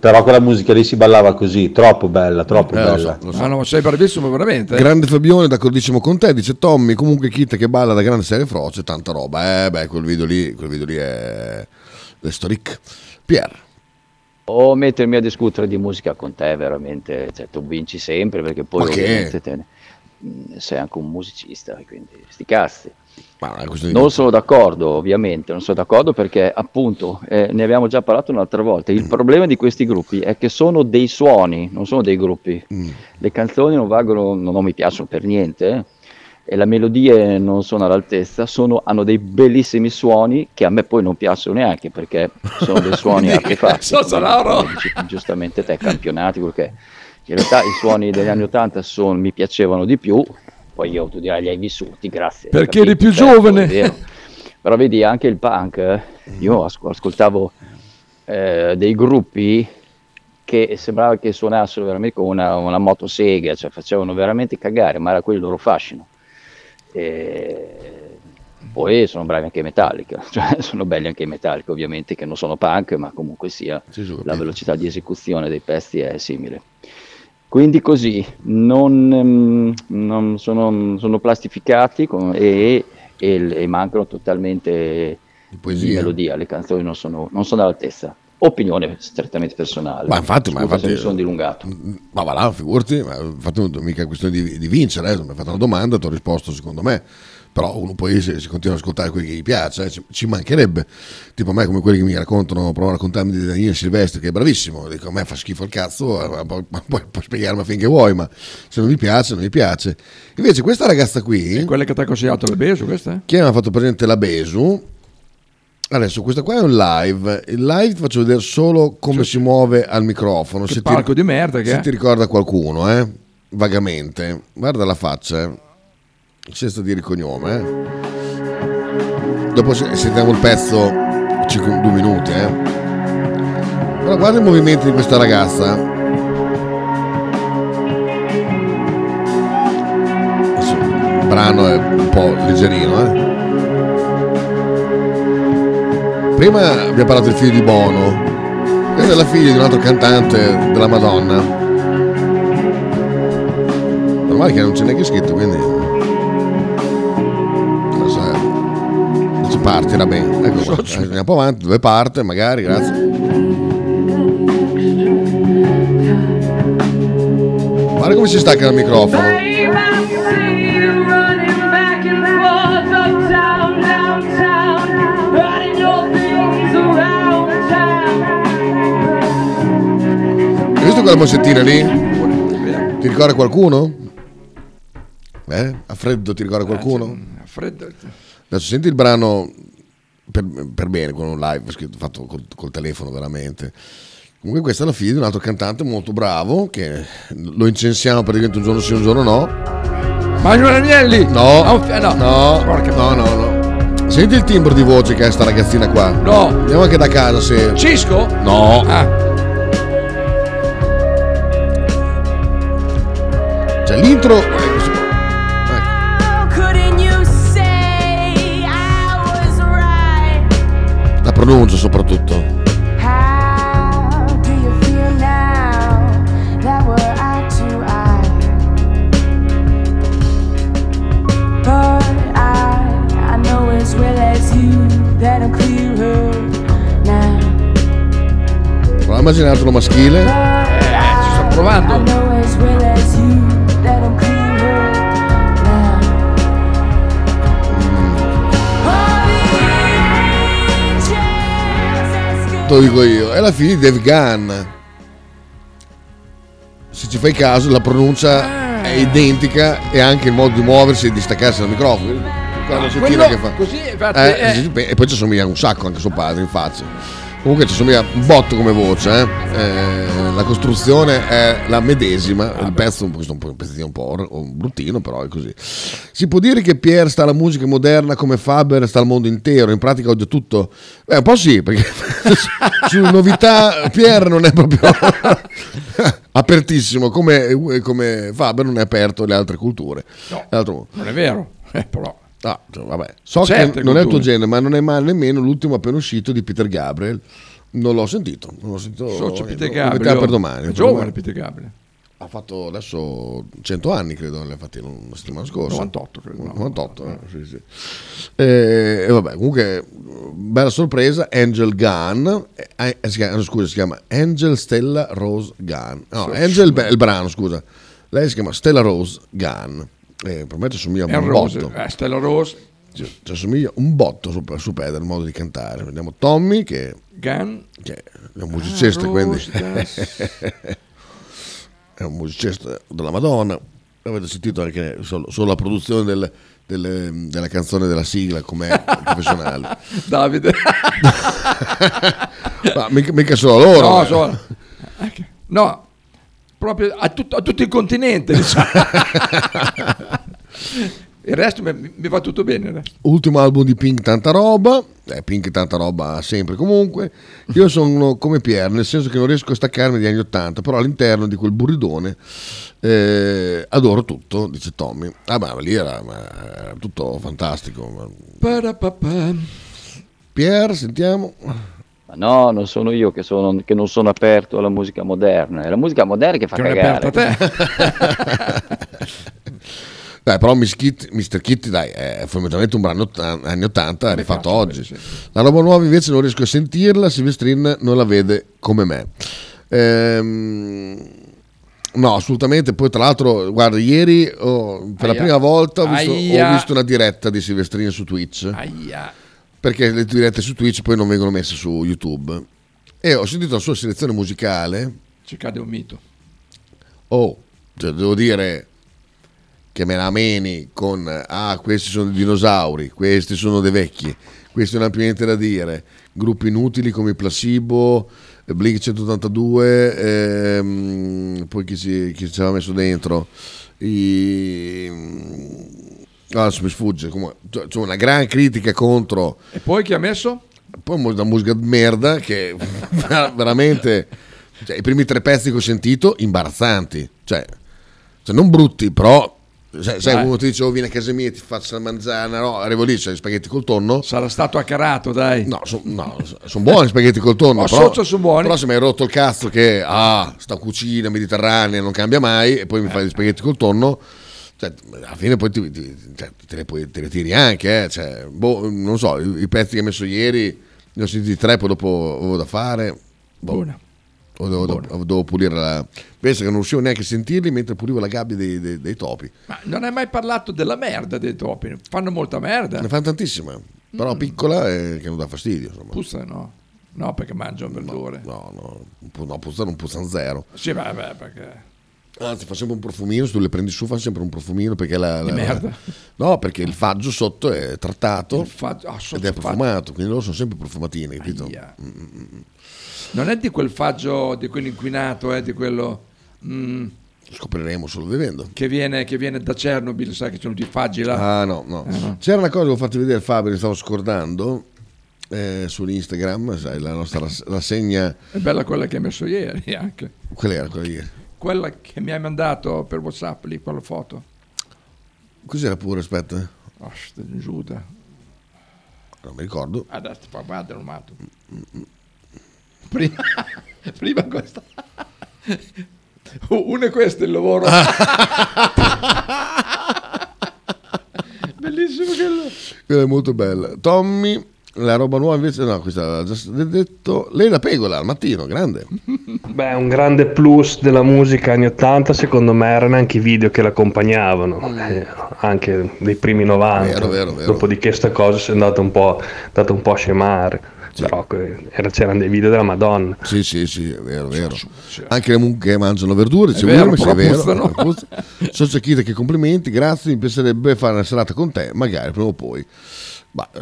[SPEAKER 17] però quella musica lì si ballava così, troppo bella, troppo
[SPEAKER 11] Eh, lo so,
[SPEAKER 17] bella.
[SPEAKER 11] lo
[SPEAKER 12] Ah, no, sei bravissimo veramente. eh.
[SPEAKER 11] Grande Fabione, d'accordissimo con te, dice Tommy, comunque Kit che balla da grande serie froce, tanta roba. Eh, beh, quel video lì, quel video lì è... è storic. Pier.
[SPEAKER 9] O mettermi a discutere di musica con te, veramente, cioè, tu vinci sempre perché poi
[SPEAKER 11] Ma che?
[SPEAKER 9] ovviamente te ne- mm, sei anche un musicista, quindi sti cazzi.
[SPEAKER 11] di-
[SPEAKER 9] non sono d'accordo, ovviamente, non sono d'accordo perché appunto eh, ne abbiamo già parlato un'altra volta.
[SPEAKER 11] Mm.
[SPEAKER 9] Il problema di questi gruppi è che sono dei suoni, non sono dei gruppi.
[SPEAKER 11] Mm.
[SPEAKER 9] Le canzoni non valgono, non, non mi piacciono per niente. eh, E le melodie non sono all'altezza, sono- hanno dei bellissimi suoni che a me poi non piacciono neanche perché sono dei suoni artefatti.
[SPEAKER 12] So, Solaro.
[SPEAKER 9] come dici tu giustamente te, campionati, quello che è. In realtà i suoni degli anni 80 son- mi piacevano di più, poi io tu dirai li hai vissuti, grazie.
[SPEAKER 12] Perché
[SPEAKER 9] capito,
[SPEAKER 12] eri più
[SPEAKER 9] certo,
[SPEAKER 12] giovane.
[SPEAKER 9] è
[SPEAKER 12] Mm.
[SPEAKER 9] vero. Però vedi anche il punk, eh, io as- ascoltavo eh, dei gruppi che sembrava che suonassero veramente con una, una motosega, cioè facevano veramente cagare, ma era quello il loro fascino. E poi sono bravi anche i Metallica, cioè sono belli anche i Metallica ovviamente che non sono punk, ma comunque sia la velocità di esecuzione dei pezzi è simile. Quindi così, non, ehm, non sono, sono plastificati con- e, e- e mancano totalmente di melodia, le canzoni non sono, non sono all'altezza. Opinione strettamente personale.
[SPEAKER 11] Ma infatti, ma
[SPEAKER 9] Scusa se
[SPEAKER 11] infatti-
[SPEAKER 9] mi sono dilungato.
[SPEAKER 11] mm, Ma va là, figurati, ma infatti non è mica questione di, di vincere, eh, mi hai fatto una domanda, ti ho risposto secondo me, però uno poi se, se continua ad ascoltare quelli che gli piace, eh, ci, ci mancherebbe, tipo a me come quelli che mi raccontano, provano a raccontarmi di Daniele Silvestri che è bravissimo, dico a me fa schifo il cazzo, eh, pu- pu- puoi, puoi spiegarmi finché vuoi, ma se non mi piace, non mi piace. Invece questa ragazza qui...
[SPEAKER 12] quella che ti ha consigliato la Besu, questa?
[SPEAKER 11] Chi mi ha fatto presente la Besu? Adesso questa qua è un live, il live ti faccio vedere solo come si muove al microfono,
[SPEAKER 12] Cioè, Che
[SPEAKER 11] se ti-
[SPEAKER 12] parco di merda che
[SPEAKER 11] se
[SPEAKER 12] è.
[SPEAKER 11] ti ricorda qualcuno, eh? Vagamente. Guarda la faccia, eh. senza dire il cognome. eh. Dopo se- sentiamo il pezzo 5, 2 minuti, eh. Però guarda i movimenti di questa ragazza. Adesso, Il brano è un po' leggerino, eh. Prima abbiamo parlato del figlio di Bono. Questa è la figlia di un altro cantante della Madonna. Normale che non c'è neanche scritto, quindi. Non so, Dice partirà bene. Ecco qua. Eh, Andiamo un po' avanti, dove parte, magari, grazie. Guarda come si stacca il microfono. Hai visto quella mossettina lì? Ti ricorda qualcuno? Eh? A freddo ti ricorda qualcuno?
[SPEAKER 12] A freddo.
[SPEAKER 11] Adesso senti il brano per, per bene, con un live scritto- fatto col, col telefono veramente. Comunque questa è la figlia di un altro cantante molto bravo che lo incensiamo praticamente un giorno sì, un giorno no.
[SPEAKER 12] Mario Agnelli!
[SPEAKER 11] No,
[SPEAKER 12] Ah, ok, no.
[SPEAKER 11] no,
[SPEAKER 12] Porca
[SPEAKER 11] no, no, no. Senti il timbro di voce che ha sta ragazzina qua.
[SPEAKER 12] No.
[SPEAKER 11] Andiamo anche da casa se...
[SPEAKER 12] Cisco?
[SPEAKER 11] No.
[SPEAKER 12] Ah,
[SPEAKER 11] Cioè l'intro...
[SPEAKER 10] Couldn't you say I was right?
[SPEAKER 11] La pronuncia soprattutto.
[SPEAKER 5] How do you feel now that we're eye to eye? But I, I know as well as you that I'm clearer now.
[SPEAKER 11] Prova a immaginartelo maschile.
[SPEAKER 5] Eh,
[SPEAKER 12] ci sto
[SPEAKER 5] I know as well as you that I'm clearer now. Mm.
[SPEAKER 11] Te lo dico io, è la figlia di Dave Gunn. Se ci fai
[SPEAKER 12] Ah.
[SPEAKER 11] caso, la pronuncia è identica e anche il modo di muoversi e di staccarsi dal microfono. quella
[SPEAKER 12] No,
[SPEAKER 11] bocettina
[SPEAKER 12] quello-
[SPEAKER 11] che fa.
[SPEAKER 12] così, infatti,
[SPEAKER 11] Eh,
[SPEAKER 12] eh.
[SPEAKER 11] sì, sì, E poi ci somiglia un sacco anche suo padre, infatti. Comunque ci somiglia un botto come voce, eh. Eh, la costruzione è la
[SPEAKER 12] Ah,
[SPEAKER 11] medesima, il pezzo è un, po- questo è un po- un pezzettino un po' or- un bruttino, però è così. Si può dire che Pierre sta alla musica moderna come Faber sta al mondo intero, in pratica odia tutto? Beh, un po' sì, perché su novità Pierre non è proprio apertissimo, come, eh, come Faber non è aperto alle altre culture.
[SPEAKER 12] No,
[SPEAKER 11] L'altro-
[SPEAKER 12] non è vero, eh, però.
[SPEAKER 11] Ah, cioè, vabbè. So
[SPEAKER 12] Certe
[SPEAKER 11] che non è il tuo
[SPEAKER 12] culture.
[SPEAKER 11] genere, ma non è mai nemmeno l'ultimo appena uscito di Peter Gabriel. Non l'ho sentito, non l'ho sentito.
[SPEAKER 12] Socio
[SPEAKER 11] niente,
[SPEAKER 12] Peter
[SPEAKER 11] lo
[SPEAKER 12] Gabriel.
[SPEAKER 11] mettiamo per domani.
[SPEAKER 12] È
[SPEAKER 11] per
[SPEAKER 12] giovane
[SPEAKER 11] domani.
[SPEAKER 12] Peter Gabriel.
[SPEAKER 11] Ha fatto adesso 100 anni, credo, ne ha fatti la settimana scorsa.
[SPEAKER 12] 98, credo.
[SPEAKER 11] 98, eh, sì, sì. Eh, e vabbè, comunque, bella sorpresa, Angel Gunn, eh, eh, si chiama- no, scusa, si chiama Angel Stella Rose Gunn. No,
[SPEAKER 12] Sì,
[SPEAKER 11] Angel è il brano, scusa. Lei si chiama Stella Rose Gunn. Eh, per me ci assomiglia
[SPEAKER 12] È
[SPEAKER 11] un
[SPEAKER 12] Rose,
[SPEAKER 11] botto.
[SPEAKER 12] eh, Stella Rose,
[SPEAKER 11] Ci, ci assomiglia un botto su, su Peder, il modo di cantare. Vediamo Tommy che,
[SPEAKER 12] Gunn.
[SPEAKER 11] che è un musicista,
[SPEAKER 12] Ah,
[SPEAKER 11] quindi
[SPEAKER 12] Rose,
[SPEAKER 11] è un musicista della Madonna. Avete sentito anche solo, solo la produzione del- delle- della canzone della sigla com'è professionale.
[SPEAKER 12] Davide.
[SPEAKER 11] Ma mica, mica solo loro.
[SPEAKER 12] No,
[SPEAKER 11] eh.
[SPEAKER 12] solo- No, proprio a tutto, a tutto il continente. diciamo. il resto mi, mi va tutto bene. il resto.
[SPEAKER 11] Ultimo album di Pink tanta roba, eh, Pink tanta roba sempre comunque. Io sono come Pierre, nel senso che non riesco a staccarmi dagli anni 80, però all'interno di quel burridone eh, adoro tutto, dice Tommy. Ah, ma lì era, ma era tutto fantastico. ma-
[SPEAKER 12] Parapapà.
[SPEAKER 11] Pierre, sentiamo.
[SPEAKER 9] Ma no, non sono io che, sono- che non sono aperto alla musica moderna. È la musica moderna che fa
[SPEAKER 11] Che non è
[SPEAKER 9] cagare.
[SPEAKER 11] Dai, però Miss Kitty- Mr. Kitty dai, è fondamentalmente un brano otta- anni 80 rifatto oggi. La roba nuova invece non riesco a sentirla, Silvestrin non la vede come me. Ehm, no, assolutamente. Poi tra l'altro, guarda, ieri oh, per la
[SPEAKER 12] Aia.
[SPEAKER 11] prima volta ho visto,
[SPEAKER 12] Aia.
[SPEAKER 11] ho visto una diretta di Silvestrin su Twitch.
[SPEAKER 12] Aia.
[SPEAKER 11] Perché le dirette su Twitch poi non vengono messe su YouTube. E ho sentito la sua selezione musicale.
[SPEAKER 12] Ci cade un mito.
[SPEAKER 11] Oh, cioè, devo dire che me la meni con ah, questi sono dei dinosauri, questi sono dei vecchi, questi non hanno più niente da dire. Gruppi inutili come Placebo, eh, Blink 182, ehm, poi chi si, chi ci aveva messo dentro. I... ah, Adesso mi sfugge. Comunque, cioè, c'è una gran critica contro
[SPEAKER 12] E poi chi ha messo?
[SPEAKER 11] poi mu- una musica di merda che ver- veramente cioè, i primi tre pezzi che ho sentito imbarazzanti cioè, cioè, non brutti però sai, sai,
[SPEAKER 12] Dai.
[SPEAKER 11] uno ti dice oh vieni a casa mia ti faccio la manzana no arrivo lì c'è gli spaghetti col tonno
[SPEAKER 12] sarà stato accarato dai
[SPEAKER 11] no sono buoni gli spaghetti col tonno
[SPEAKER 12] Oh,
[SPEAKER 11] però,
[SPEAKER 12] socio, sono buoni.
[SPEAKER 11] però se mi hai rotto il cazzo che ah sta cucina mediterranea non cambia mai e poi mi fai gli spaghetti col tonno cioè, alla fine poi ti, ti- cioè, te, le puoi- te le tiri anche, eh, cioè, boh, non so, i, i pezzi che hai messo ieri, ne ho sentiti tre, poi dopo avevo da fare. boh,
[SPEAKER 12] Buona.
[SPEAKER 11] o devo, devo pulire la... Penso che non riuscivo neanche a sentirli mentre pulivo la gabbia dei, dei- dei topi.
[SPEAKER 12] Ma non hai mai parlato della merda dei topi. Fanno molta merda. Mm.
[SPEAKER 11] Ne fanno tantissima, però piccola e che non dà fastidio. Insomma.
[SPEAKER 12] Puzza no. No, perché mangiano verdure.
[SPEAKER 11] No, no, pu- no, puzza non puzzano zero.
[SPEAKER 12] Sì, beh, beh, perché...
[SPEAKER 11] Anzi, fa sempre un profumino, se tu le prendi su fa sempre un profumino perché la...
[SPEAKER 12] Di
[SPEAKER 11] la-
[SPEAKER 12] merda.
[SPEAKER 11] No, perché il faggio sotto è trattato
[SPEAKER 12] Il faggio- ah, sotto
[SPEAKER 11] ed è
[SPEAKER 12] il faggio.
[SPEAKER 11] profumato, quindi loro sono sempre profumatini, capito?
[SPEAKER 12] Aia.
[SPEAKER 11] Mm, mm, mm.
[SPEAKER 12] Non è di quel faggio, di quello inquinato, eh, di quello... mm,
[SPEAKER 11] Scopriremo solo vivendo.
[SPEAKER 12] che, viene, che viene da Chernobyl, sai che ci sono i faggi là.
[SPEAKER 11] Ah no, no.
[SPEAKER 12] Eh, no.
[SPEAKER 11] C'era una cosa che volevo farti vedere Fabio, mi stavo scordando, eh, su Instagram, sai, la nostra rass- rassegna...
[SPEAKER 12] Eh. È bella quella che hai messo ieri anche.
[SPEAKER 11] Quella era quella lì.
[SPEAKER 12] Quella che mi hai mandato per Whatsapp lì, quella foto.
[SPEAKER 11] Cos'era pure, aspetta. eh.
[SPEAKER 12] Oh, sta Giuda.
[SPEAKER 11] Non mi ricordo.
[SPEAKER 12] Adesso fa guarda, lo mato. Prima, prima questa. Uno è questo il lavoro. Bellissimo quello.
[SPEAKER 11] Quella è molto bella. Tommy, la roba nuova invece... No, questa l'aveva già s- detto. Lei la pegola al mattino, grande.
[SPEAKER 3] Beh, un grande plus della musica anni 80 secondo me erano anche i video che l'accompagnavano, eh, anche dei primi 90.
[SPEAKER 11] Mm. Vero, vero, vero.
[SPEAKER 3] Dopodiché sta cosa si è andata un po', andata un po' a scemare. Però que- era- c'erano dei video della Madonna.
[SPEAKER 11] Sì, sì, sì, è vero, è vero. Anche le mucche mangiano verdure,
[SPEAKER 3] È
[SPEAKER 11] c'è
[SPEAKER 3] vero,
[SPEAKER 11] vero,
[SPEAKER 3] però
[SPEAKER 11] è vero.
[SPEAKER 3] puzzano.
[SPEAKER 11] eh, puzza. Sono Cecchita che complimenti, grazie, mi piacerebbe fare una serata con te, magari prima o poi. Ma eh,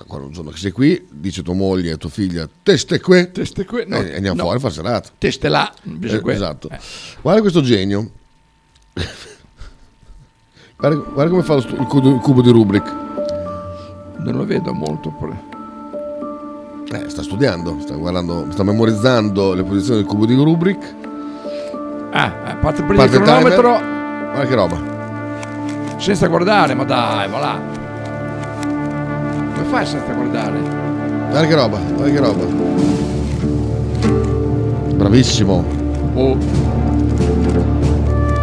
[SPEAKER 11] ancora un giorno che sei qui, dice tua moglie e tua figlia, teste qui,
[SPEAKER 12] Teste qui, no,
[SPEAKER 11] e Eh, andiamo
[SPEAKER 12] no.
[SPEAKER 11] fuori a fare serata.
[SPEAKER 12] Teste là, invece Eh. qui.
[SPEAKER 11] Esatto. Guarda questo genio. guarda, guarda come fa lo stu- il cubo, il cubo di Rubrik.
[SPEAKER 12] Non lo vedo molto. però.
[SPEAKER 11] Eh, sta studiando, sta, guardando, sta memorizzando le posizioni del cubo di Rubrik.
[SPEAKER 12] Ah, eh, parte prima il
[SPEAKER 11] Parte il timer.
[SPEAKER 12] cronometro
[SPEAKER 11] Guarda che roba.
[SPEAKER 12] senza guardare, ma dai, va là. Come fai senza guardare?
[SPEAKER 11] Guarda che roba, guarda che roba. Bravissimo.
[SPEAKER 12] Oh,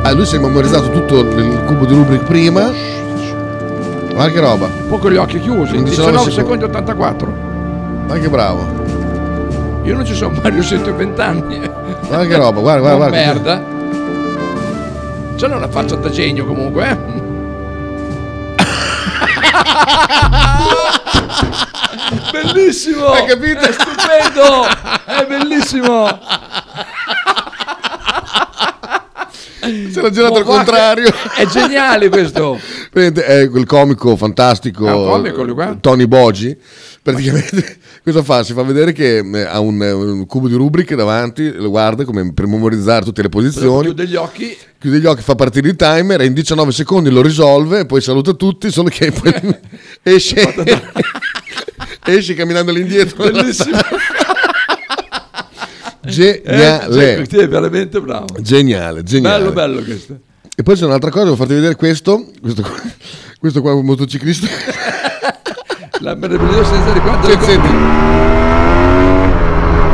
[SPEAKER 11] Ah, lui si è memorizzato tutto il cubo di Rubrik prima. Guarda che roba.
[SPEAKER 12] un po' con gli occhi chiusi,
[SPEAKER 11] In
[SPEAKER 12] 19,
[SPEAKER 11] 19
[SPEAKER 12] secondi 84.
[SPEAKER 11] Ma che bravo.
[SPEAKER 12] Io non ci sono mai riuscito in vent'anni. eh.
[SPEAKER 11] Guarda che roba, guarda, guarda,
[SPEAKER 12] Non
[SPEAKER 11] guarda.
[SPEAKER 12] Merda. C'è una faccia da genio comunque, eh? Bellissimo! Hai
[SPEAKER 11] capito?
[SPEAKER 12] È stupendo! È bellissimo!
[SPEAKER 11] Se l'ha girato
[SPEAKER 12] Ma
[SPEAKER 11] al
[SPEAKER 12] guarda-
[SPEAKER 11] contrario.
[SPEAKER 12] È geniale questo!
[SPEAKER 11] Praticamente È quel comico fantastico.
[SPEAKER 12] Ah, un comico lui qua?
[SPEAKER 11] Tony Boggi. Praticamente cosa fa? Si fa vedere che eh, ha un, eh, un cubo di rubriche davanti, lo guarda come per memorizzare tutte le posizioni.
[SPEAKER 12] Chiude gli occhi.
[SPEAKER 11] Chiude gli occhi, fa partire il timer e in 19 secondi lo risolve, poi saluta tutti, solo che poi esce, esce camminando all'indietro.
[SPEAKER 12] Bellissimo.
[SPEAKER 11] Geniale.
[SPEAKER 12] Eh, cioè, è veramente bravo.
[SPEAKER 11] Geniale, geniale.
[SPEAKER 12] Bello, bello questo.
[SPEAKER 11] E poi c'è un'altra cosa, devo farti vedere questo, questo qua, questo qua è un motociclista.
[SPEAKER 12] La meravigliosa senza ricordo.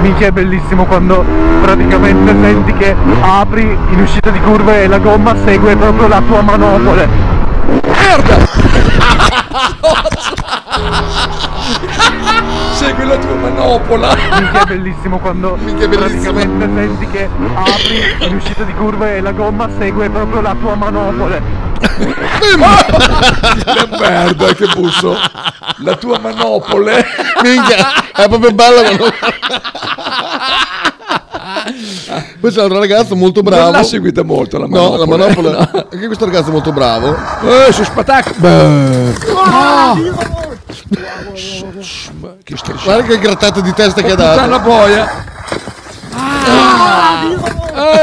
[SPEAKER 2] Minchia è bellissimo quando praticamente senti che apri in uscita di curve e la gomma segue proprio la tua manopole.
[SPEAKER 12] Segui la tua manopola!
[SPEAKER 2] Minchia è bellissimo quando praticamente senti che apri in uscita di curve e la gomma segue proprio la tua manopole.
[SPEAKER 12] Che merda, che busso! La tua manopole!
[SPEAKER 11] Minchia,
[SPEAKER 12] Ah,
[SPEAKER 11] è proprio bella quando... Poi c'è un altro ragazzo molto bravo.
[SPEAKER 12] Non l'ha seguita molto la
[SPEAKER 11] No, la
[SPEAKER 12] manopola.
[SPEAKER 11] manopola. Anche questo ragazzo è molto bravo.
[SPEAKER 12] Eh, si spatacca. Che striscia.
[SPEAKER 11] Guarda che grattato di testa che ha dato.
[SPEAKER 12] Puttana boia!
[SPEAKER 11] Eh.
[SPEAKER 12] E Ah,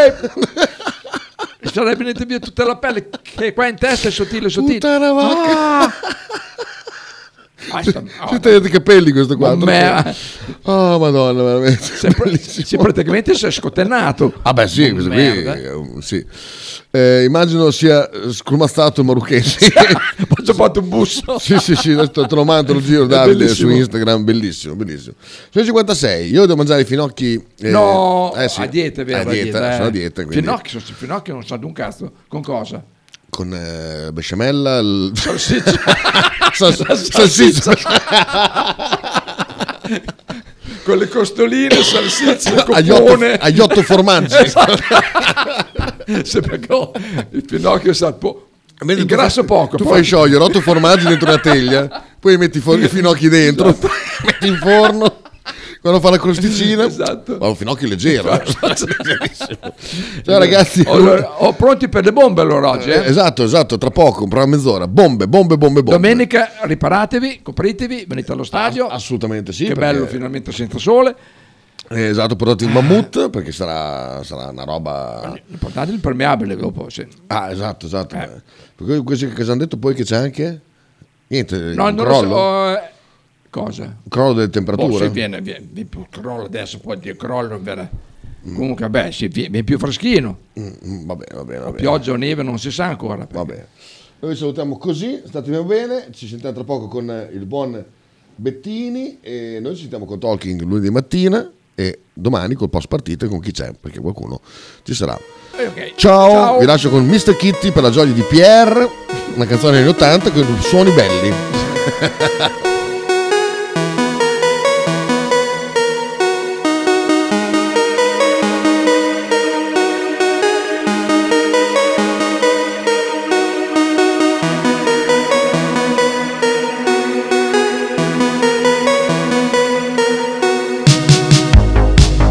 [SPEAKER 12] eh. sarebbe venite via tutta la pelle che qua in testa è sottile, sottile.
[SPEAKER 11] Puttana vacca.
[SPEAKER 12] Ah. Ah, sta- oh,
[SPEAKER 11] Si tagliato i capelli questo qua.
[SPEAKER 12] Ma-
[SPEAKER 11] troppo- Oh madonna, veramente.
[SPEAKER 12] sì, praticamente si è scotennato.
[SPEAKER 11] Vabbè sì, questo qui,
[SPEAKER 12] Merda.
[SPEAKER 11] eh, un- sì. Eh, immagino sia eh, scrumazzato il marocchese.
[SPEAKER 12] Poi ci ho fatto un busso.
[SPEAKER 11] sì, sì, sì, adesso te lo mando il giro
[SPEAKER 12] È
[SPEAKER 11] Davide su
[SPEAKER 12] bellissimo.
[SPEAKER 11] Instagram, bellissimo, bellissimo. Sono 56, io devo mangiare i finocchi. eh,
[SPEAKER 12] no,
[SPEAKER 11] eh, sì.
[SPEAKER 12] a dieta, è vero,
[SPEAKER 11] a dieta,
[SPEAKER 12] eh.
[SPEAKER 11] sono a dieta, quindi
[SPEAKER 12] Finocchio, sono- finocchio non sa di un cazzo. Con cosa?
[SPEAKER 11] con eh, besciamella, il-
[SPEAKER 12] Salsiccia.
[SPEAKER 11] Sals-
[SPEAKER 12] La
[SPEAKER 11] salsiccia.
[SPEAKER 12] con le costoline, salsiccia,
[SPEAKER 11] Agli otto-
[SPEAKER 12] copone.
[SPEAKER 11] agli otto formaggi.
[SPEAKER 12] Esatto. Se perché ho- il Pinocchio sa il po- il grasso poco.
[SPEAKER 11] tu
[SPEAKER 12] poi-
[SPEAKER 11] fai sciogliere otto formaggi dentro una teglia, poi metti i for- i finocchi dentro, metti in forno. Quando fa la crosticina, ma un finocchio leggero. eh. Ciao ragazzi.
[SPEAKER 12] Allora, Esatto. Ho, pronti per le bombe allora oggi. eh.
[SPEAKER 11] Eh, Esatto, esatto, tra poco, tra mezz'ora. Bombe, bombe, bombe, bombe.
[SPEAKER 12] Domenica riparatevi, copritevi, venite allo stadio.
[SPEAKER 11] assolutamente sì.
[SPEAKER 12] Che
[SPEAKER 11] perché-
[SPEAKER 12] bello finalmente senza sole.
[SPEAKER 11] Eh, esatto, portate il mammut perché sarà, sarà una roba...
[SPEAKER 12] Portate l'impermeabile dopo. sì. Eh.
[SPEAKER 11] Ah, esatto, esatto. Perché Questo che ci hanno detto poi che c'è anche... Niente,
[SPEAKER 12] No,
[SPEAKER 11] un
[SPEAKER 12] non
[SPEAKER 11] crollo,
[SPEAKER 12] lo so. eh, Cosa?
[SPEAKER 11] un crollo delle
[SPEAKER 12] Boh,
[SPEAKER 11] temperature.
[SPEAKER 12] se viene, viene, viene più crollo adesso, poi di crollo. verrà. Comunque, beh, sì, viene, viene più freschino.
[SPEAKER 11] Mm. vabbè, vabbè,
[SPEAKER 12] O pioggia o neve non si sa ancora. Vabbè.
[SPEAKER 11] Noi vi salutiamo così, statevi bene, ci sentiamo tra poco con eh, il buon Bettini e noi ci sentiamo con Talking lunedì mattina e domani col post partita e con chi c'è, perché qualcuno ci sarà. Ciao, vi lascio con Mr. Kitty per la gioia di Pierre, una canzone anni 80 con suoni belli.